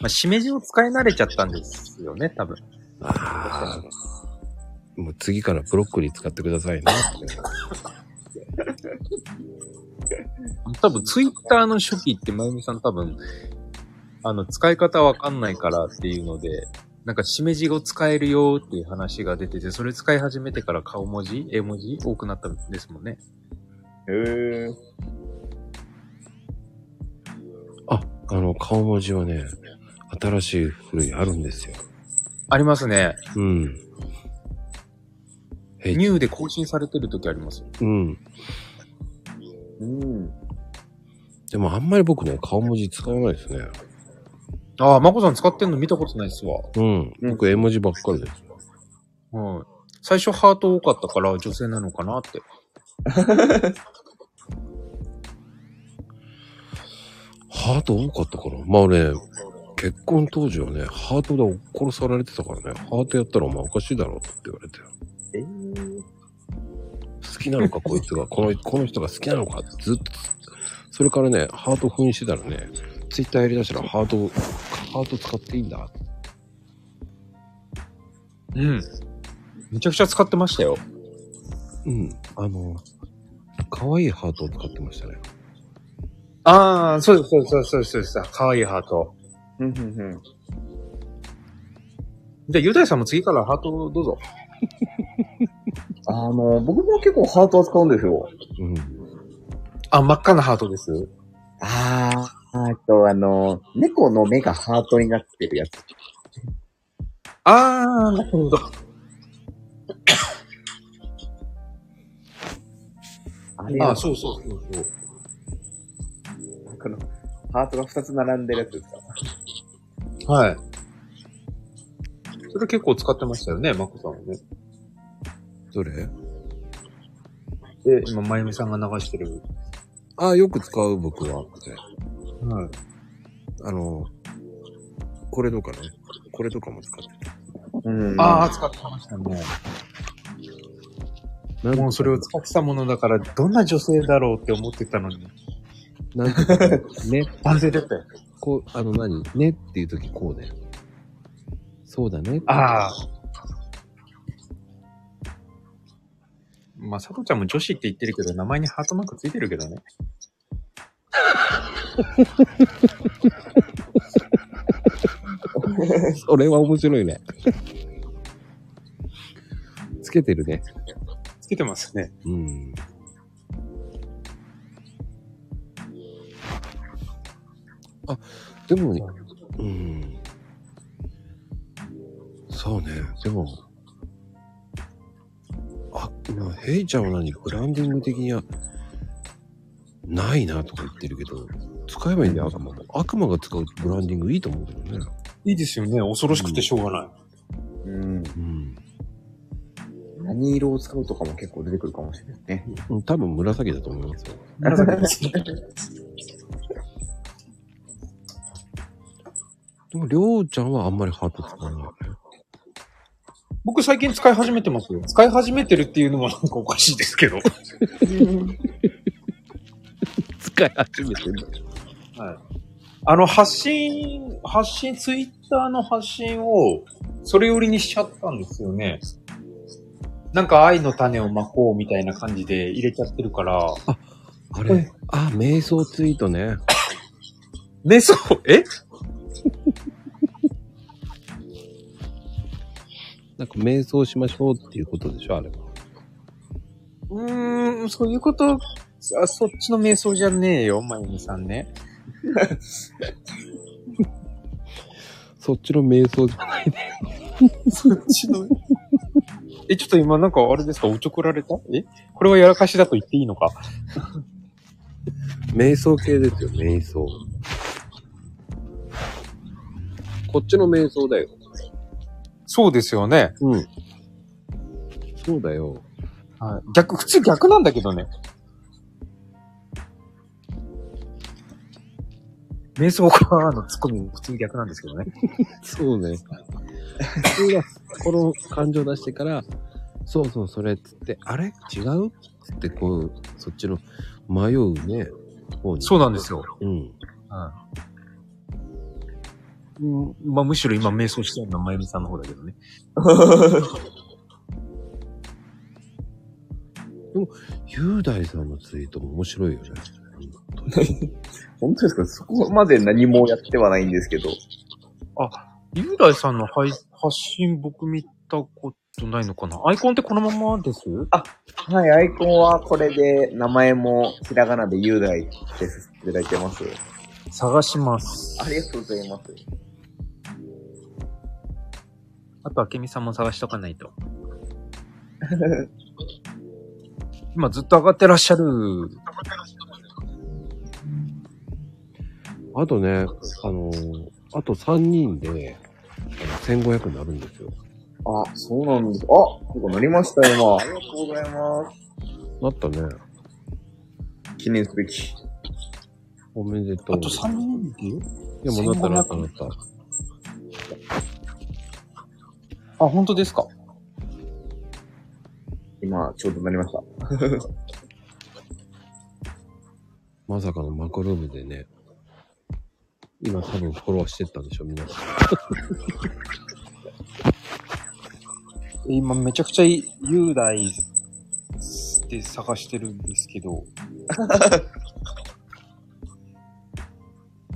[SPEAKER 4] まあ、しめじを使い慣れちゃったんですよね、多分。
[SPEAKER 1] ああ。もう次からブロッコリー使ってくださいね。
[SPEAKER 4] 多分、ツイッターの初期って、まゆみさん多分、あの、使い方わかんないからっていうので、なんか、しめじを使えるよっていう話が出てて、それ使い始めてから顔文字、絵文字多くなったんですもんね。
[SPEAKER 2] へえ。
[SPEAKER 1] あ、あの、顔文字はね、新しい古いあるんですよ。
[SPEAKER 4] ありますね。
[SPEAKER 1] うん。え
[SPEAKER 4] ニューで更新されてる時ありますよ。
[SPEAKER 1] うん。
[SPEAKER 2] うん。
[SPEAKER 1] でもあんまり僕ね、顔文字使わないですね。
[SPEAKER 4] ああ、まこさん使ってんの見たことないっすわ。
[SPEAKER 1] うん。僕絵文字ばっかりです。
[SPEAKER 4] うん。最初ハート多かったから女性なのかなって。
[SPEAKER 1] ハート多かったから。まあね、結婚当時はね、ハートで殺されてたからね、ハートやったらお前おかしいだろって言われて。
[SPEAKER 2] えー、
[SPEAKER 1] 好きなのかこいつが、この、この人が好きなのかってずっと、それからね、ハート封印してたらね、ツイッターやりだしたらハート、ハート使っていいんだ。
[SPEAKER 4] うん。めちゃくちゃ使ってましたよ。
[SPEAKER 1] うん。あの、可愛いハートを使ってましたね。
[SPEAKER 4] ああ、そうです、そうです、そうです、そうです。かわいいハート。
[SPEAKER 2] うんうんうん。
[SPEAKER 4] じゃあ、ユダヤさんも次からハートどうぞ。
[SPEAKER 2] あの、僕も結構ハートは使うんですよ。
[SPEAKER 1] うん。
[SPEAKER 4] あ、真っ赤なハートです。
[SPEAKER 2] ああ、あとあの、猫の目がハートになってるやつ。
[SPEAKER 4] ああ、なるほど。
[SPEAKER 2] あれ
[SPEAKER 4] あ
[SPEAKER 2] は
[SPEAKER 4] あ、そうそうそうそう。
[SPEAKER 2] この、ハートが2つ並んでるやつですか
[SPEAKER 4] はい。それ結構使ってましたよね、マコさんはね。
[SPEAKER 1] どれ
[SPEAKER 4] で、今、まゆみさんが流してる。
[SPEAKER 1] ああ、よく使う僕は。
[SPEAKER 4] はい。
[SPEAKER 1] あの、これとかね。これとかも使って
[SPEAKER 2] うん
[SPEAKER 4] ああ、使ってましたね。
[SPEAKER 1] る。
[SPEAKER 4] もうそれを使ってたものだから、どんな女性だろうって思ってたのに。
[SPEAKER 1] なんていうかね、ね、
[SPEAKER 4] 男性だったよ。
[SPEAKER 1] こう、あの何、ねっていう時こうね。そうだね。
[SPEAKER 4] ああ。まあ、佐藤ちゃんも女子って言ってるけど、名前にハートマークついてるけどね。
[SPEAKER 1] それは面白いね。つけてるね。
[SPEAKER 4] つけてますね。
[SPEAKER 1] うん。あ、でも、うん。そうね、でも、あ、まあ、ヘイちゃんは何ブランディング的には、ないなとか言ってるけど、使えばいいんだよ、悪魔も。悪魔が使うブランディングいいと思うけどね。
[SPEAKER 4] いいですよね。恐ろしくてしょうがない。
[SPEAKER 2] うん。
[SPEAKER 1] うん。
[SPEAKER 2] 何色を使うとかも結構出てくるかもしれないですね。
[SPEAKER 1] うん多分紫だと思いますよ。でも、りょうちゃんはあんまりハート使わないよね。
[SPEAKER 4] 僕最近使い始めてますよ。使い始めてるっていうのもなん かおかしいですけど。はい。
[SPEAKER 1] 使い始めてんだ。
[SPEAKER 4] あの、発信、発信、ツイッターの発信を、それよりにしちゃったんですよね。なんか愛の種をまこうみたいな感じで入れちゃってるから。
[SPEAKER 1] あれあ、瞑想ツイートね。
[SPEAKER 4] ね、そう、え
[SPEAKER 1] なんか瞑想しましょうっていうことでしょ、あれは。
[SPEAKER 3] うーん、そういうこと、あそっちの瞑想じゃねえよ、まゆみさん ね。
[SPEAKER 1] そっちの瞑想じゃない。
[SPEAKER 3] そっちの。え、ちょっと今なんかあれですかおちょくられたえこれはやらかしだと言っていいのか
[SPEAKER 1] 瞑想系ですよ、瞑想。こっちの瞑想だよ。
[SPEAKER 3] そうですよね。
[SPEAKER 1] うん。そうだよ。
[SPEAKER 3] はい。逆、普通逆なんだけどね。瞑想家のツッコミ、普通逆なんですけどね。
[SPEAKER 1] そうね。普通は、この感情出してから、そうそう、それっつって、あれ違うっつって、こう、そっちの迷うね、方に。
[SPEAKER 4] そうなんですよ。
[SPEAKER 1] うん。
[SPEAKER 4] うん、まあむしろ今瞑想してるのはまゆみさんの方だけどね。
[SPEAKER 1] 雄大さんのツイートも面白いよね。
[SPEAKER 2] 本当ですかそこまで何もやってはないんですけど。
[SPEAKER 4] 雄大さんの配発信僕見たことないのかなアイコンってこのままです
[SPEAKER 2] はい、アイコンはこれで、名前もひらがなで雄大ってさせていただいてます。
[SPEAKER 4] 探します。
[SPEAKER 2] ありがとうございます。
[SPEAKER 4] あと、あけみさんも探しとか ないと。今ずっと上がってらっしゃる。
[SPEAKER 1] あとね、あのーあと3人で、あの1500になるんですよ。
[SPEAKER 2] あ、そうなんです。あ、ここなりました、今。ありがとうございます。
[SPEAKER 1] なったね。
[SPEAKER 2] 記念すべき。
[SPEAKER 1] おめでとう。
[SPEAKER 3] あと3人で
[SPEAKER 1] でもなったなったなった。
[SPEAKER 3] あ、本当ですか
[SPEAKER 2] 今、ちょうどなりました。
[SPEAKER 1] まさかのマクロームでね。今多分フォローしてったんでしょ、皆さん。
[SPEAKER 3] え今めちゃくちゃ雄大で探してるんですけど。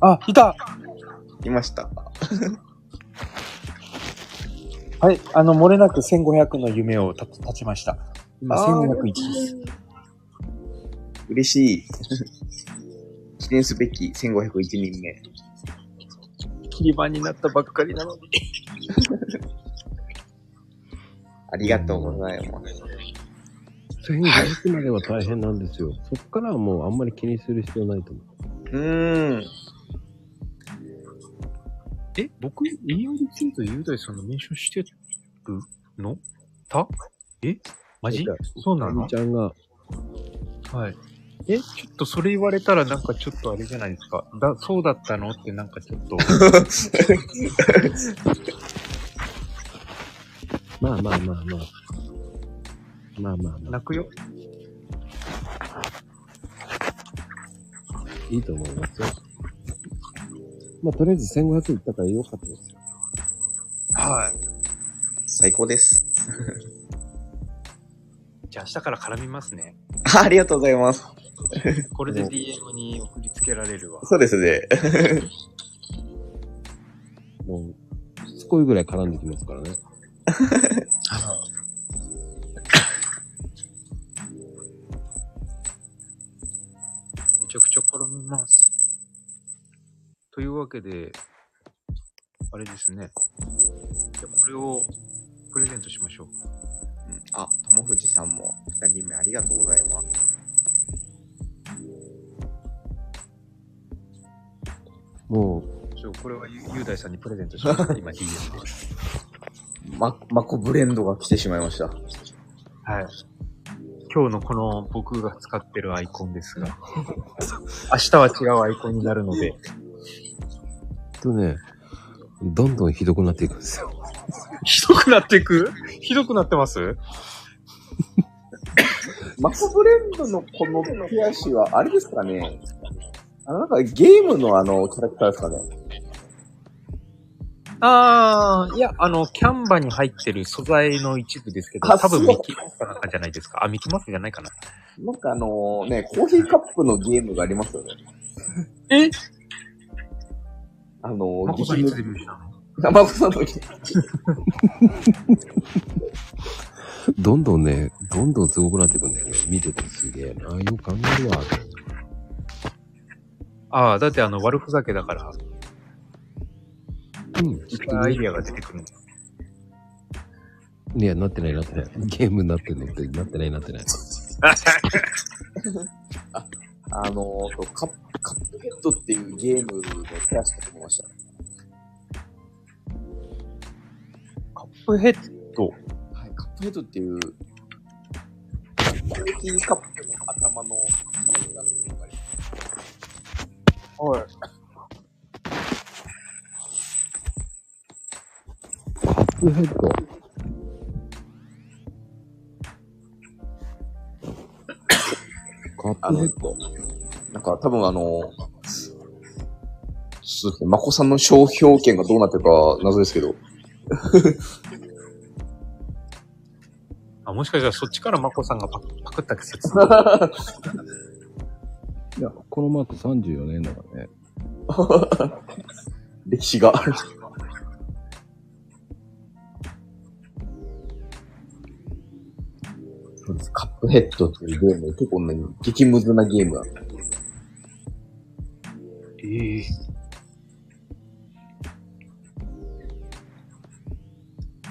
[SPEAKER 3] あ、いた
[SPEAKER 2] いました。
[SPEAKER 3] はい、あの、漏れなく1500の夢をた立ちました。今、
[SPEAKER 2] あー
[SPEAKER 3] 1501です。
[SPEAKER 2] 嬉しい。 記念すべき1501人目。
[SPEAKER 3] 切り板になったばっかりなのに。
[SPEAKER 2] ありがとうございます。
[SPEAKER 1] 1500までは大変なんですよ。そっからはもうあんまり気にする必要ないと思う。
[SPEAKER 2] うーん。
[SPEAKER 4] え、僕、引用リツイートで雄大さんの名称してるのたえマジ
[SPEAKER 1] じゃあ
[SPEAKER 4] そうな
[SPEAKER 1] あみ
[SPEAKER 4] の
[SPEAKER 1] ちゃんが、
[SPEAKER 4] はい。え、ちょっとそれ言われたらなんかちょっとあれじゃないですか。だ、そうだったのってなんかちょ っと。
[SPEAKER 1] まあまあまあまあ。まあまあまあ、
[SPEAKER 4] 泣くよ。
[SPEAKER 1] いいと思いますよ。まあとりあえず1500いったからよかったですよ。
[SPEAKER 4] はい。
[SPEAKER 2] 最高です。
[SPEAKER 4] じゃあ明日から絡みますね。
[SPEAKER 2] あありがとうございます。
[SPEAKER 4] これで DM に送りつけられるわ。
[SPEAKER 2] そうですね。
[SPEAKER 1] もう、しつこいぐらい絡んできますからね。
[SPEAKER 4] めちゃくちゃ絡みます。というわけで、あれですね。じゃあこれをプレゼントしましょう。
[SPEAKER 2] うんあ、友藤さんも2人目ありがとうございます。
[SPEAKER 1] も
[SPEAKER 4] ちょこれはゆ雄大さんにプレゼントしましょう。今 DM で。
[SPEAKER 2] ま、マコブレンドが来てしまいました。
[SPEAKER 4] はい。今日のこの僕が使ってるアイコンです が、明日は違うアイコンになるので、
[SPEAKER 1] う、とね、どんどんひどくなっていくんですよ。
[SPEAKER 4] ひどくなっていくひどくなってます
[SPEAKER 2] マコブレンドのこの手足は、あれですかねあの、なんかゲームのあの、キャラクターですかね
[SPEAKER 4] ああ、いや、あの、キャンバに入ってる素材の一部ですけど、
[SPEAKER 2] あ
[SPEAKER 4] 多分
[SPEAKER 2] そう
[SPEAKER 4] ミキマスかなんかじゃないですか。あ、ミキマスじゃないかな。
[SPEAKER 2] なんかあのね、コーヒーカップのゲームがありますよね。
[SPEAKER 4] え
[SPEAKER 2] あの、
[SPEAKER 4] マコさん いつデビューしたの
[SPEAKER 2] 生子さんの時。
[SPEAKER 1] どんどんね、どんどんすごくなってくんだよね。見ててすげえな。よく考えるわ。
[SPEAKER 4] ああ、だってあの、悪ふざけだから、
[SPEAKER 1] うん。
[SPEAKER 4] いっぱいアイディアが出てくるんだ。
[SPEAKER 1] いや、なってないなってない。ゲームになってんのって、なってないなってない。
[SPEAKER 2] あのー、カップ、カップヘッドっていうゲームの手足と思いました。
[SPEAKER 6] カップヘッド。
[SPEAKER 2] はい、カップヘッドっていう、マルティーカップの頭の、
[SPEAKER 6] はい。
[SPEAKER 1] カップヘッド。カ
[SPEAKER 2] あ
[SPEAKER 1] ップヘ
[SPEAKER 2] の
[SPEAKER 1] ッド。、
[SPEAKER 2] なんか多分あのー、そうですね、マコさんの商標権がどうなってるか謎ですけど、
[SPEAKER 4] あ、もしかしたらそっちからマコさんがパクパクった説。
[SPEAKER 1] いや、このマーク34年だからね。
[SPEAKER 2] 歴史が。そうですカップヘッドというゲーム、結構ね、激ムズなゲームだ
[SPEAKER 4] ええ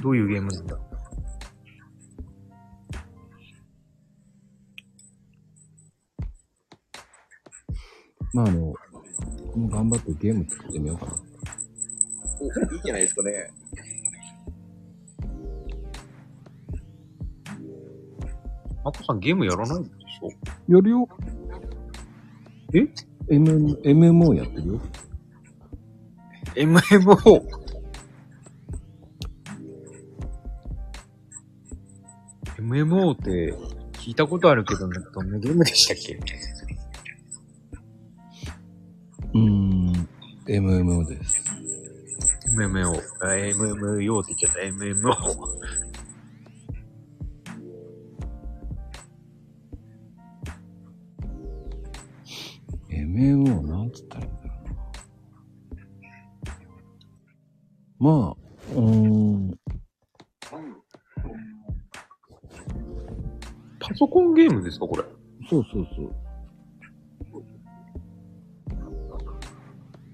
[SPEAKER 4] どういうゲームなんだ
[SPEAKER 1] まああの、僕も頑張ってゲーム作ってみようかな。
[SPEAKER 2] いいじゃないですかね。
[SPEAKER 4] マコさんゲームやらないんでしょ
[SPEAKER 1] やるよ。え ?M、MMO やってるよ。
[SPEAKER 4] ?MMO! MMO って聞いたことあるけど、どんなゲームでしたっけ
[SPEAKER 1] うーん、MMO です。
[SPEAKER 4] ?MMO。あ MMO って言っちゃった。MMO。
[SPEAKER 1] MMO なんつったらいいんだろうな。まあ、うーん、
[SPEAKER 4] パソコンゲームですかこれ。
[SPEAKER 1] そうそうそう。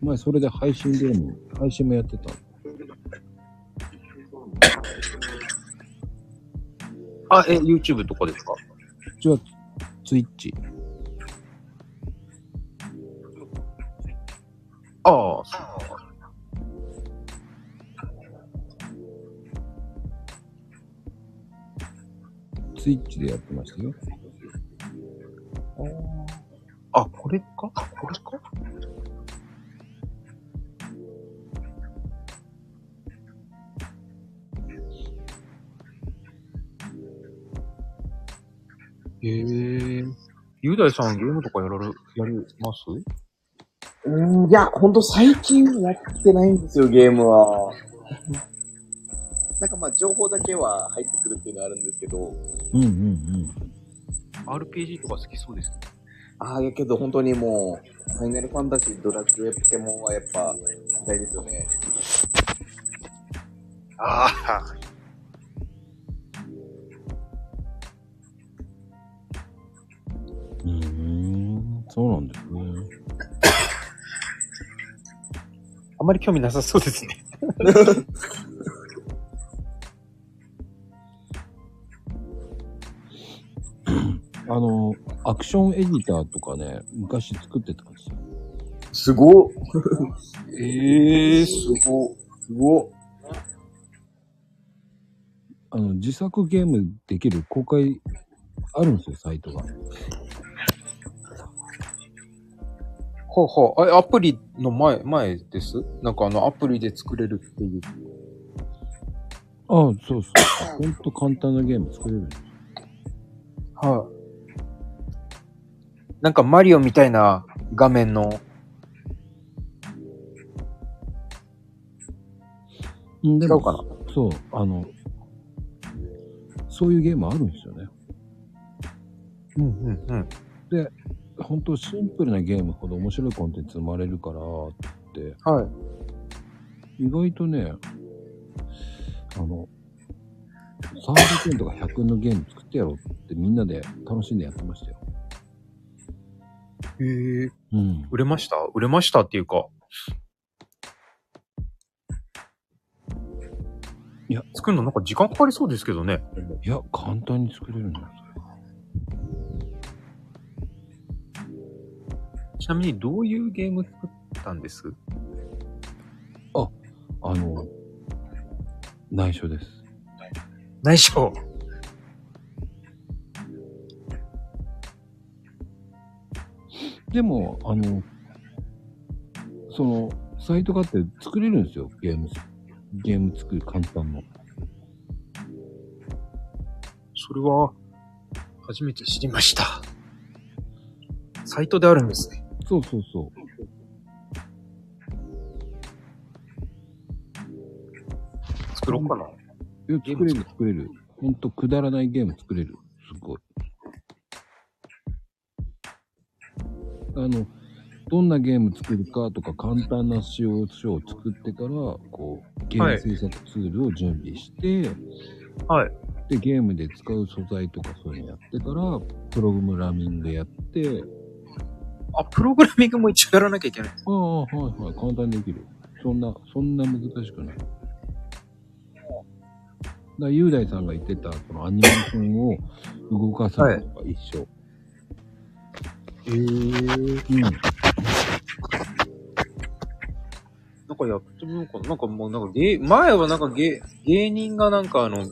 [SPEAKER 1] 前それで配信ゲーム、配信もやってた。
[SPEAKER 4] あ、え、YouTube とかですか
[SPEAKER 1] じゃあ、ツイッチ。
[SPEAKER 4] ああ、そう
[SPEAKER 1] ツイッチでやってましたよ。
[SPEAKER 4] あ、これかこれかへえー。雄大さんゲームとかやられ、やります
[SPEAKER 2] うーん、いや、ほんと最近やってないんですよ、ゲームは。なんかまあ、情報だけは入ってくるっていうのはあるんですけど、
[SPEAKER 1] うんうんうん。
[SPEAKER 4] ?RPG とか好きそうですね。
[SPEAKER 2] ああ、やけど本当にもう、ファイナルファンタジー、ドラクエ、ポケモンはやっぱ、時代ですよね。
[SPEAKER 4] ああ。
[SPEAKER 1] うーん、そうなんですね。
[SPEAKER 4] あまり興味なさそうですね。
[SPEAKER 1] あの、アクションエディターとかね、昔作ってたんですよ。
[SPEAKER 2] すご っ
[SPEAKER 6] ええ
[SPEAKER 2] すごっすごっ
[SPEAKER 1] あの、自作ゲームできる公開あるんですよ、サイトが。
[SPEAKER 6] ほうほう。あ、アプリの前、前ですなんかあの、アプリで作れるっていう。
[SPEAKER 1] ああ、そうそう。 ほんと簡単なゲーム作れるんです。
[SPEAKER 6] はい。なんかマリオみたいな画面の。
[SPEAKER 1] うんで
[SPEAKER 6] 違うかな
[SPEAKER 1] そう、あの、そういうゲームあるんですよね。
[SPEAKER 6] うんうんうん。
[SPEAKER 1] 本当シンプルなゲームほど面白いコンテンツ生まれるからって、
[SPEAKER 6] はい。
[SPEAKER 1] 意外とね、あの、 300円とか100円のゲーム作ってやろうってみんなで楽しんでやってましたよ。
[SPEAKER 4] へえ。
[SPEAKER 1] うん。
[SPEAKER 4] 売れました売れましたっていうか。いや、作るのなんか時間かかりそうですけどね。
[SPEAKER 1] いや、簡単に作れるんだよ。
[SPEAKER 4] ちなみにどういうゲーム作ったんです
[SPEAKER 1] あの、内緒です。
[SPEAKER 4] 内緒。
[SPEAKER 1] でも、あの、その、サイトがあって作れるんですよ、ゲーム。ゲーム作る簡単の。
[SPEAKER 4] それは、初めて知りました。サイトであるんですね。
[SPEAKER 1] そうそうそう。
[SPEAKER 4] 作ろうかな。
[SPEAKER 1] いや作れる作れる。ほんとくだらないゲーム作れる。すごい。あの、どんなゲーム作るかとか簡単な仕様書を作ってから、こう、ゲーム制作ツールを準備して、
[SPEAKER 4] はい。
[SPEAKER 1] で、ゲームで使う素材とかそういうのやってから、プログラミングやって、
[SPEAKER 4] あ、プログラミングも一応やらなきゃいけない。
[SPEAKER 1] ああ、はいはい、簡単にできる。そんな、そんな難しくない。だから雄大さんが言ってた、そのアニメーションを動かすのとか一緒。
[SPEAKER 4] へえ。
[SPEAKER 1] うん。
[SPEAKER 4] なんかやってみようかな。なんかもうなんかゲー、前はなんかゲー、芸人がなんかあの、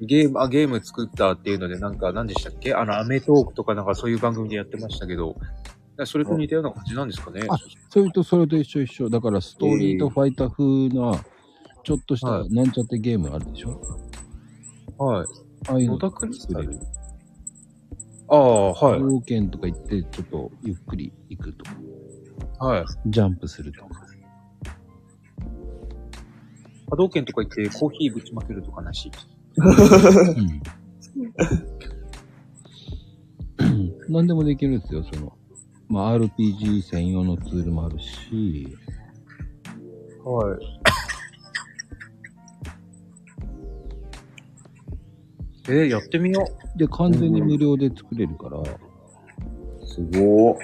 [SPEAKER 4] ゲーム、あ、ゲーム作ったっていうので、なんか何でしたっけあの、アメトークとかなんかそういう番組でやってましたけど、それと似たような感じなんですかね。
[SPEAKER 1] あそれとそれと一緒一緒。だからストーリーとファイター風な、ちょっとした
[SPEAKER 4] は
[SPEAKER 1] なんちゃってゲームあるでしょ、
[SPEAKER 4] はい。
[SPEAKER 1] ああいう
[SPEAKER 4] 野
[SPEAKER 1] の
[SPEAKER 4] 田クリスタ
[SPEAKER 1] 作れ
[SPEAKER 4] ル
[SPEAKER 1] る。
[SPEAKER 4] ああ、はい。
[SPEAKER 1] 冒険とか行って、ちょっとゆっくり行くとか、
[SPEAKER 4] はい。
[SPEAKER 1] ジャンプするとか。
[SPEAKER 4] 波動拳とか行ってコーヒーぶちまけるとかなし。
[SPEAKER 1] うん。何でもできるんですよ、その。まあ、RPG 専用のツールもあるし、
[SPEAKER 4] はい。えー、やってみよう。
[SPEAKER 1] で、完全に無料で作れるから、
[SPEAKER 2] すごー。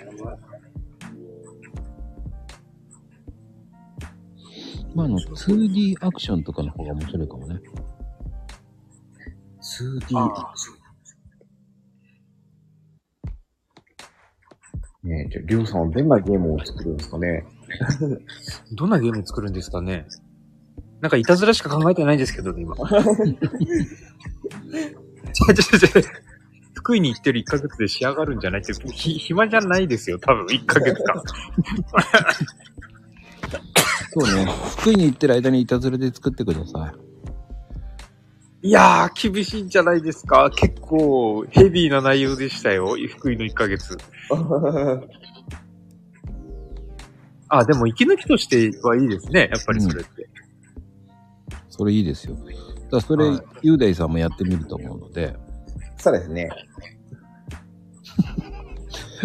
[SPEAKER 1] まあ、あの、2D アクションとかの方が面白いかもね。
[SPEAKER 4] ああ
[SPEAKER 2] ねえ、じゃあ、りょうさんはどんなゲームを作るんですかね
[SPEAKER 4] どんなゲーム作るんですかねなんかいたずらしか考えてないんですけど ね、今。ちょちょちょ福井に行ってる1ヶ月で仕上がるんじゃないって、ひ暇じゃないですよ、多分1ヶ月間。
[SPEAKER 1] そうね。福井に行ってる間にいたずらで作ってください。
[SPEAKER 4] いやー、厳しいんじゃないですか。結構ヘビーな内容でしたよ、福井の1ヶ月。あ、でも息抜きとしてはいいですね、やっぱりそれって。
[SPEAKER 1] それいいですよ。だからそれ、
[SPEAKER 4] はい
[SPEAKER 1] 雄大さんもやってみると思うので、
[SPEAKER 2] そうですね。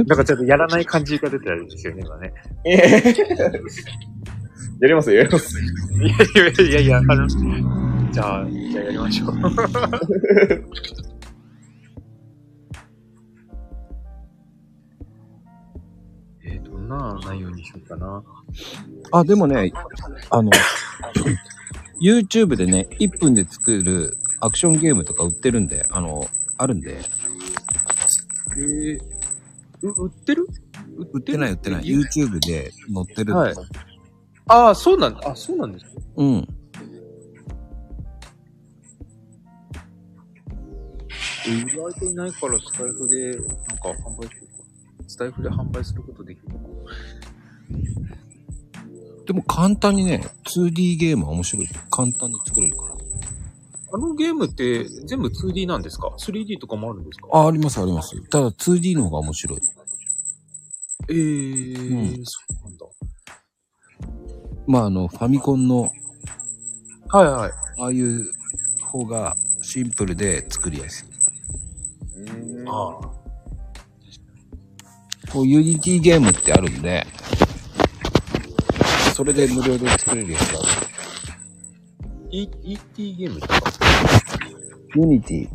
[SPEAKER 4] なんかちょっとやらない感じが出てるんですよね、今ね。
[SPEAKER 2] ええやりますよ、やります。
[SPEAKER 4] いやいやいやいや、あの、じゃあ、じゃあやりましょう。 えー、どんな内容にしようかな。
[SPEAKER 1] あ、でもね、あの、YouTube でね、1分で作るアクションゲームとか売ってるんで、あの、あるんで。
[SPEAKER 4] えー、う売ってる
[SPEAKER 1] 売ってない売ってない。YouTube で載ってるんで。
[SPEAKER 4] はいああ、そうなんだ。あ、そうなんですか。
[SPEAKER 1] うん。
[SPEAKER 4] 売られていないからスタイフで、なんか販売するか。スタイフで販売することできるのか。
[SPEAKER 1] でも簡単にね、2D ゲームは面白い。簡単に作れるから。
[SPEAKER 4] あのゲームって全部 2D なんですか ?3D とかもあるんですか
[SPEAKER 1] あ、ありますあります。ただ 2D の方が面白い。
[SPEAKER 4] ええー
[SPEAKER 1] う
[SPEAKER 4] そうなんだ。
[SPEAKER 1] まああの、ファミコンの、
[SPEAKER 4] はいはい。
[SPEAKER 1] ああいう方がシンプルで作りやすい。
[SPEAKER 2] あ
[SPEAKER 4] ああ。
[SPEAKER 1] こう、ユニティゲームってあるんで、それで無料で作れるやつがある。
[SPEAKER 4] E- ET ゲームとか
[SPEAKER 1] ユニティ。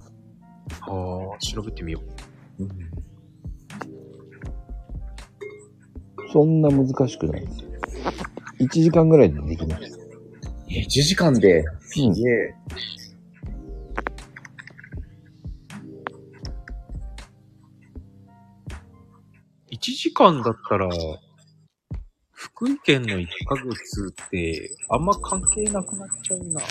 [SPEAKER 4] ああ、調べてみよう。
[SPEAKER 1] そんな難しくない。1時間ぐらいでできます。
[SPEAKER 2] 1時間で。
[SPEAKER 1] うん
[SPEAKER 2] すげえ。
[SPEAKER 4] 1時間だったら、福井県の1ヶ月って、あんま関係なくなっちゃうな。
[SPEAKER 1] い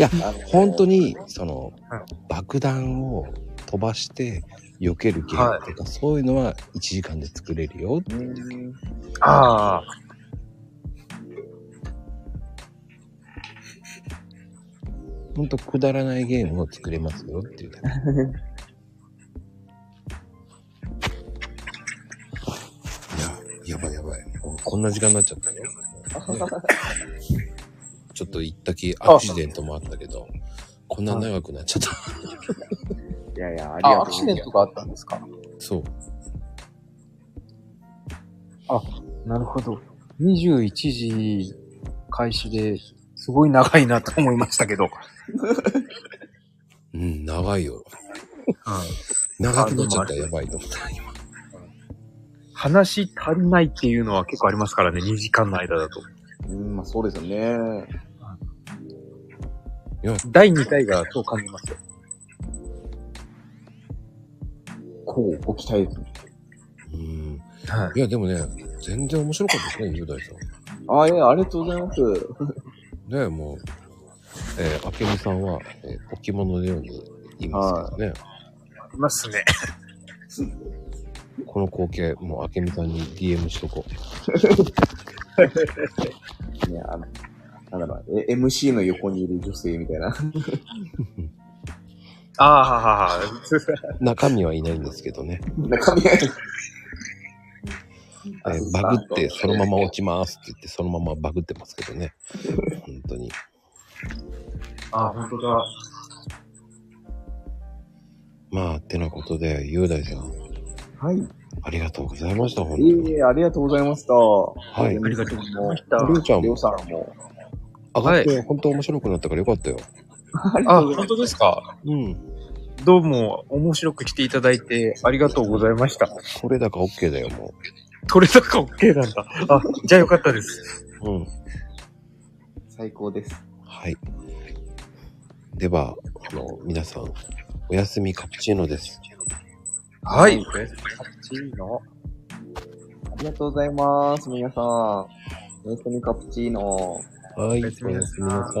[SPEAKER 1] や、本当に、その
[SPEAKER 4] は、
[SPEAKER 1] 爆弾を飛ばして、避けるゲームとか、そういうのは1時間で作れるよ。
[SPEAKER 4] ああ。
[SPEAKER 1] ほんとくだらないゲームを作れますよっていうだけ。いや、やばいやばい。もうこんな時間になっちゃったよ。ちょっと一時アクシデントもあったけど、こんな長くなっちゃった。
[SPEAKER 2] いやいや、ありがとう
[SPEAKER 6] あ、アクシデントがあったんですか
[SPEAKER 1] そう。
[SPEAKER 6] なるほど。21時開始で、すごい長いなと思いましたけど。
[SPEAKER 1] うん、長いよ。長くなっちゃったらやばいと思った。
[SPEAKER 4] 話足りないっていうのは結構ありますからね、2時間の間だと。
[SPEAKER 2] うん、まあそうですよね。
[SPEAKER 4] 第2回がそう感じますよ。
[SPEAKER 2] こう、ご期待ですね。
[SPEAKER 1] うん。
[SPEAKER 4] はい
[SPEAKER 1] や、でもね、全然面白かったですね、雄大さん。
[SPEAKER 2] あ、いや、ありがとうございます。
[SPEAKER 1] ねえ、もう、えー、あけみさんは、えー置物のようにいますけどね、
[SPEAKER 4] ありますね。
[SPEAKER 1] この光景、もうあけみさんに DM しとこう。
[SPEAKER 2] ね、あの、なんだろう、え MC の横にいる女性みたいな。
[SPEAKER 4] ああ、
[SPEAKER 1] 中身はいないんですけどね、
[SPEAKER 2] 中身が。
[SPEAKER 1] えーバグってそのまま落ちますって言って、そのままバグってますけどね、本当に。
[SPEAKER 4] ああ、本当だ。
[SPEAKER 1] まあ、てなことで、雄大さん、
[SPEAKER 2] はい。
[SPEAKER 1] ありがとうございました、本当に。
[SPEAKER 2] いえいえ、ありがとうございました。はいありがとうございまし
[SPEAKER 1] りゅうちゃん
[SPEAKER 2] りょう
[SPEAKER 1] も
[SPEAKER 2] さんも。
[SPEAKER 1] 上がって、本当面白くなったからよかったよ。
[SPEAKER 4] あ、本当ですか。
[SPEAKER 1] うん。
[SPEAKER 4] どうも、面白く来ていただいて、ありがとうございました。
[SPEAKER 1] 取れ高 OK だよ、も
[SPEAKER 4] 取れ高 OK なんだ。あ、じゃあよかったです。
[SPEAKER 1] う。うん。
[SPEAKER 2] 最高です。
[SPEAKER 1] はい。では、あの、皆さん、おやすみカプチーノです。
[SPEAKER 4] はい。
[SPEAKER 2] ありがとうございます、皆さん。おやすみカプチーノ。
[SPEAKER 1] はい、おや
[SPEAKER 4] すみな
[SPEAKER 1] すみなさい。